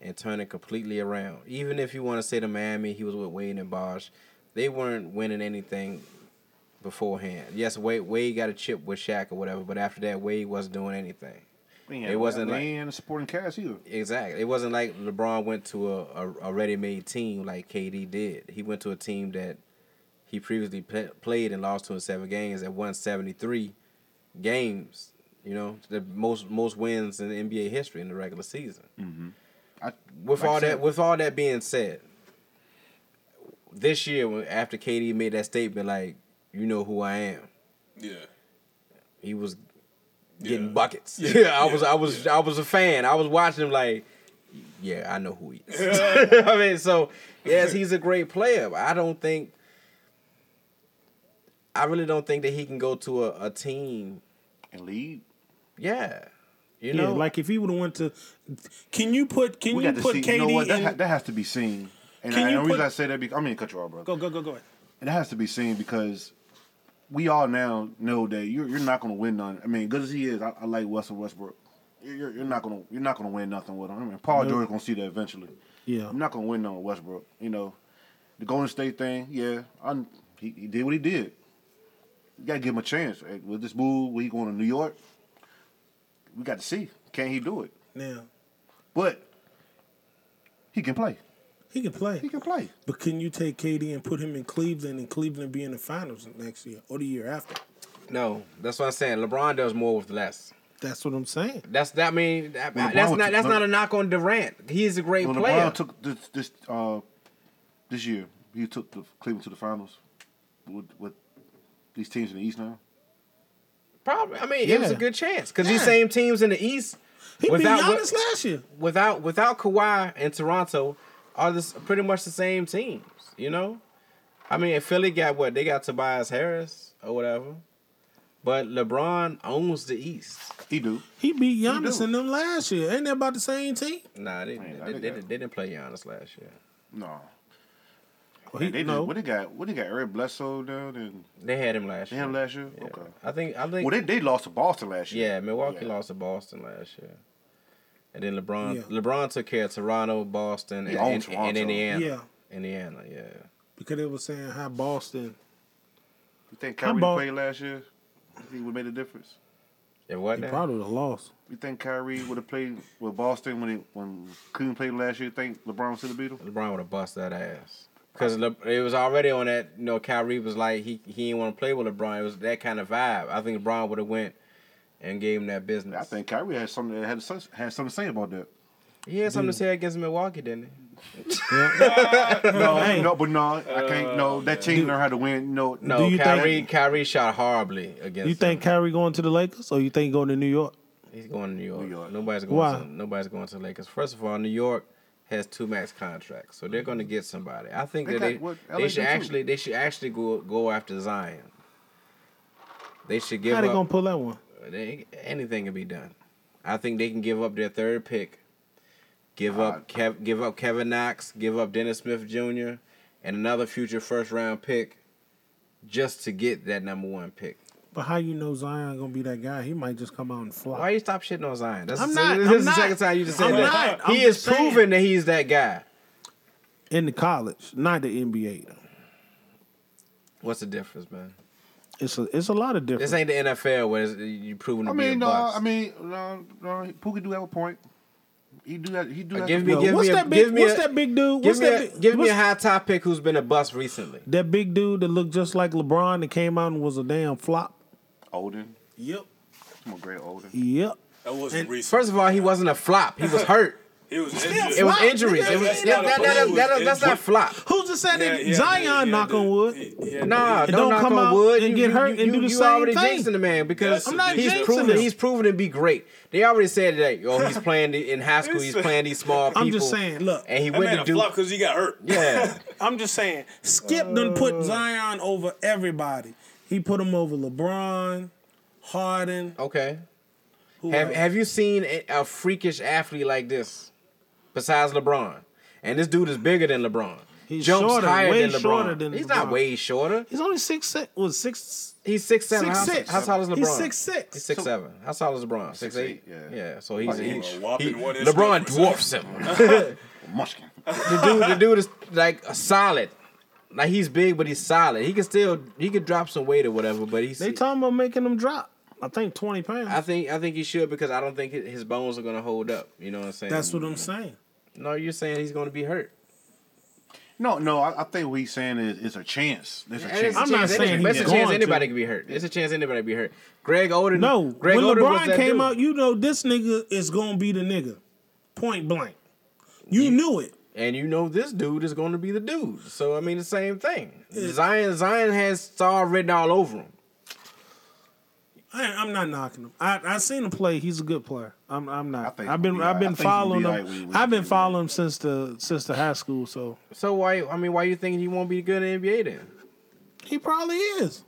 Speaker 1: and turn it completely around. Even if you want to say to Miami, he was with Wade and Bosch. They weren't winning anything beforehand. Yes, Wade Wade got a chip with Shaq or whatever, but after that, Wade wasn't doing anything. It wasn't
Speaker 4: they
Speaker 1: like-
Speaker 4: ain't in the supporting cast either.
Speaker 1: Exactly. It wasn't like LeBron went to a, a, a ready made team like KD did. He went to a team that he previously pla played and lost to in seven games and won 73 games. You know, the most most wins in NBA history in the regular season.
Speaker 4: I,
Speaker 1: With
Speaker 4: Mm. like I
Speaker 1: all that,
Speaker 4: said,
Speaker 1: with all that being said, this year when- after KD made that statement, like you know who I am,
Speaker 3: Yeah.
Speaker 1: he was getting
Speaker 3: Yeah.
Speaker 1: buckets. Yeah, I was, I was, I was a fan. I was watching him like, yeah, I know who he is. I mean, so yes, he's a great player. But I don't think, I really don't think that he can go to a, a team.
Speaker 4: and lead.
Speaker 1: Yeah, you
Speaker 2: yeah,
Speaker 1: know,
Speaker 2: like if he would have went to, can you put can
Speaker 4: We
Speaker 2: you
Speaker 4: got to
Speaker 2: put
Speaker 4: see.
Speaker 2: KD
Speaker 4: You know what? That,
Speaker 2: in?
Speaker 4: ha- that has to be seen. And,
Speaker 2: Can
Speaker 4: I,
Speaker 2: you
Speaker 4: and the reason
Speaker 2: put-
Speaker 4: I say that, because, I mean, cut you off, bro.
Speaker 2: go go go go ahead.
Speaker 4: It has to be seen because we all now know that you're you're not going to win none. I mean, good as he is, I, I like Russell Westbrook. You're, you're, you're not going to you're not going to win nothing with him. I mean, Paul George going to see that eventually.
Speaker 2: Yeah.
Speaker 4: I'm not going to win none with Westbrook. You know, the Golden State thing. Yeah, I, he, he did what he did. You got to give him a chance. Right? With this move, where he going to New York? We got to see. Can he do it?
Speaker 2: Now
Speaker 4: But he can play.
Speaker 2: he can play.
Speaker 4: He can play.
Speaker 2: But can you take KD and put him in Cleveland and Cleveland be in the finals next year or the year after?
Speaker 1: No, that's what I'm saying. LeBron does more with less.
Speaker 2: That's what I'm saying.
Speaker 1: That's that I mean that,
Speaker 4: Well, LeBron
Speaker 1: that's
Speaker 4: took-
Speaker 1: not that's
Speaker 4: Le-
Speaker 1: not a knock on Durant. He is a great
Speaker 4: When
Speaker 1: player.
Speaker 4: LeBron took this this uh, this year, he took the Cleveland to the finals with, with these teams in the East now.
Speaker 1: Probably. I mean, it was a
Speaker 2: Yeah.
Speaker 1: good chance because these
Speaker 2: Yeah.
Speaker 1: same teams in the East
Speaker 2: He
Speaker 1: Without
Speaker 2: beat
Speaker 1: what-
Speaker 2: Giannis last year.
Speaker 1: without without Kawhi and Toronto are this pretty much the same teams, you know? I mean, Philly got what? They got Tobias Harris or whatever. But LeBron owns the East.
Speaker 4: He do.
Speaker 2: He beat Giannis
Speaker 4: do.
Speaker 2: and them last year. Ain't that about the same team?
Speaker 1: Nah, they,
Speaker 4: Man,
Speaker 1: they, they,
Speaker 4: I think
Speaker 1: they,
Speaker 4: that-
Speaker 1: didn't- they didn't play Giannis last year.
Speaker 4: No.
Speaker 2: he-
Speaker 4: they
Speaker 2: no.
Speaker 4: no. What they got? What they got? Eric Bledsoe down and
Speaker 1: They had him last year.
Speaker 4: him last year.
Speaker 1: Yeah.
Speaker 4: Okay.
Speaker 1: I think I think
Speaker 4: Well, they they lost to Boston last year.
Speaker 1: yeah, Milwaukee
Speaker 4: Yeah.
Speaker 1: lost to Boston last year. And then LeBron
Speaker 2: Yeah.
Speaker 1: LeBron took care of Toronto, Boston,
Speaker 4: He
Speaker 1: and,
Speaker 4: owns
Speaker 1: and, and
Speaker 4: Toronto.
Speaker 1: Indiana.
Speaker 2: Yeah.
Speaker 1: Indiana, yeah.
Speaker 2: Because they were saying how Boston.
Speaker 4: You think
Speaker 2: I'm
Speaker 4: Kyrie
Speaker 2: ball-
Speaker 4: played last year? You think would made a difference?
Speaker 1: It what
Speaker 2: He
Speaker 1: now?
Speaker 2: probably would have lost.
Speaker 4: You think Kyrie would have played with Boston when it, when Cleveland played last year? Think LeBron should have beat him?
Speaker 1: LeBron would have bust that ass. Cause Le- it was already on that. You know, Kyrie was like he he didn't want to play with LeBron. It was that kind of vibe. I think LeBron would have went and gave him that business.
Speaker 4: I think Kyrie had something had some- had something to say about that.
Speaker 1: he had something to say against Milwaukee, didn't he?
Speaker 4: No, Uh,
Speaker 2: Hey.
Speaker 4: no, but no, I can't. No, that team learned how to win. No,
Speaker 1: No,
Speaker 2: Do you think-
Speaker 1: Kyrie Kyrie shot horribly against.
Speaker 2: You think
Speaker 1: him.
Speaker 2: Kyrie going to the Lakers or you think he going to New York?
Speaker 1: he's going to New York?
Speaker 4: New York.
Speaker 1: Nobody's going.
Speaker 2: Why?
Speaker 1: To, nobody's going to the Lakers. First of all, New York has two max contracts, so they're going to get somebody. I think
Speaker 4: They
Speaker 1: that
Speaker 4: got
Speaker 1: they,
Speaker 4: what,
Speaker 1: they
Speaker 4: LA
Speaker 1: should
Speaker 4: too.
Speaker 1: actually they should actually go go after Zion. They should give
Speaker 2: How they
Speaker 1: up.
Speaker 2: gonna pull that one?
Speaker 1: They, anything can be done. I think they can give up their third pick, give
Speaker 4: Uh,
Speaker 1: up Kev, give up Kevin Knox, give up Dennis Smith Jr. and another future first round pick, just to get that number one pick.
Speaker 2: But how you know Zion gonna be that guy? He might just come out and fly.
Speaker 1: Why you stop shitting on Zion? That's
Speaker 2: I'm
Speaker 1: the-
Speaker 2: not-
Speaker 1: This
Speaker 2: I'm
Speaker 1: is
Speaker 2: not.
Speaker 1: the second time you just said
Speaker 2: I'm
Speaker 1: that.
Speaker 2: not. I'm
Speaker 1: he is
Speaker 2: just saying.
Speaker 1: proven that he's that guy.
Speaker 2: In the college, not the NBA. Though.
Speaker 1: What's the difference, man?
Speaker 2: It's a it's a lot of difference.
Speaker 1: This ain't the NFL where it's- you proven to
Speaker 4: I
Speaker 1: be a
Speaker 4: mean, no,
Speaker 1: bust.
Speaker 4: I mean, no, no. Puka do have a point. He do have. He do
Speaker 1: Uh,
Speaker 4: have.
Speaker 1: give
Speaker 4: to-
Speaker 1: me-
Speaker 2: Yo,
Speaker 1: give
Speaker 2: what's
Speaker 1: me a-
Speaker 2: that big
Speaker 1: give me
Speaker 2: what's
Speaker 1: a-
Speaker 2: that big dude?
Speaker 1: give
Speaker 2: What's
Speaker 1: me
Speaker 2: that
Speaker 1: a,
Speaker 2: big-
Speaker 1: give me
Speaker 2: what's-
Speaker 1: a high top pick who's been a bust recently.
Speaker 2: that big dude that looked just like LeBron that came out and was a damn flop.
Speaker 4: Olden.
Speaker 2: Yep.
Speaker 4: I'm a great Olden.
Speaker 2: Yep.
Speaker 3: That wasn't recent.
Speaker 1: First of all, he wasn't a flop. He was hurt.
Speaker 3: He was
Speaker 1: It
Speaker 3: injured.
Speaker 1: was
Speaker 2: Flop,
Speaker 1: injuries.
Speaker 2: nigga.
Speaker 1: It was,
Speaker 2: That's
Speaker 1: that,
Speaker 3: not a
Speaker 1: that, that,
Speaker 3: fool.
Speaker 1: that, that- that's not
Speaker 3: It's-
Speaker 1: flop.
Speaker 2: Who just said
Speaker 3: Yeah,
Speaker 2: that
Speaker 3: yeah,
Speaker 2: Zion
Speaker 3: yeah, yeah,
Speaker 2: knock
Speaker 3: dude.
Speaker 2: on wood?
Speaker 3: He- he had
Speaker 1: Nah,
Speaker 3: to-
Speaker 1: don't, knock come on out wood.
Speaker 2: and
Speaker 1: You-
Speaker 2: get
Speaker 1: you-
Speaker 2: hurt
Speaker 1: you,
Speaker 2: and do
Speaker 1: you,
Speaker 2: the
Speaker 1: you
Speaker 2: same
Speaker 1: already
Speaker 2: thing.
Speaker 1: jinxing the man because
Speaker 3: That's I'm not
Speaker 1: he's
Speaker 3: jinxing
Speaker 1: proven
Speaker 2: him.
Speaker 1: he's proven to be great. They already said that. Oh, he's playing the- in high school. He's playing these small people.
Speaker 2: I'm just saying, look,
Speaker 1: and he
Speaker 3: That
Speaker 1: went
Speaker 3: man
Speaker 1: to
Speaker 3: a
Speaker 1: Duke.
Speaker 3: flop because he got hurt.
Speaker 1: Yeah,
Speaker 2: I'm just saying, Skip done put Zion over everybody. He put him over LeBron, Harden.
Speaker 1: okay.
Speaker 2: Who
Speaker 1: Have
Speaker 2: else?
Speaker 1: Have you seen a, a freakish athlete like this? Besides LeBron, and this dude is bigger than LeBron.
Speaker 2: He's
Speaker 1: jumps
Speaker 2: shorter,
Speaker 1: higher
Speaker 2: way
Speaker 1: than LeBron.
Speaker 2: shorter than
Speaker 1: he's
Speaker 2: LeBron.
Speaker 1: not way shorter.
Speaker 2: He's only six se- was six
Speaker 1: He's six seven.
Speaker 2: Six,
Speaker 1: how,
Speaker 2: six.
Speaker 1: how tall is LeBron?
Speaker 2: He's six, six.
Speaker 1: He's six
Speaker 2: So-
Speaker 1: seven. How tall is LeBron? Six, eight?
Speaker 4: eight, yeah.
Speaker 1: Yeah. So he's,
Speaker 4: Like,
Speaker 1: he-
Speaker 3: a whopping
Speaker 1: he-
Speaker 3: one inch
Speaker 1: LeBron
Speaker 3: difference.
Speaker 1: dwarfs him.
Speaker 4: Munchkin.
Speaker 1: the dude, the dude is like a solid. Like he's big, but he's solid. He can still he could drop some weight or whatever, but he's.
Speaker 2: They talking about making him drop. I think twenty pounds.
Speaker 1: I think I think he should because I don't think hi- his bones are gonna hold up. You know what I'm saying?
Speaker 2: That's what I'm saying.
Speaker 1: No, you're saying he's gonna be hurt.
Speaker 4: No, no. I, I think what he's saying is it's a chance. There's a
Speaker 1: And it's
Speaker 4: chance.
Speaker 1: a
Speaker 2: I'm not
Speaker 1: chance any-
Speaker 2: saying
Speaker 1: but
Speaker 2: he's
Speaker 1: it's a chance
Speaker 2: going
Speaker 1: anybody
Speaker 2: to.
Speaker 1: could be hurt. It's a chance anybody could be hurt. Greg Oden.
Speaker 2: No,
Speaker 1: Greg
Speaker 2: when
Speaker 1: Oden was
Speaker 2: LeBron
Speaker 1: that
Speaker 2: came
Speaker 1: dude.
Speaker 2: out, you know this nigga is gonna be the nigga, point blank. You knew it.
Speaker 1: and you know this dude is going to be the dude. So I mean, the same thing. Zion Zion has star written all over him.
Speaker 2: I, I'm not knocking him. I I seen him play. He's a good player. I'm I'm
Speaker 4: I
Speaker 2: not.
Speaker 4: think
Speaker 2: I've been
Speaker 4: he'll be
Speaker 2: I've been
Speaker 4: alright. I think he'll be
Speaker 2: following
Speaker 4: alright when he-
Speaker 2: him.
Speaker 4: when he
Speaker 2: I've been
Speaker 4: gets
Speaker 2: following him since the since the high school. So
Speaker 1: So why? I mean, why you think he won't be good in NBA then?
Speaker 2: he probably is.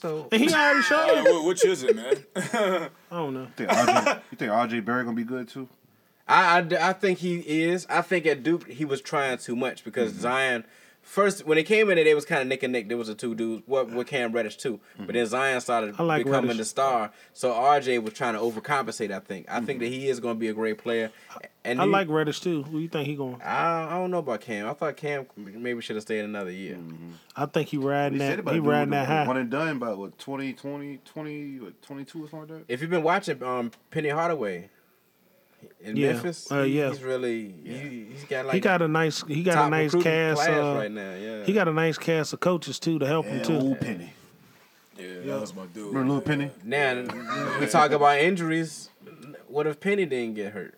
Speaker 1: So
Speaker 2: And he already
Speaker 3: Hey,
Speaker 2: showed.
Speaker 3: wh- Which is it, man?
Speaker 2: I don't know.
Speaker 4: You think RJ, you think RJ Barrett gonna be good too?
Speaker 1: I, I, I think he is. I think at Duke he was trying too much because Zion. First, when they came in, there, they was kind of nick and nick. There was the two dudes. What with Cam Reddish too, but then Zion started
Speaker 2: I like
Speaker 1: becoming
Speaker 2: Reddish.
Speaker 1: the star. So RJ was trying to overcompensate. I think. I think that he is going to be a great player. And
Speaker 2: I
Speaker 1: you-
Speaker 2: like Reddish too. Who you think he going?
Speaker 1: I, I don't know about Cam. I thought Cam maybe should have stayed another year.
Speaker 2: I think he
Speaker 4: He
Speaker 2: riding
Speaker 4: said
Speaker 2: that.
Speaker 4: about
Speaker 2: He
Speaker 4: doing
Speaker 2: riding
Speaker 4: the-
Speaker 2: that
Speaker 4: One
Speaker 2: high.
Speaker 4: and done by what 20, 20, 20, what, 22 or something like that.
Speaker 1: if you've been watching um Penny Hardaway in
Speaker 2: Yeah.
Speaker 1: Memphis,
Speaker 2: Uh, yeah.
Speaker 1: he's really he, he's got like
Speaker 2: He got a nice. He got a
Speaker 1: top
Speaker 2: nice
Speaker 1: recruiting
Speaker 2: cast.
Speaker 1: class
Speaker 2: uh,
Speaker 1: right now. Yeah,
Speaker 2: He got a nice cast of coaches too to help him
Speaker 4: Yeah,
Speaker 2: too.
Speaker 4: old Penny.
Speaker 3: Yeah, that was my dude.
Speaker 4: Remember Little Penny?
Speaker 1: Now we talk about injuries. What if Penny didn't get hurt?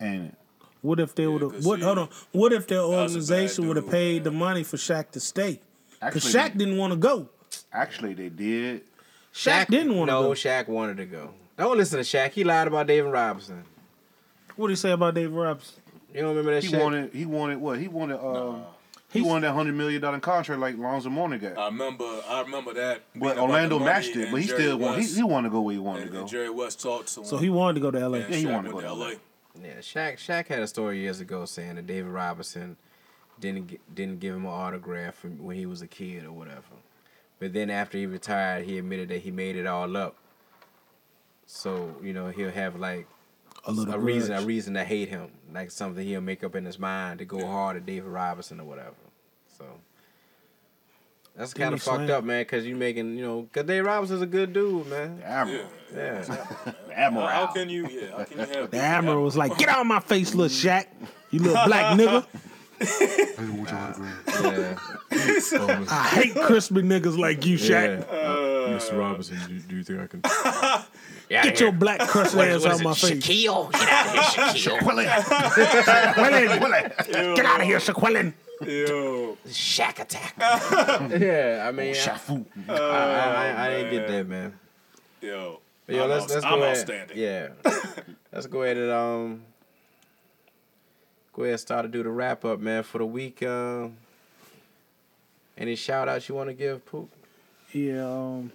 Speaker 4: And
Speaker 2: What if they would have?
Speaker 3: 'cause
Speaker 2: What
Speaker 3: he-
Speaker 2: hold on? What if their
Speaker 3: was a bad
Speaker 2: organization would have
Speaker 3: dude,
Speaker 2: paid the money for Shaq to stay? Because
Speaker 4: Actually-
Speaker 2: Shaq didn't want to go.
Speaker 4: actually, they did.
Speaker 2: Shaq, didn't want to
Speaker 1: No,
Speaker 2: go.
Speaker 1: Shaq wanted to go. Don't listen to Shaq. He lied about David Robinson.
Speaker 2: What do you say about Dave Robinson?
Speaker 1: You don't remember that
Speaker 4: He
Speaker 1: Shaq?
Speaker 4: wanted. He wanted what? He wanted. Um, He wanted that hundred million dollar contract like Lonzo Morning got.
Speaker 3: I remember, I remember that. being
Speaker 4: but
Speaker 3: Uh, about
Speaker 4: Orlando
Speaker 3: the money
Speaker 4: matched it,
Speaker 3: and
Speaker 4: but he
Speaker 3: Jerry
Speaker 4: still wanted. He,
Speaker 3: West-
Speaker 4: he wanted to go where he wanted
Speaker 3: and,
Speaker 4: to go.
Speaker 3: and Jerry West talked to him.
Speaker 2: So he wanted to go to L.A.
Speaker 3: and
Speaker 4: Yeah, he
Speaker 3: Shaq
Speaker 4: wanted to
Speaker 3: went
Speaker 4: go to
Speaker 3: LA.
Speaker 4: LA.
Speaker 1: Yeah, Shaq. Shaq had a story years ago saying that David Robinson didn't gi- didn't give him an autograph from when he was a kid or whatever. But then after he retired, he admitted that he made it all up. So you know he'll have like
Speaker 2: a little
Speaker 1: a reason a
Speaker 2: grudge.
Speaker 1: reason to hate him, like something he'll make up in his mind to go hard at David Robinson or whatever. So that's
Speaker 2: Didn't
Speaker 1: kind
Speaker 2: he
Speaker 1: of fucked
Speaker 2: slam-
Speaker 1: up, man. Because you making you know because David Robinson's a good dude, man.
Speaker 4: Admiral,
Speaker 3: Yeah.
Speaker 1: Yeah,
Speaker 4: Admiral.
Speaker 3: How, how can you? Yeah, how can you have
Speaker 2: The admiral was like, "Get out of my face, little Shaq, you little black nigga.
Speaker 5: I didn't want your autograph.
Speaker 1: yeah.
Speaker 2: I hate crispy niggas like you, Shaq.
Speaker 6: Mr. Robinson, do, do you think I can?
Speaker 2: Get your black crust ass out of my face.
Speaker 1: Shaquille, get out of here, Shaquille.
Speaker 2: Get out of here, Shaquillin.
Speaker 3: Yo,
Speaker 1: Shack attack. Oh, yeah, I mean, I,
Speaker 4: Shafu.
Speaker 1: I,
Speaker 4: Oh,
Speaker 1: I, I didn't get that, man.
Speaker 3: yo,
Speaker 1: But yo,
Speaker 3: I'm,
Speaker 1: let's,
Speaker 3: outs-
Speaker 1: let's
Speaker 3: I'm
Speaker 1: go ahead.
Speaker 3: outstanding.
Speaker 1: Yeah, let's go ahead and um, go ahead and start to do the wrap up, man, for the week. Uh, any shout outs you want to give, Poop?
Speaker 2: Yeah, um,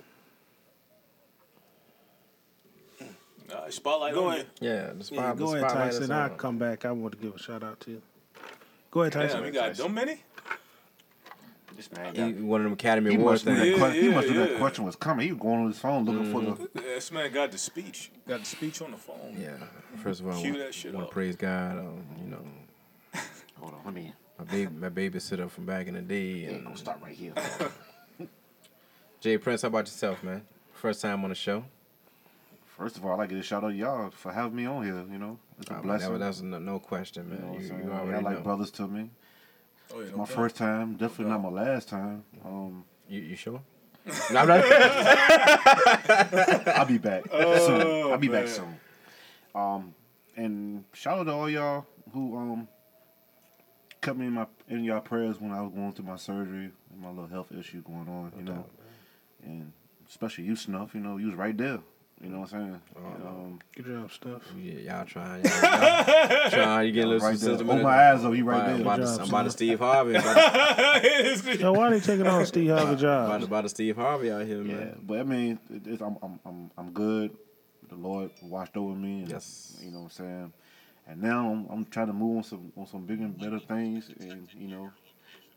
Speaker 3: Nah, spotlight
Speaker 2: Go
Speaker 3: on
Speaker 2: ahead.
Speaker 3: you.
Speaker 1: Yeah, the spot,
Speaker 2: yeah,
Speaker 1: the
Speaker 2: go ahead,
Speaker 1: spotlight is
Speaker 2: Tyson.
Speaker 1: on.
Speaker 2: I'll come back. I want to give a shout out to you. Go ahead, Tyson.
Speaker 3: Damn, you got dumb many.
Speaker 4: This man
Speaker 1: He,
Speaker 4: got
Speaker 1: one of them Academy
Speaker 4: He
Speaker 1: Awards
Speaker 4: must have
Speaker 1: things.
Speaker 4: that,
Speaker 3: Yeah,
Speaker 4: que- he
Speaker 3: yeah,
Speaker 4: must have that
Speaker 3: yeah. Mm-hmm.
Speaker 4: question was coming. He was going on his phone looking for the.
Speaker 3: This man got the speech. Got the speech on the phone.
Speaker 1: Yeah. First of all,
Speaker 3: Cue
Speaker 1: I
Speaker 3: that shit
Speaker 1: want
Speaker 3: up.
Speaker 1: to praise God. Um, you know,
Speaker 4: Hold on, let me.
Speaker 1: my baby, my babysitter from back in the day,
Speaker 4: Yeah,
Speaker 1: and
Speaker 4: gonna start right here.
Speaker 1: Jay Prince. How about yourself, man? First time on the show.
Speaker 4: First of all, I like to get a shout out to y'all for having me on here. You know, it's a
Speaker 1: I mean, that,
Speaker 4: blessing.
Speaker 1: was- that's no, no question, man.
Speaker 4: you know what
Speaker 1: you, you
Speaker 4: I'm saying?
Speaker 1: already
Speaker 4: Y'all like
Speaker 1: know.
Speaker 4: brothers to me.
Speaker 3: Oh, yeah,
Speaker 4: It's
Speaker 3: no
Speaker 4: my
Speaker 3: doubt.
Speaker 4: first time, definitely not my last time. Um,
Speaker 1: You, you sure? No, I'm not-
Speaker 4: I'll be back soon. I'll be back soon. Um, and shout out to all y'all who um kept me in my in y'all prayers when I was going through my surgery and my little health issue going on. You know, and especially you, Snuff. You know, you was right there. You know what I'm saying? And, um,
Speaker 2: Good job, stuff.
Speaker 1: Yeah, y'all trying. Y'all, y'all trying. You getting a little
Speaker 4: right there.
Speaker 1: sentimental.
Speaker 4: Oh my eyes, though. You right
Speaker 1: I'm
Speaker 4: there.
Speaker 1: about,
Speaker 2: Good
Speaker 1: to,
Speaker 2: job,
Speaker 1: I'm about to
Speaker 2: son.
Speaker 1: Steve Harvey. I'm About to,
Speaker 2: Yo, why they taking on Steve Harvey
Speaker 1: about, to,
Speaker 2: job?
Speaker 1: about to Steve Harvey out here,
Speaker 4: Yeah,
Speaker 1: man.
Speaker 4: but I mean, it, it's, I'm, I'm I'm I'm good. The Lord watched over me. And,
Speaker 1: Yes.
Speaker 4: you know what I'm saying. And now I'm, I'm trying to move on some on some bigger and better things, and you know,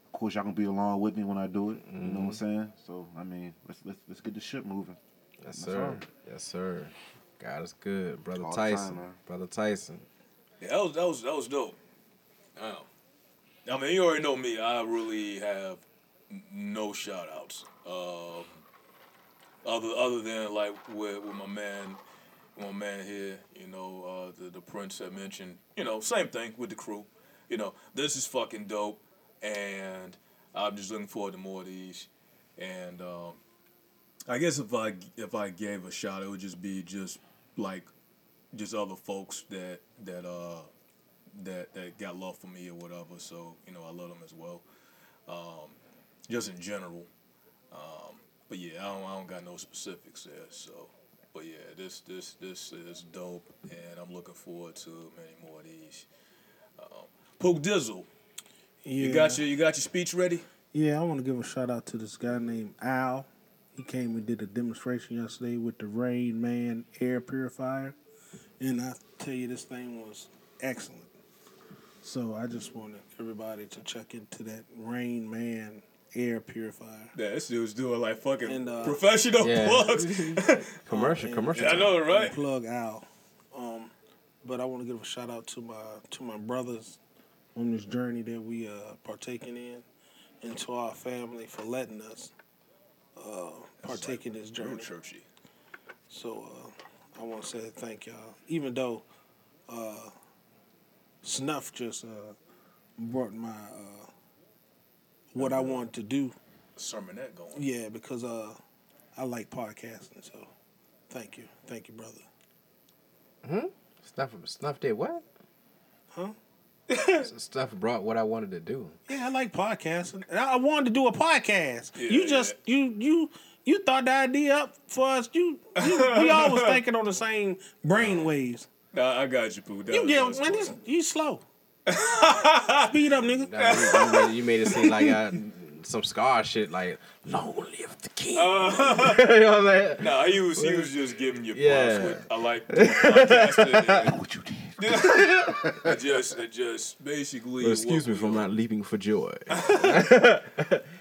Speaker 4: of course y'all gonna be along with me when I do it. You know what I'm saying. So I mean, let's let's let's get the shit moving.
Speaker 1: Yes,
Speaker 4: That's
Speaker 1: sir.
Speaker 4: all.
Speaker 1: Yes, sir. God is good, brother
Speaker 4: All the time,
Speaker 1: Tyson.
Speaker 4: man.
Speaker 1: brother Tyson.
Speaker 3: Yeah, that was that was that was dope. Wow. I mean, you already know me. I really have n- no shout outs. Um, other other than like with, with my man, with my man here, you know, uh, the the prince that mentioned, you know, same thing with the crew. You know, this is fucking dope, and I'm just looking forward to more of these. And um, I guess if I if I gave a shot, it would just be just like just other folks that that uh that that got love for me or whatever. So you know, I love them as well. Um, just in general. Um, but yeah, I don't, I don't got no specifics there. So, but yeah, this this this is dope, and I'm looking forward to many more of these. Um, Pook Dizzle,
Speaker 2: Yeah.
Speaker 3: you got your you got your speech ready?
Speaker 2: Yeah, I want to give a shout out to this guy named Al. He came and did a demonstration yesterday with the Rain Man air purifier, and I tell you, this thing was excellent. So I just wanted everybody to check into that Rain Man air purifier.
Speaker 3: Yeah, this dude's doing like fucking
Speaker 2: And, uh,
Speaker 3: professional
Speaker 1: Yeah.
Speaker 3: plugs.
Speaker 1: Commercial, commercial.
Speaker 3: I
Speaker 1: time.
Speaker 3: know, right?
Speaker 2: Plug Al. Um, but I want to give a shout out to my to my brothers on this journey that we uh partaking in, and to our family for letting us uh, partake in this
Speaker 3: Real
Speaker 2: journey.
Speaker 3: churchy.
Speaker 2: So uh, I want to say thank y'all. Even though uh, Snuff just uh, brought my uh, what I wanted to do.
Speaker 3: Sermonette going.
Speaker 2: Yeah, because uh, I like podcasting, so thank you, thank you, brother.
Speaker 1: Snuff, snuff did what? Huh? Stuff brought what I wanted to do.
Speaker 2: Yeah, I like podcasting. And I I wanted to do a podcast. you
Speaker 3: Yeah,
Speaker 2: just you you you thought the idea up for us. You, you we all was thinking on the same brain waves.
Speaker 3: Nah, I got you, Pooh. That
Speaker 2: You
Speaker 3: was-
Speaker 2: get
Speaker 3: that was
Speaker 2: man,
Speaker 3: cool.
Speaker 2: this, you slow. Speed up, nigga.
Speaker 1: Nah, you, you made, you made it seem like I, some scar shit, like long live the king. you know what I'm saying?
Speaker 3: Oh. Nah, he was he was just giving you yeah.
Speaker 1: Yeah.
Speaker 3: props. With, I like the podcasting. and
Speaker 4: What you did?
Speaker 3: it just it just basically.
Speaker 6: Well, excuse
Speaker 3: what
Speaker 6: me
Speaker 3: we
Speaker 6: for
Speaker 3: are.
Speaker 6: not leaping for joy.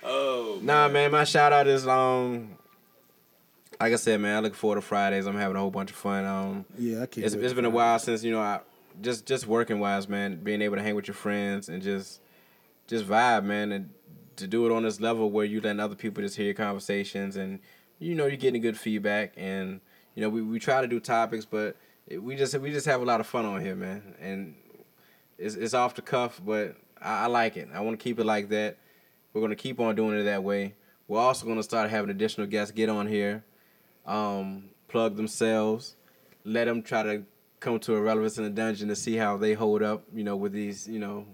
Speaker 3: Oh,
Speaker 1: Nah, man, my shout out is um, like I said, man, I look forward to Fridays. I'm having a whole bunch of fun. Um,
Speaker 2: Yeah, I can't.
Speaker 1: it's,
Speaker 2: wait.
Speaker 1: it's been a while since you know I just just working wise, man, being able to hang with your friends and just just vibe, man, and to do it on this level where you letting other people just hear your conversations and you know you're getting good feedback and you know we, we try to do topics, but it, we just we just have a lot of fun on here, man, and it's it's off the cuff, but I, I like it. I want to keep it like that. We're gonna keep on doing it that way. We're also gonna start having additional guests get on here, um, plug themselves, let them try to come to a relevance in the dungeon to see how they hold up. You know, with these, you know,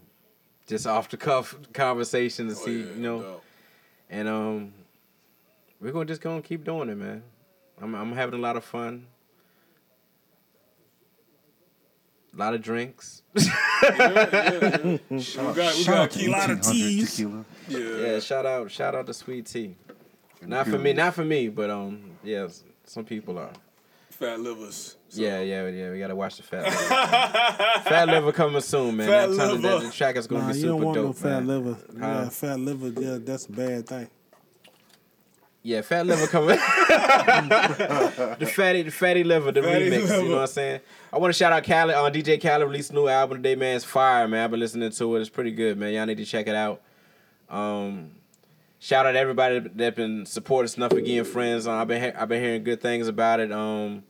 Speaker 1: just off the cuff conversations to
Speaker 3: oh,
Speaker 1: see,
Speaker 3: yeah,
Speaker 1: you know,
Speaker 3: no.
Speaker 1: and um, we're gonna just gonna keep doing it, man. I'm I'm having a lot of fun. A lot of drinks.
Speaker 3: we got we got keep
Speaker 2: Lot of teas.
Speaker 4: Tequila.
Speaker 1: Yeah,
Speaker 3: yeah.
Speaker 1: shout out, shout out to Sweet Tea. Not for me, not for me, but um, yeah, some people are.
Speaker 3: fat livers. So,
Speaker 1: Yeah, yeah, yeah. We gotta watch the fat liver. fat liver coming soon, man. that,
Speaker 3: Fat
Speaker 1: time, that,
Speaker 3: liver.
Speaker 1: that track is gonna
Speaker 2: Nah,
Speaker 1: be
Speaker 2: you
Speaker 1: super
Speaker 2: don't want
Speaker 1: dope,
Speaker 2: no fat
Speaker 1: man.
Speaker 2: liver.
Speaker 1: Huh?
Speaker 2: Yeah, fat liver. Yeah, that's a bad thing.
Speaker 1: Yeah, fat liver coming. the fatty, the fatty liver, the remix.
Speaker 3: Fatty liver.
Speaker 1: You know what I'm saying? I want to shout out Khaled on DJ Khaled released a new album today, man. It's fire, man. I've been listening to it. It's pretty good, man. Y'all need to check it out. Um, shout out to everybody that been supporting Snuff Again Friends. Um, I've been he- I've been hearing good things about it. Um,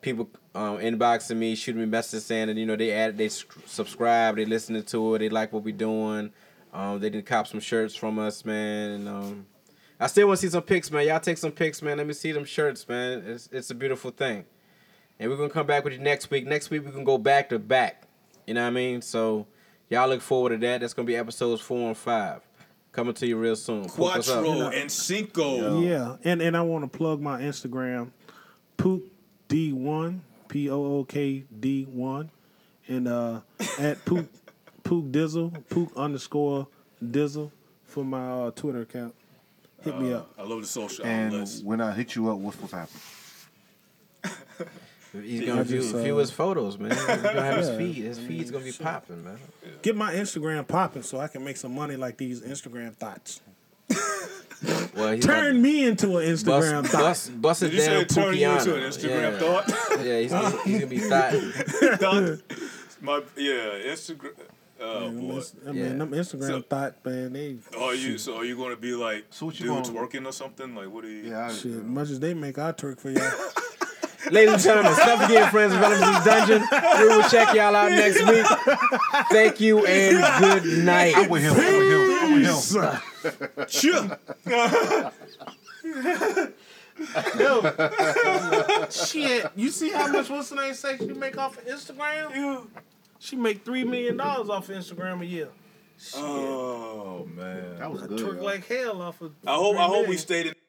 Speaker 1: people um, inboxing me, shooting me messages saying that you know they added, they sc- subscribe, they listening to it, they like what we doing. Um, they did cop some shirts from us, man. And um, I still want to see some pics, man. Y'all take some pics, man. Let me see them shirts, man. It's it's a beautiful thing. And we're gonna come back with you next week. Next week we can go back to back. You know what I mean? So y'all look forward to that. That's gonna be episodes four and five coming to you real soon. Hook us up.
Speaker 3: Quattro and Cinco.
Speaker 2: Yeah, and and I want to plug my Instagram, pook d one p o o k d one, and uh at pook pook dizzle pook underscore dizzle for my uh, Twitter account. Hit me up.
Speaker 1: Uh.
Speaker 3: I love the social
Speaker 4: And
Speaker 3: outlets.
Speaker 4: when I hit you up, what's supposed to happen?
Speaker 1: He's gonna view,
Speaker 2: just, uh,
Speaker 1: view his photos, man. He's gonna have his
Speaker 2: Yeah.
Speaker 1: feed. His feed's gonna be popping, man.
Speaker 2: Get my Instagram popping so I can make some money like these Instagram thoughts.
Speaker 1: Well, he's about-
Speaker 2: Turn me into an Instagram
Speaker 1: bust,
Speaker 2: thought.
Speaker 1: bust, bust it
Speaker 3: Did you say
Speaker 1: down,
Speaker 3: turn you into an
Speaker 1: Pookiana.
Speaker 3: Instagram
Speaker 1: yeah.
Speaker 3: thought?
Speaker 1: Yeah, he's gonna, he's gonna be thought.
Speaker 3: Thought- My yeah, Instagram. Oh
Speaker 2: Man,
Speaker 3: boy.
Speaker 2: that's- I mean,
Speaker 1: Yeah. Oh,
Speaker 2: them Instagram
Speaker 3: So-
Speaker 2: thought man, they
Speaker 3: Are you so? Are you going to be like
Speaker 4: So what you
Speaker 3: dudes
Speaker 4: gonna-
Speaker 3: working or something? Like what are you?
Speaker 4: Yeah, I,
Speaker 2: shit. Much as they make our twerk for y'all.
Speaker 1: Ladies and gentlemen, stuff again, friends of Enemies Dungeon. We will check y'all out next week. Thank you and good night.
Speaker 4: I'm with him. I'm with him. I'm with him.
Speaker 3: Sure.
Speaker 2: Shit, you see how much what's her name say she make off of Instagram? She make three million dollars off of Instagram a year.
Speaker 3: Oh man.
Speaker 4: That was good.
Speaker 2: Twerk
Speaker 3: Oh,
Speaker 4: y'all.
Speaker 2: like hell off of.
Speaker 3: I hope. I hope we
Speaker 2: $3 million.
Speaker 3: stayed in.